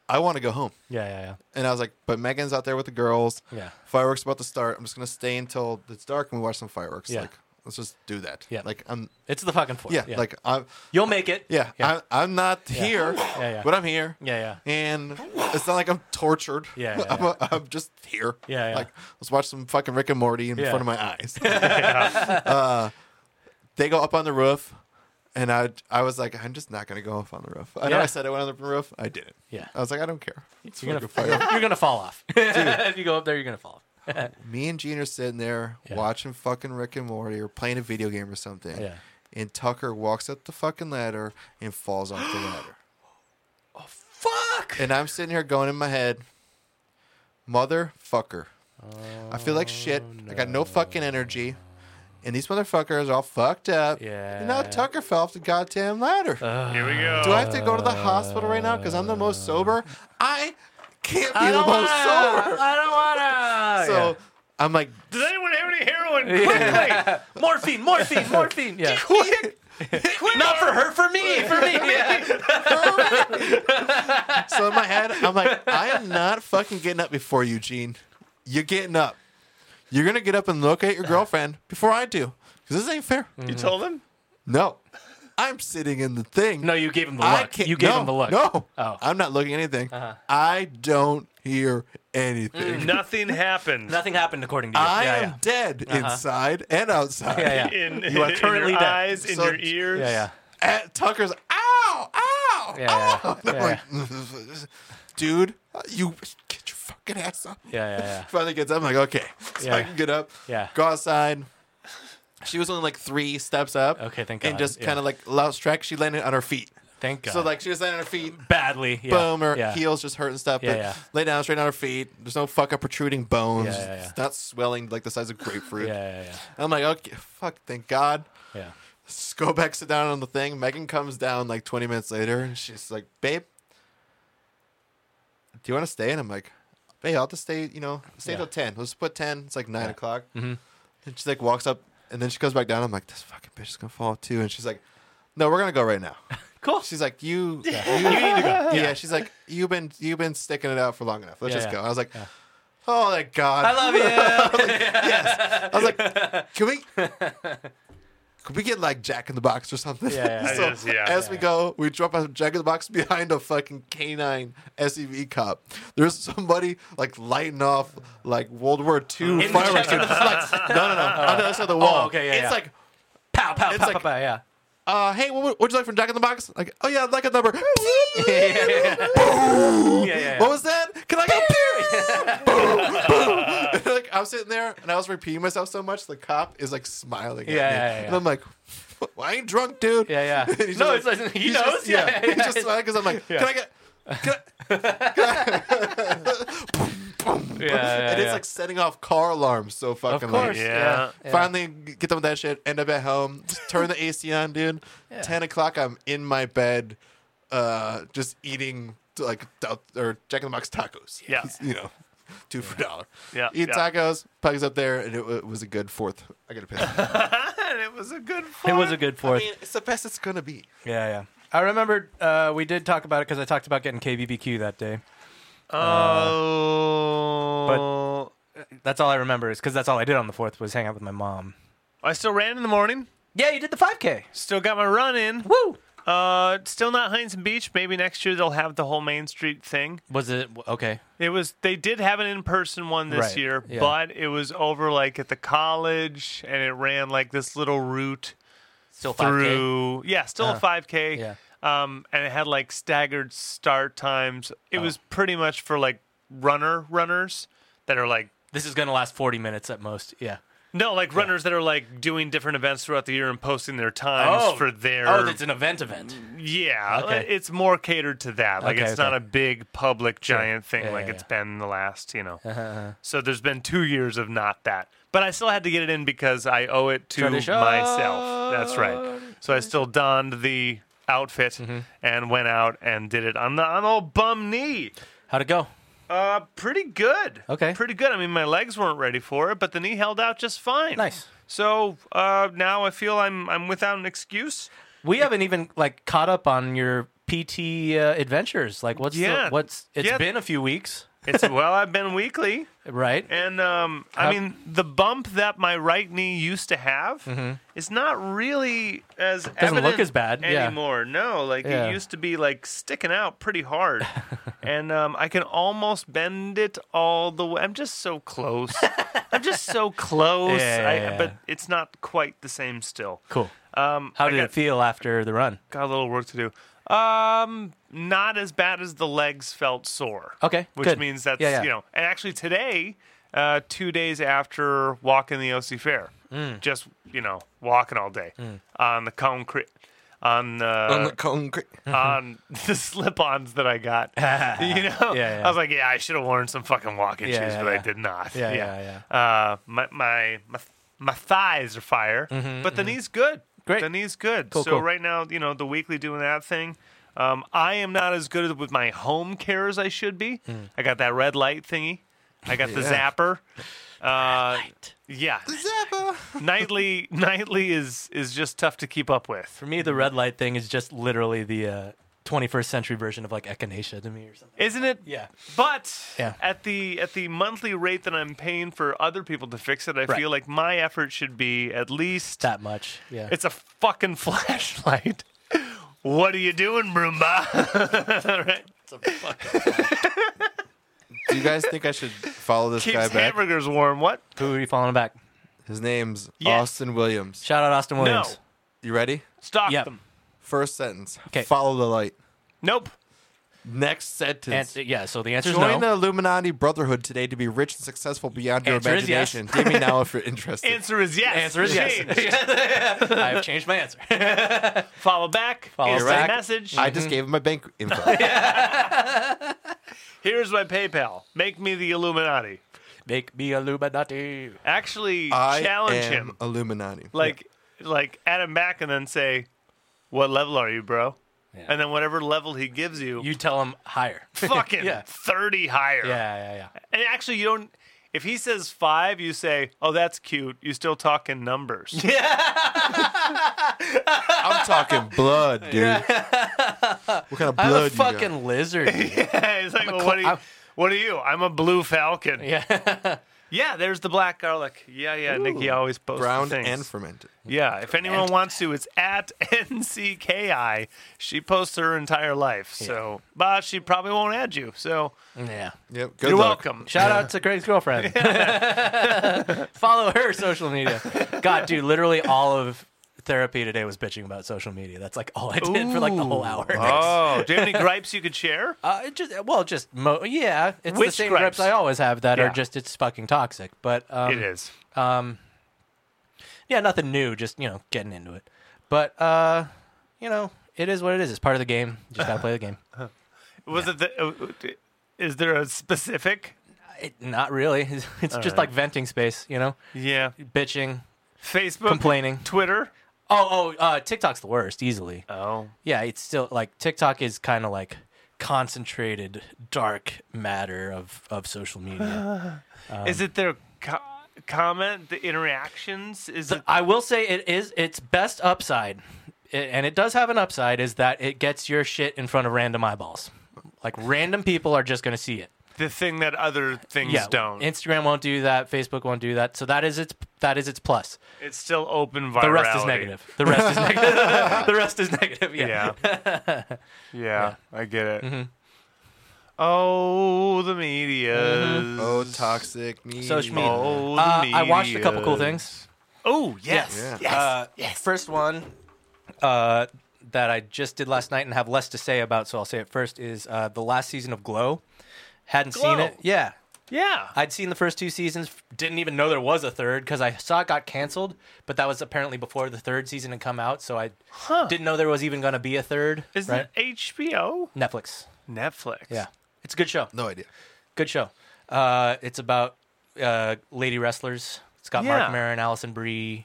i want to go home Yeah, yeah, and i was like but megan's out there with the girls Yeah. fireworks about to start i'm just gonna stay until it's dark and we watch some fireworks Yeah. like let's just do that Yeah. like i'm yeah. It's the fucking fourth. yeah, like i'm you'll make it. yeah, Yeah. I, i'm not here yeah. but i'm here yeah, yeah. and it's not like I'm tortured. Yeah, yeah, [LAUGHS] I'm, i I'm just here. Yeah, yeah. like let's watch some fucking Rick and Morty in Yeah. front of my [LAUGHS] eyes. uh, they go up on the roof, and I I was like, I'm just not gonna go up on the roof. I know Yeah. I said I went on the roof. I didn't. Yeah. I was like, I don't care. It's You're fucking fire. gonna, [LAUGHS] you're gonna fall [LAUGHS] off. if you go up there, you're gonna fall off. Me and Gene are sitting there Yeah. watching fucking Rick and Morty or playing a video game or something. Yeah. And Tucker walks up the fucking ladder and falls off [GASPS] the ladder. Fuck. And I'm sitting here going in my head, motherfucker. I feel like shit. Oh, I got no fucking energy. And these motherfuckers are all fucked up. Yeah. And now Tucker fell off the goddamn ladder. Here we go. Do I have to go to the hospital right now because I'm the most sober? I can't be I the don't wanna. Oh, most sober. I don't So wanna. I'm like, Does anyone have any heroin? [LAUGHS] Quickly. So morphine, morphine, morphine. Yeah. quit. Not for her, for me, for [LAUGHS] me. Yeah. so in my head, I'm like, I am not fucking getting up before you, Gene. You're getting up. You're going to get up and look at your girlfriend before I do because this ain't fair. Mm. You Mm-hmm. told him? No, I'm sitting in the thing. No, you gave him the I look. can't. You gave no, him the look. No, Oh. Uh-huh. I'm not looking at anything. I don't hear anything. Nothing happened. Nothing happened according to you. I Mm. yeah, am yeah. dead inside and outside. Yeah, yeah. In, You are in currently your dead. eyes, in So- your ears. Yeah, yeah. At Tucker's, ow, ow, Yeah, ow. [LAUGHS] yeah, And I'm like, [LAUGHS] dude, uh, you get your fucking ass up. Yeah, yeah, yeah. [LAUGHS] Finally gets up. I'm like, okay, [LAUGHS] so I Yeah. can get up. Yeah. Go outside. She was only like three steps up. Okay, thank And God, just yeah. kind of like lost track. She landed on her feet. Thank God. So like she was landing on her feet. badly. Yeah. boom, her yeah. heels just hurting stuff. Yeah, but yeah. lay down straight on her feet. There's no fuck up protruding bones. Yeah, yeah, yeah. It's not swelling like the size of Yeah, grapefruit. yeah, yeah. I'm like, okay, fuck, thank God. Yeah. Just go back, sit down on the thing. Megan comes down like 20 minutes later and she's like, babe, do you want to stay? And I'm like, babe, I'll just stay, you know, stay Yeah. Mm-hmm. till 10. Let's put 10. It's like 9 o'clock. And she like walks up and then she goes back down. I'm like, this fucking bitch is going to fall too. And she's like, no, we're going to go right now. Cool. She's [LAUGHS] like, you, you need to go. [LAUGHS] Yeah. she's like, you've been you've been sticking it out for long enough. Let's Yeah, just yeah. go. I was like, oh thank God. I love [LAUGHS] you. I [LAUGHS] was like, can we could we get like Jack in the Box or something? Yeah, [LAUGHS] yeah, I just- yeah. as we go, we drop a Jack in the Box behind a fucking canine SUV cop. There's somebody like lighting off like World War II In the fireworks. Jack in the Like, no, no, [LAUGHS] no, on the other side of the wall. okay, yeah, It's yeah. like pow, pow, It's pow, like- pow, pow, [LAUGHS] yeah. uh, hey, what would- what'd you like from Jack in the Box? Like, oh yeah, I'd like [LAUGHS] a number. Yeah, yeah, yeah. What was that? Can I go? boom, [LAUGHS] boom. like I'm sitting there and I was repeating myself so much, the cop is like smiling. Yeah, at me. yeah, yeah, And I'm like, well, I ain't drunk, dude. Yeah, [LAUGHS] yeah. And he's No, just it's like- he he's knows. just- Yeah, yeah, He's yeah. [LAUGHS] [LAUGHS] just smiling because I'm like, can I get? Can I, can I, and yeah, it's yeah. like setting off car alarms so Of fucking course. late. Yeah. Finally, get done with that shit. End up at home. Just turn the AC on, dude. Yeah. Ten o'clock. I'm in my bed, uh, just eating like del- or Jack in the Box tacos. Yeah. [LAUGHS] you know, two for a dollar. Yeah, eat yeah. tacos. Pugs up there, and it, wa- was a good fourth. I gotta piss. [LAUGHS] And it was a good It fun. was a good I fourth. mean, it's the best it's gonna be. yeah, yeah. I remembered uh, we did talk about it because I talked about getting KBBQ that day. uh, Oh. That's all I remember is because that's all I did on the fourth was hang out with my mom. I still ran in the morning. Yeah, you did the 5K. Still got my run in. Woo! Uh, still not Heinz Beach. Maybe next year they'll have the whole Main Street thing. Was it okay? It was they did have an in person one this Right, year, yeah. but it was over like at the college, and it ran like this little route Still through. Yeah, still a Uh, five k. yeah. Um, and it had like staggered start times. It Oh. was pretty much for like runner runners that are like This is gonna last 40 minutes at most. Yeah. no like runners that are like doing different events throughout the year and posting their times for their oh, it's an event event. Yeah, Okay. uh, it's more catered to that. Like Okay, it's not okay. a big public giant thing Yeah, like yeah, it's yeah. Uh-huh, been the last, you know. So there's been 2 years of not that. But I still had to get it in because I owe it to Tradition. myself. That's right. So I still donned the outfit Mm-hmm. and went out and did it on the on old bum knee. How'd it go? Uh pretty good. Okay. Pretty good. I mean my legs weren't ready for it, but the knee held out just fine. Nice. So uh now I feel I'm I'm without an excuse. We haven't even like caught up on your PT uh, adventures. Like, what's Yeah. the, what's It's Yeah. been a few weeks, It's [LAUGHS] well I've been weekly. right? And um, I How- mean, the bump that my right knee used to have is not really as Mm-hmm. Doesn't look evident as bad, yeah. anymore. No, like Yeah. it used to be like sticking out pretty [LAUGHS] hard, and um, I can almost bend it all the way. I'm just so close. I'm just [LAUGHS] so close. Yeah, yeah, I, yeah. But it's not quite the same still. cool. Um, How I did got, it feel after the run? Got a little work to do. Um, not as bad as the legs felt sore. Okay, which good. means that's Yeah, yeah. you know. And actually today, uh, two days after walking the OC Fair, Mm. just you know walking all day on the concrete, on the On the concrete. Mm-hmm. on [LAUGHS] the slip-ons that I [LAUGHS] got. you know, Yeah, yeah. I was like, yeah, I should have worn some fucking walking Yeah, shoes, yeah, but I yeah. did not. Yeah, yeah, Uh, my my my my thighs are fire, but the knee's good. Mm-hmm, Great. the knee's good. Cool, so cool. right now, you know, the weekly doing that thing. Um, I am not as good with my home care as I should be. Hmm. I got that red light thingy. I got the [LAUGHS] zapper. Uh, yeah, nightly [LAUGHS] nightly is is just tough to keep up with. For me, the red light thing is just literally the uh, 21st century version of like echinacea to me or something. Isn't it Yeah. But Yeah. at the at the monthly rate that I'm paying for other people to fix it, I Right. feel like my effort should be at least That much. Yeah. it's a fucking [LAUGHS] flashlight. What are you doing, [LAUGHS] Broomba? right? Do you guys think I should follow this guy Keeps back? hamburgers warm. What? Who are you following back? His name's Yes. Austin Williams. Shout out Austin Williams. You ready? Stop Yep. them. First sentence. 'Kay. Follow the light. Nope. Next sentence. And, yeah, so the answer is Join no. the Illuminati Brotherhood today to be rich and successful beyond your Answer is yes. imagination. Give me now if you're interested. Answer is [LAUGHS] yes. answer is [LAUGHS] Change. yes. I've changed my [LAUGHS] answer. Follow back. Follow Instant back. message. I just gave him my bank [LAUGHS] info. Here's my PayPal. Make me the Illuminati. Make me Illuminati. Actually, I challenge am him. Illuminati. like like add him back and then say, "What level are you, bro?" And then whatever level he gives you, You tell him higher. [LAUGHS] [LAUGHS] fucking yeah. thirty higher. Yeah, yeah, yeah. And actually, you don't. If he says five, you say, "Oh, that's cute." You still talk in numbers. [LAUGHS] [LAUGHS] I'm talking blood, dude. What [LAUGHS] kind of I'm blood? a you got? fucking lizard. [LAUGHS] He's like, well, cl- what, are you, I'm- "What are you?" I'm a blue falcon. Yeah, yeah. [LAUGHS] there's the black garlic. Yeah, yeah. Nikki always posts brown things. and fermented. yeah, if anyone wants to, it's at [LAUGHS] NCKI. She posts her entire life, so but she probably won't add you. So Yeah. Yep. Good you're luck. welcome. Shout out to Craig's [LAUGHS] girlfriend. [LAUGHS] Follow her social media. God, dude, literally all of therapy today was bitching about social media. That's like all I did for like the whole hour. Oh, do you have any [LAUGHS] gripes you could share? Uh, it just, well, just mo- yeah, it's the Which same gripes? grips? I always have that Yeah. are just it's fucking toxic. But um, it is. yeah, nothing new. Just you know, getting into it. But uh, you know, it is what it is. It's part of the game. You just gotta play the game. Was it the? uh, uh, Is there a specific? [LAUGHS] It, not really. [LAUGHS] It's, it's just like venting space, you know, Yeah. bitching, Facebook, complaining. Twitter. Oh, oh, uh, TikTok's the worst, easily. Oh. Yeah, it's still like TikTok is kind of like concentrated dark matter of of social [LAUGHS] media. Um, is it their co- comment, the interactions? Is So it I will say it is its best upside, i- and it does have an upside, is that it gets your shit in front of random eyeballs. Like random people are just going to see it. the thing that other things don't? Instagram won't do that. Facebook won't do that. So that is its that is its plus. it's still open virality. The rest is negative. The rest is negative. [LAUGHS] the rest is negative. Yeah. Mm-hmm. Yeah. [LAUGHS] yeah. I get it. Oh, the media. Oh, toxic me. Social media. Oh, the Uh, I watched a couple cool things. Oh, yes. Yeah. Uh, yes. First one uh, that I just did last night and have less to say about, so I'll say it first, is uh, the last season of Glow. Hadn't seen Glow. it. Yeah. yeah. I'd seen the first two seasons, didn't even know there was a third because I saw it got canceled, but that was apparently before the third season had come out, so I didn't know there was even going to be a third. Is right? it HBO? Netflix. Netflix. Yeah. It's a good show. No idea. Good show. Uh, it's about uh, lady wrestlers. It's got Yeah. Mark Maron, Allison Brie.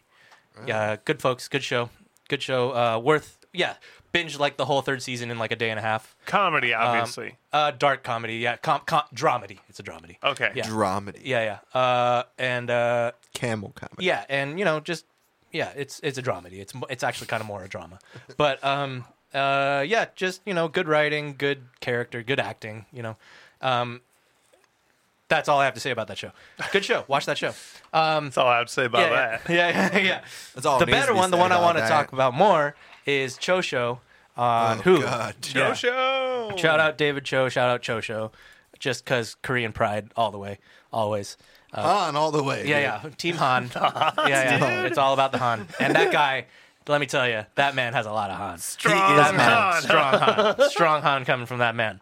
Yeah, good folks. Good show. Good show. Uh, worth. Yeah, binge like the whole third season in like a day and a half. Comedy, Um, obviously. Oh. uh, dark comedy. Yeah, com- com- dramedy. It's a dramedy. okay. yeah. Dramedy. Yeah, yeah. Uh, and uh, Camel comedy. yeah, and you know, just yeah, it's it's a dramedy. It's mo- it's actually kind of more a [LAUGHS] drama, but um, uh, yeah, just you know, good writing, good character, good acting. You know, um, that's all I have to say about that show. Good show. Watch that show. [LAUGHS] Um, That's all I have to say about yeah, that. yeah, yeah, yeah, yeah. That's all The it needs to better be one, the said one I about want to that. talk about more, is Chosho on Oh, Hulu. God. Yeah. No show. Shout out David Cho. Shout out Chosho. Just because Korean pride all the way, always. On all the way. Uh, Yeah, yeah. Team Han. yeah, yeah. It's all about the Han. And that guy, let me tell you, that man has a lot of Han. Strong He is Con. Strong [LAUGHS] Han. Strong Han coming from that man.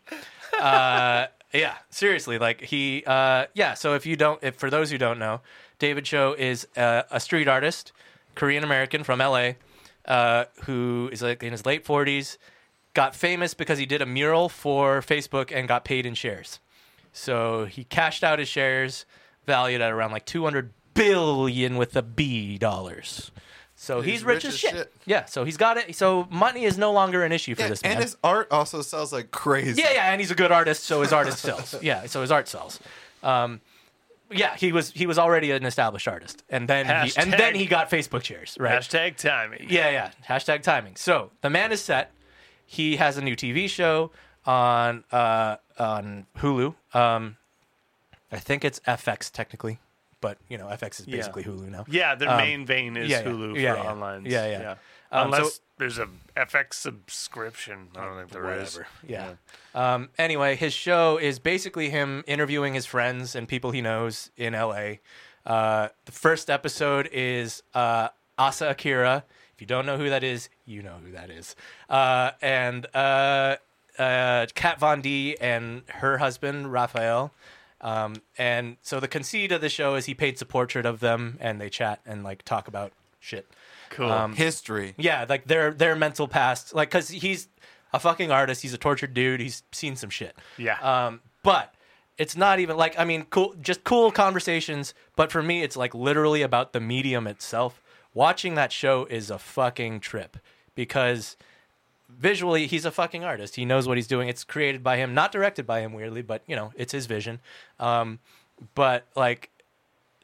Uh, yeah, seriously. Like, he, uh, yeah. So, if you don't, if for those who don't know, David Cho is uh, a street artist, Korean American from LA, uh, who is like in his late 40s, got famous because he did a mural for Facebook and got paid in shares. So he cashed out his shares, valued at around like 200 billion with a B dollars. So he's, rich, as, shit. Yeah. So he's got it. So money is no longer an issue for Yeah, this man. and his art also sells like crazy. yeah, yeah. And he's a good artist, so his artist [LAUGHS] sells. Yeah. So his art sells. Um, yeah, he was he was already an established artist, and then he, and Hashtag- then he got Facebook shares. Right. Hashtag timing. Yeah, yeah. Hashtag timing. So the man is set. He has a new TV show on uh, on Hulu. Um, I think it's FX technically, but you know FX is basically Hulu now. Yeah, their main vein Um, is yeah, yeah. Hulu Yeah, for yeah. online. Yeah, yeah. Um, so- Unless there's a FX subscription. I don't think there is. Whatever. Yeah. Um, anyway, his show is basically him interviewing his friends and people he knows in LA. Uh, the first episode is uh, Asa Akira. If you don't know who that is, you know who that is. Uh, and uh, uh, Kat Von D and her husband, Raphael. Um, and so the conceit of the show is he paints a portrait of them and they chat and like talk about shit. Cool. Um, History. Yeah, like their their mental past, like because he's a fucking artist. He's a tortured dude. He's seen some shit. Yeah. Um, but it's not even like I mean, cool, just cool conversations. But for me, it's like literally about the medium itself. Watching that show is a fucking trip because visually he's a fucking artist he knows what he's doing it's created by him not directed by him weirdly but you know it's his vision um, but like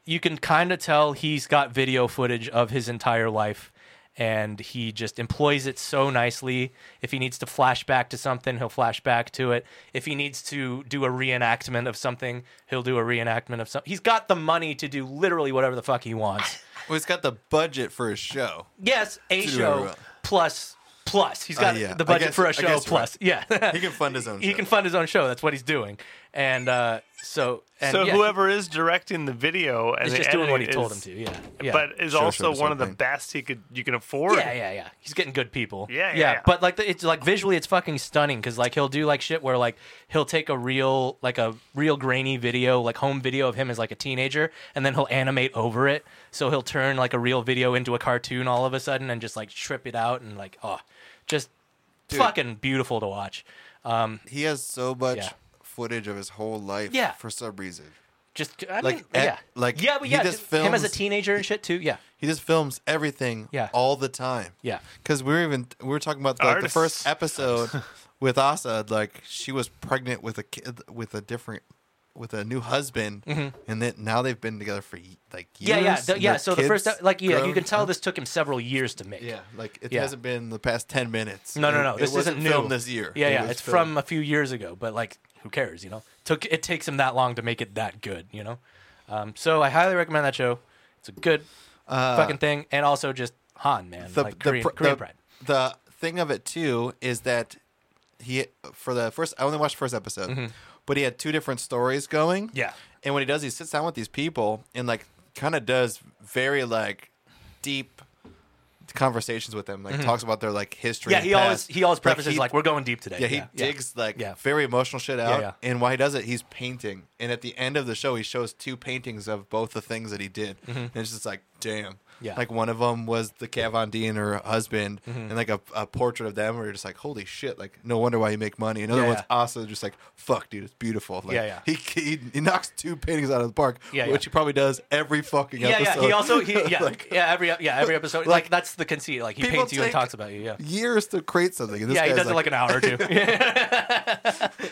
you can kind of tell he's got video footage of his entire life and he just employs it so nicely if he needs to flash back to something he'll flash back to it if he needs to do a reenactment of something he'll do a reenactment of something he's got the money to do literally whatever the fuck he [LAUGHS] wants Well, he's got the budget for his show. yes a To do show everyone. plus plus he's got Uh, yeah. the I budget guess- for I a show guess you're plus yeah He can fund his [LAUGHS] own he show. can fund his own show. That's what he's doing. And uh, so, and so yeah, whoever is directing the video and he's the just doing what he editing told him is- to. Yeah, yeah. but is Sure, also sure, one of the something. best he could you can afford. yeah, yeah, yeah. He's getting good people. Yeah, yeah, yeah. But like, the, it's like visually, it's fucking stunning because like he'll do like shit where like he'll take a real like a real grainy video, like home video of him as like a teenager, and then he'll animate over it. So he'll turn like a real video into a cartoon all of a sudden and just like strip it out and like oh, just fucking beautiful to watch. Um, He has so much Yeah. footage of his whole life Yeah. for some reason. Just I Like, mean, eh, yeah, like, yeah, but he yeah, just just him as a films- teenager and shit too. Yeah, He just films everything Yeah. all the time. yeah, Because we were even we were talking about like, the Artists. [LAUGHS] first episode with Asa, like she was pregnant with a kid with a different with a new husband, and then now they've been together for ye- like years. Mm-hmm. yeah, yeah, and the- yeah. their So the first, e, kids like, yeah, grown. you can tell this took him several years to make. Yeah, like it Yeah. hasn't been the past ten minutes. No, no, It- no. It This wasn't isn't new. filmed this year. Yeah, It yeah. was It's filmed- from a few years ago, but like, who cares? You know, took it takes him that long to make it that good. You know, um, so I highly recommend that show. It's a good fucking thing, and also just Han, man, Uh, the like the Korean, pr- Korean the- Pride. the thing of it too is that he for the first I only watched the first episode, but he had two different stories going. Mm-hmm. Yeah. and what he does, he sits down with these people and like kind of does very like deep conversations with them. Like talks about their like history. Mm-hmm. Yeah, and he always past. he always Like, prefaces like, he- we're going deep today. yeah, he digs like Yeah. very emotional shit out. yeah. And why he does it, he's painting. And at the end of the show, he shows two paintings of both the things that he did. And it's just like, damn. Mm-hmm. Yeah. Mm-hmm. Like one of them was the Kat Von D and her husband, and like a, a portrait of them. Where you're just like, holy shit! Like, no wonder why you make money. Another Yeah, one's yeah. also just like, fuck, dude, it's beautiful. Like, Yeah, yeah. He, he he knocks two paintings out of the park, Yeah, which yeah. he probably does every fucking Yeah, episode. yeah. He also [LAUGHS] he yeah Like, yeah every yeah every episode like, like, that's the conceit. Like he people paints you and take- talks about you. Yeah, years to create something. And this yeah. He guy's does it like an hour or two.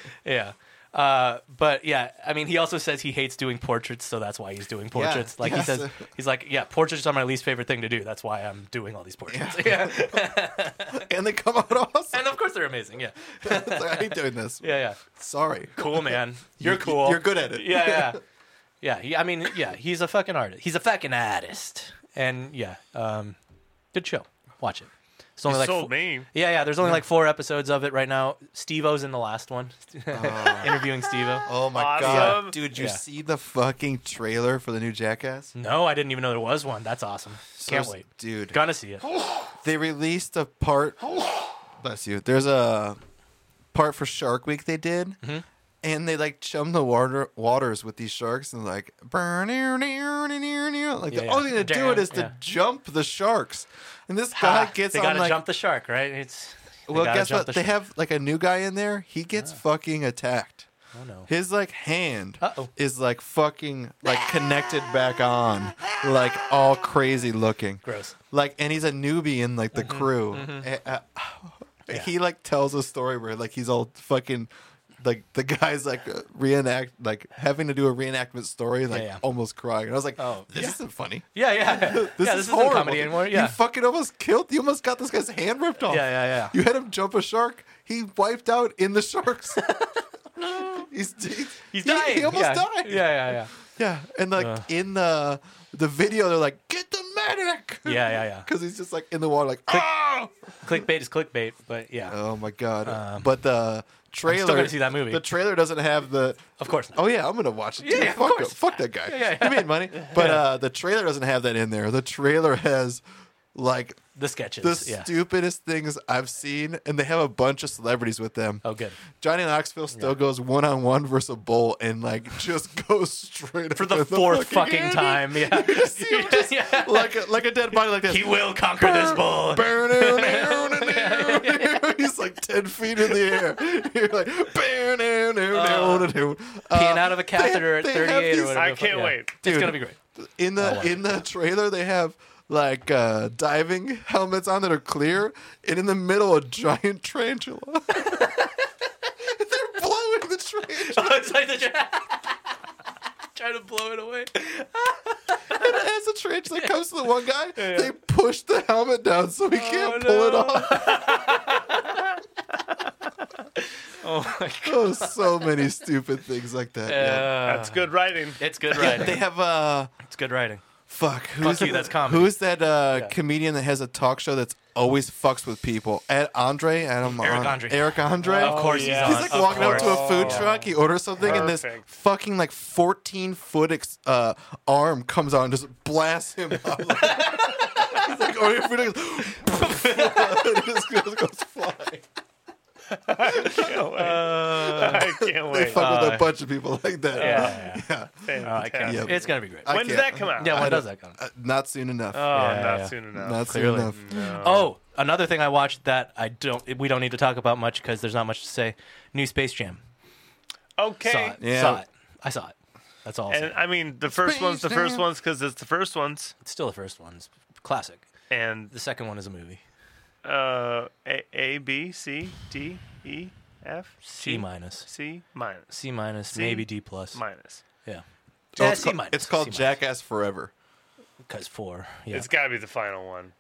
[LAUGHS] yeah. Uh, but yeah, I mean, he also says he hates doing portraits, so that's why he's doing portraits. like he yes. says, he's like, yeah, portraits are my least favorite thing to do. That's why I'm doing all these portraits. Yeah. and they come out [LAUGHS] [LAUGHS] awesome. and of course they're amazing. Yeah, It's like, I hate doing this. [LAUGHS] yeah, yeah. Sorry. Cool, man. [LAUGHS] You're You- cool. You're good at it. yeah, [LAUGHS] yeah, yeah. He, I mean, yeah, he's a fucking artist. He's a fucking artist. And yeah, um, good show. Watch it. It's only like Uh, sold four- me. yeah, yeah. There's only like four episodes of it right now. Steve-O's in the last one, [LAUGHS] interviewing Steve-O. Oh my Awesome. god, dude! You Yeah. see the fucking trailer for the new Jackass? No, I didn't even know there was one. That's awesome. Can't There's- wait. dude. Gonna see it. They released a part. Bless you. There's a part for Shark Week they did, Mm-hmm. and they like chum the water waters with these sharks and like burn, near, near, near, near, near. Like Yeah, the yeah. only thing to do it is to Yeah. jump the sharks. And this guy Ah, gets they on gotta like jump the shark, right? It's they well, gotta guess jump what? the they shark. have like a new guy in there. He gets fucking attacked. Oh no. His like hand Uh-oh. is like fucking like connected back on, like all crazy looking. Gross. Like, and he's a newbie in like the Mm-hmm. crew. And, [SIGHS] uh, He like tells a story where like he's all fucking. Like the guy's like uh, reenact, like having to do a reenactment story, like yeah. almost crying. And I was like, Oh, this isn't funny. [LAUGHS] Yeah, yeah. yeah, [LAUGHS] This this is isn't horrible. comedy anymore. Yeah. You fucking almost killed. You almost got this guy's hand ripped off. Yeah, yeah, yeah. You had him jump a shark. He wiped out in [LAUGHS] the sharks. he's, he's He's he- dying. He, almost yeah. died. [LAUGHS] Yeah, yeah, yeah. Yeah, and like Ugh. in the the video, they're like, "Get the medic!" Yeah, yeah, [LAUGHS] yeah. Because he's just like in the water, like, "Ah!" clickbait is clickbait, but yeah. Oh my god! but the trailer. Um, gonna see that movie. The trailer doesn't have the. of course not. Oh yeah, I'm gonna watch it. Dude, Yeah, yeah, of fuck course. him. Fuck that guy. Yeah, yeah, [LAUGHS] yeah. He made money, but uh, the trailer doesn't have that in there. The trailer has like The sketches. the yeah. stupidest things I've seen, and they have a bunch of celebrities with them. oh, good. Johnny Knoxville still goes one on one versus a bull and like just [LAUGHS] goes straight For the fourth fucking, hand. [LAUGHS] time. Yeah. Just see him [LAUGHS] just Yeah. like a, like a dead body like this. [LAUGHS] He will conquer this bull. [LAUGHS] He's like ten feet in the air. [LAUGHS] You're like Peeing peeing out of a catheter at 38 or whatever. I the fuck- can't yeah. wait. It's Dude. going to be great. in Oh, the in the trailer they have like uh, diving helmets on that are clear, and in the middle a giant [LAUGHS] tarantula. They're blowing the [LAUGHS] tarantula. it's like the [LAUGHS] trying to blow it away. And as the tarantula comes to the one guy, they push the helmet down so he can't pull it no. off. [LAUGHS] Oh my god. Oh, so many stupid things like that. yeah. That's good writing. It's good Yeah, they writing. have uh It's good writing. fuck who's you, that's comedy. who's that uh comedian that has a talk show that's always fucks with people Ed Andre Adam Eric Andre. Eric Andre Of course yeah. he's he's on. like Of walking up to course. a food truck he orders something and this Perfect. fucking like 14 foot ex- uh arm comes out and just blasts him out. [LAUGHS] he's like ordering food and he just goes, [LAUGHS] goes flying Can't wait. uh, [LAUGHS] I can't they wait. fuck with a bunch of people like that Yeah, yeah, Yeah. yeah. All right, Fantastic. Yeah. It's going to be great. I When does can't- that come out? Uh, yeah, I when does don't- that come? uh, not soon enough Oh, Mm. Yeah, not yeah. soon enough. not soon clearly. enough Oh, another thing I watched that I don't we don't need to talk about much because there's not much to say. New Space Jam. Okay. Saw it. Yeah. Saw it. I saw it. That's all. I'll And say. I mean, the first one's the first Spaceman. one's because it's the first one's, It's still the first one's classic. and The second one is a movie. uh, A A B C D E F C minus. C minus C minus. maybe D plus. minus. Yeah. Oh, yeah, it's, C ca- minus. it's called C minus. Jackass Forever. Cause four. Yeah. It's got to be the final one.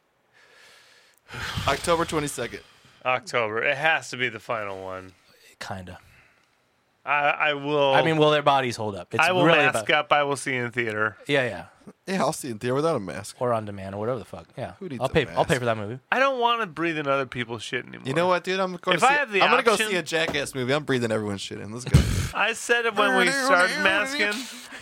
October 22nd. October. It has to be the final one. Kinda. I, I will. I mean, will their bodies hold up? It's I will really mask about- up. I will see in theater. Yeah, yeah. Yeah, I'll see it in theater without a mask. Or on demand or whatever the fuck. Yeah. Who needs I'll a pay. I'll pay mask? for that movie. I don't want to breathe in other people's shit anymore. You know what, dude? I'm going If to I see, have the I'm gonna option- go see a Jackass movie. I'm breathing everyone's shit in. Let's [LAUGHS] go. I said it when we started masking.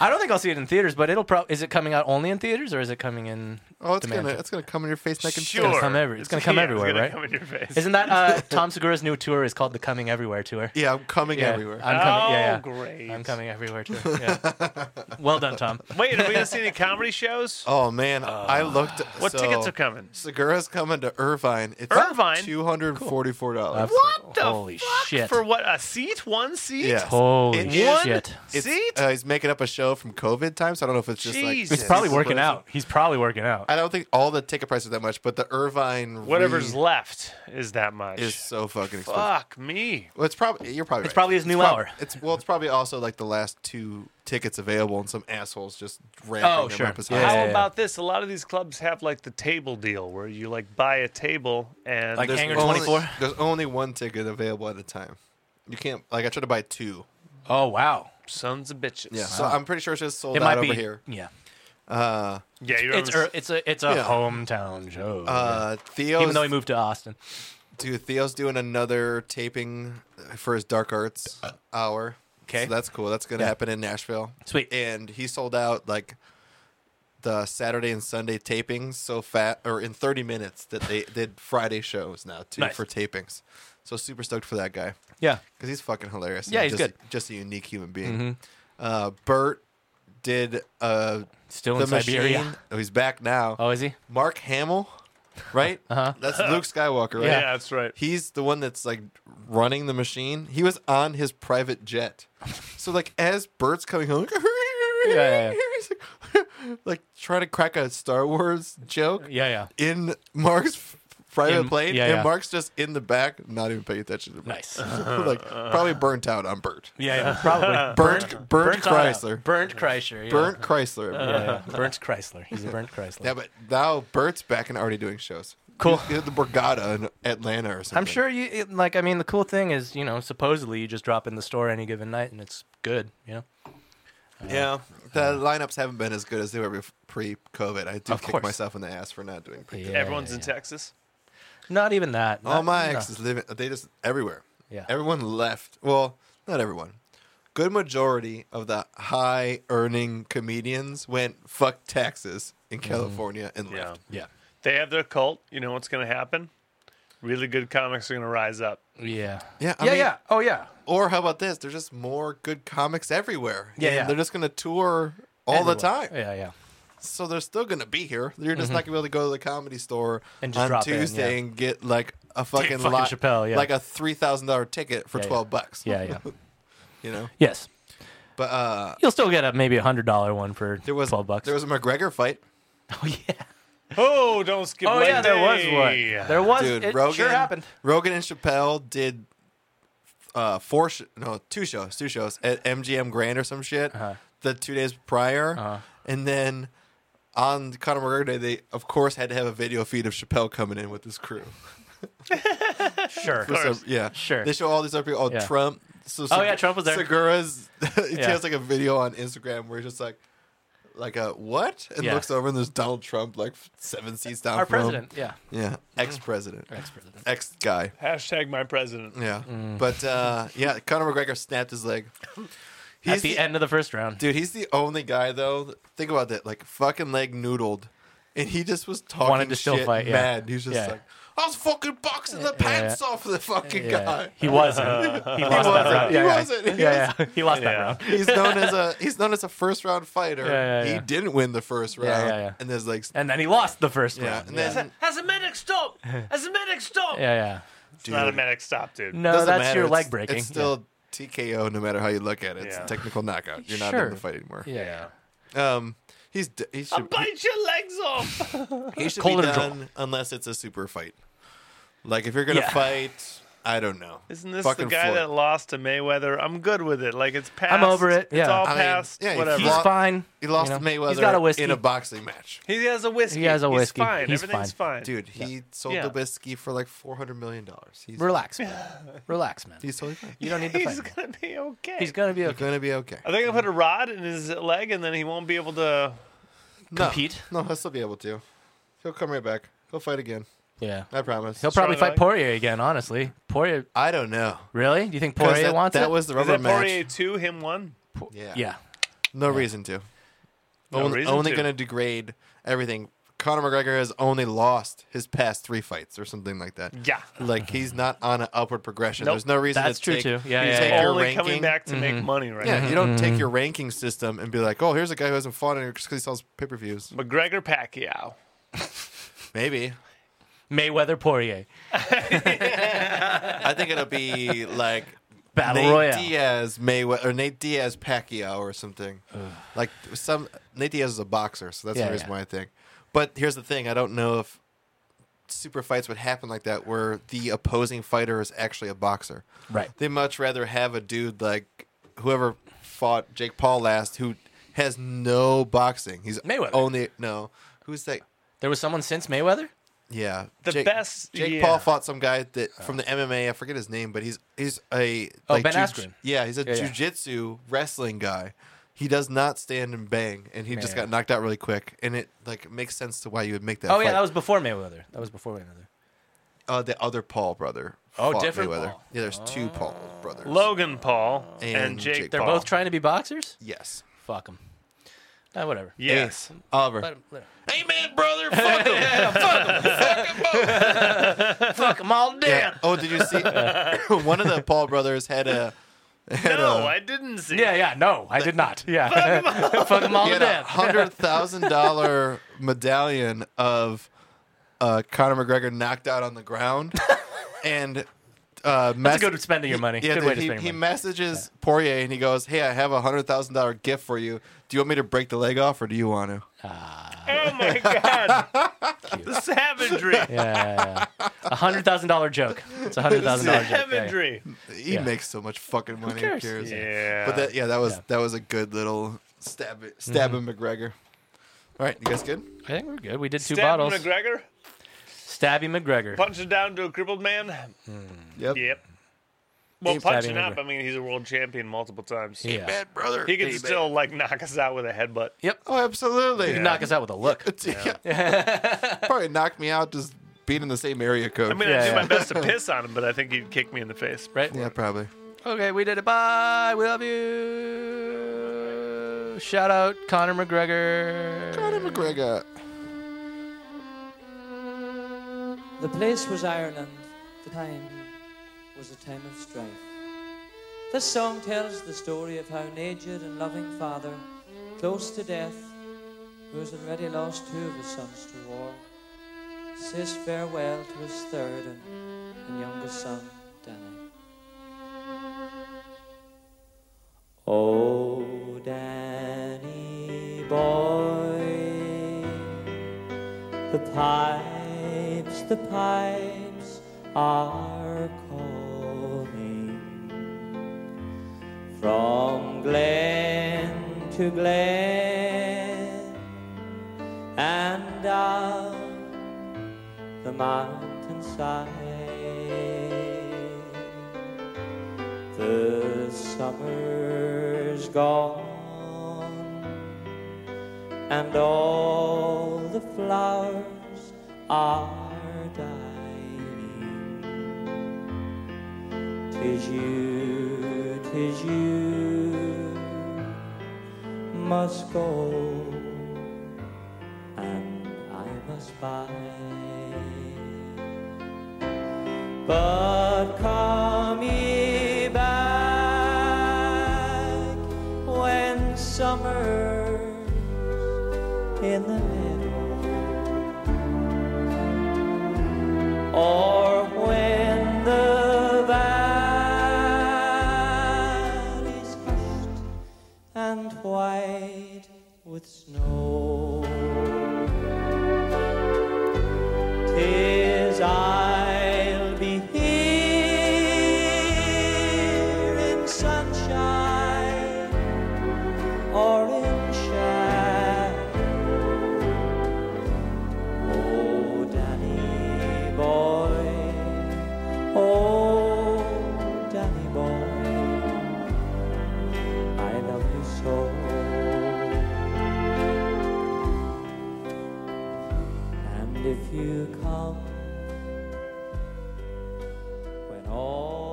I don't think I'll see it in theaters, but it'll probably. Is it coming out only in theaters or is it coming in? Oh, it's Demand gonna it. it's gonna come in your face neck and Sure. gonna come every- it's gonna come yeah, everywhere, it's gonna right? Come in your face. Isn't that [LAUGHS] uh, Tom Segura's new tour? Is called the Coming Everywhere tour. Yeah, I'm coming Yeah, everywhere. I'm coming. yeah, yeah. Oh, great. I'm coming everywhere [LAUGHS] tour. Yeah. well done, Tom. Wait, are we gonna see any [LAUGHS] comedy shows? oh man, I looked. Uh, what so, tickets are coming? Segura's coming to Irvine. It's Irvine? two hundred forty-four dollars. What the Holy fuck? shit. For what? A seat? One seat? Yes. Holy It One is- shit. It's, seat? uh, he's making up a show from COVID times. So I don't know if it's just Jesus. like He's probably Jesus working Christ. out. He's probably working out. I don't think all the ticket prices are that much, but the Irvine Whatever's re- left is that much. is so fucking expensive. Fuck me. Well, it's probably you're probably It's probably his new prob- hour. It's well, it's probably also like the last two tickets available, and some assholes just ramping Oh, them sure. up as Yeah, high. How yeah, yeah. about this? A lot of these clubs have like the table deal where you like buy a table and Like There's Hangar only- 24? There's only one ticket available at a time. You can't like I tried to buy two. Oh wow. sons of bitches. Yeah, so I'm pretty sure it's just sold It out might be over here. Yeah. yeah. You're It's on the- er, it's a it's a Yeah. hometown show. Uh, Theo's, Even though he moved to Austin. dude, Theo's doing another taping for his Dark Arts hour. Okay. so that's cool. That's gonna Yeah. happen in Nashville. Sweet. and he sold out like the Saturday and Sunday tapings so fat or in 30 minutes that they did Friday shows now too Nice. for tapings. So super stoked for that guy Yeah. because he's fucking hilarious. and Yeah, he's just, good. Mm-hmm. Just a unique human being. Uh, Bert did uh, Still the in Siberia. machine. Oh, he's back now. Oh, is he? Mark Hamill, right? Uh-huh. That's Luke Skywalker, right? yeah. that's right. He's the one that's like running the machine. He was on his private jet. So like as Bert's coming home, yeah, yeah. [LAUGHS] he's like, like trying to crack a Star Wars joke Yeah, yeah. in Mark's f- private In- plane, yeah, and yeah. Mark's just in the back, not even paying attention to Bert. Nice. [LAUGHS] like probably burnt out on Bert. [LAUGHS] Yeah, yeah. Probably. Uh, Burnt, burnt, Uh. Chrysler. Burnt Chrysler. Yeah. Burnt Chrysler. Yeah, everybody. yeah. Burnt Chrysler. He's a burnt Chrysler. Yeah, but now Bert's back and already doing shows. Cool. He's at the Borgata in Atlanta or something. I'm sure you it- like. I mean, the cool thing is, you know, supposedly you just drop in the store any given night and it's good. You know. Oh, Yeah, the lineups haven't been as good as they were bef- pre-COVID. I do Of kick course. myself in the ass for not doing. Pre- Yeah, Everyone's yeah, in yeah. Texas. Not even that. All Not- my no. exes living. They just everywhere. Yeah. everyone left. Well, not everyone. Good majority of the high-earning comedians went fuck taxes in California and Yeah. left. Mm-hmm. Yeah. They have their cult. You know what's going to happen? Really good comics are going to rise up. Yeah. Yeah, I yeah. mean- yeah. Oh yeah. Or how about this? There's just more good comics everywhere. Yeah, And yeah. they're just gonna tour all the time. Yeah, yeah. so they're still gonna be here. You're just not gonna be able to go to the comedy store Mm-hmm. And just on drop in, Tuesday yeah. and get like a fucking, fucking lot, Chappelle, yeah. like a three thousand dollar ticket for Yeah, yeah. twelve bucks. Yeah, [LAUGHS] yeah. you know. yes. But uh, You'll still get a maybe a hundred dollar one for there was twelve bucks. There was a McGregor fight. [LAUGHS] oh yeah. Oh, don't skip. Oh leg yeah, there was day. one. There was. Dude, it Rogan sure happened. [LAUGHS] Rogan and Chappelle did uh four sh- no two shows two shows at MGM Grand or some shit Uh-huh. the two days prior, and then. On Conor McGregor Day, they of course had to have a video feed of Chappelle coming in with his crew. Sure. For some- yeah, Sure. They show all these other people. Oh, Yeah. Trump. So, Oh, yeah, Trump was there. Segura's. [LAUGHS] he Yeah. has like a video on Instagram where he's just like, like a what? And Yeah. looks over and there's Donald Trump like seven seats down. Our from him. president. Mm. Yeah. Yeah, ex president, Ex president. ex guy. Hashtag my president. Yeah, but uh, yeah, Conor McGregor snapped his leg. He's Mm. At the end of the first round. dude. He's the only guy though. Think about that. Like fucking leg noodled, and he just was talking Wanted to still shit fight, yeah. mad. He's just Yeah. like. I was fucking boxing the Yeah, yeah. pants off the fucking yeah. guy. He [LAUGHS] wasn't. He lost that wasn't. round. He Yeah, yeah. wasn't. He Yeah, yeah. [LAUGHS] He lost that Yeah. round. he's known as a he's known as a first round fighter. Yeah, yeah, he yeah. didn't win the first round, Yeah, yeah, yeah. and there's like And then he lost the first [LAUGHS] yeah, round. and then As a medic, stop! As a medic, stop! Yeah, yeah. It's not a medic, stop, dude. No, doesn't that's matter. your It's- leg breaking. It's still TKO no matter how you look at it. It's Yeah. a technical knockout. You're not Sure. in the fight anymore. Yeah. yeah. Um, he's d- he should, Bite your legs off. he should Call be it a draw. done unless it's a super fight. Like if you're gonna Yeah. fight, I don't know. Isn't this Fucking the guy Floyd. that lost to Mayweather? I'm good with it. Like it's past. over it, It's yeah. all I mean, past. yeah, he whatever. He's Lo- fine. He lost you know? to Mayweather He's got a whiskey. in a boxing match. he has a whiskey. He has a whiskey. He's fine. He's Everything's fine. Dude, he sold Yeah. the whiskey for like four hundred million dollars. He's Relax, man. Relax, man. he's totally fine. You don't need to [LAUGHS] he's fight. gonna be okay. He's gonna be You're okay. gonna be okay. Are they gonna put a rod in his leg and then he won't be able to? No, compete? No, he'll still be able to. He'll come right back. He'll fight again. Yeah. I promise. He'll probably Strong fight Poirier again. Honestly, Poirier. I don't know. Really? Do you think 'Cause Poirier that, wants that it? was the Is rubber that match. Poirier two, him one? Yeah. yeah. No reason to. No only reason only to. going to degrade everything. Conor McGregor has only lost his past three fights or something like that. Yeah. Like he's not on an upward progression. Nope. There's no reason. That's to true take, too. Yeah, you yeah, take yeah. your Only ranking. coming back to make Mm-hmm. money right Yeah, now. you don't take your ranking system and be like, "Oh, here's a guy who hasn't fought in because he sells pay-per-views." McGregor Pacquiao. Maybe Mayweather Poirier I think it'll be like battle Nate royale. Diaz Mayweather or Nate Diaz Pacquiao or something. Like some Nate Diaz is a boxer, so that's Yeah, the reason yeah. why I think. But here's the thing: I don't know if super fights would happen like that, where the opposing fighter is actually a boxer. Right. They much rather have a dude like whoever fought Jake Paul last, who has no boxing. He's Mayweather. only no. Who's that? There was someone since Mayweather. Yeah, The Jake, best- Jake yeah. Paul fought some guy that from the MMA. I forget his name, but he's he's a Oh, Ben Askren. Yeah, he's a Yeah, yeah. jujitsu wrestling guy. He does not stand and bang, and he just Yeah. got knocked out really quick. And it like makes sense to why you would make that. Oh fight. yeah, that was before Mayweather. That was before Mayweather. uh, the other Paul brother. Oh, fought different Mayweather. Paul. Oh. Yeah, there's two Paul brothers. Logan Paul and, And Jake. Jake They're Paul. both trying to be boxers. Yes. Fuck them. Uh, whatever. Yes. Hey, Oliver. Let 'em- let 'em- Amen, brother. [LAUGHS] Fuck him. Fuck them all down. Yeah. Oh, did you see? [LAUGHS] [LAUGHS] One of the Paul brothers had a. [LAUGHS] Had No, a, I didn't see. Yeah, yeah. No, I did [LAUGHS] not. Yeah. [LAUGHS] Fuck them all He to had a death. hundred thousand dollar medallion of uh, Conor McGregor knocked out on the ground, [LAUGHS] and uh, That's a good spending your money. Yeah, good the- way to he, spend he your money. messages Poirier and he goes, "Hey, I have a hundred thousand dollar gift for you. Do you want me to break the leg off, or do you want to?" Oh my god. [LAUGHS] the savagery. yeah, yeah, yeah. a hundred thousand dollar joke. It's a hundred thousand dollar joke. Yeah, yeah. Savagery. He Yeah. makes so much fucking money. cares? Who cares? Yeah. But that, yeah, that was Yeah. Mm-hmm. that was a good little stab stabbing McGregor. All right, you guys good? I think we're good. We did two Stab bottles. McGregor Stabby McGregor. punches down to a crippled man. Yep. Yep. Well, Keep punching stabbing up. McGregor. I mean, he's a world champion multiple times. Yeah. Bad brother. He can still like knock us out with a headbutt. Yep. Oh, absolutely. You knock us out with a [LAUGHS] look. [LAUGHS] [LAUGHS] Probably knocked me out just being in the same area code. I mean, Yeah, I do yeah. my best [LAUGHS] to piss on him, but I think he'd kick me in the face. Right? yeah, probably. Okay, we did it. Bye. We love you. Shout out Conor McGregor. Conor McGregor. The place was Ireland, the time was a time of strife. This song tells the story of how an aged and loving father, close to death, who has already lost two of his sons to war, says farewell to his third and, and youngest son, Danny. Oh, Danny boy. The pipes, the pipes are calling from glen to glen and up the mountainside. The summer's gone and all the flowers are dying. Tis you, tis you must go, and I must buy. But come ye back when summer in the middle, or when the valley white with snow. Tis I'll be here in sunshine or in shadow. Oh, Danny boy, oh, Danny boy. I love you so. And if you come when all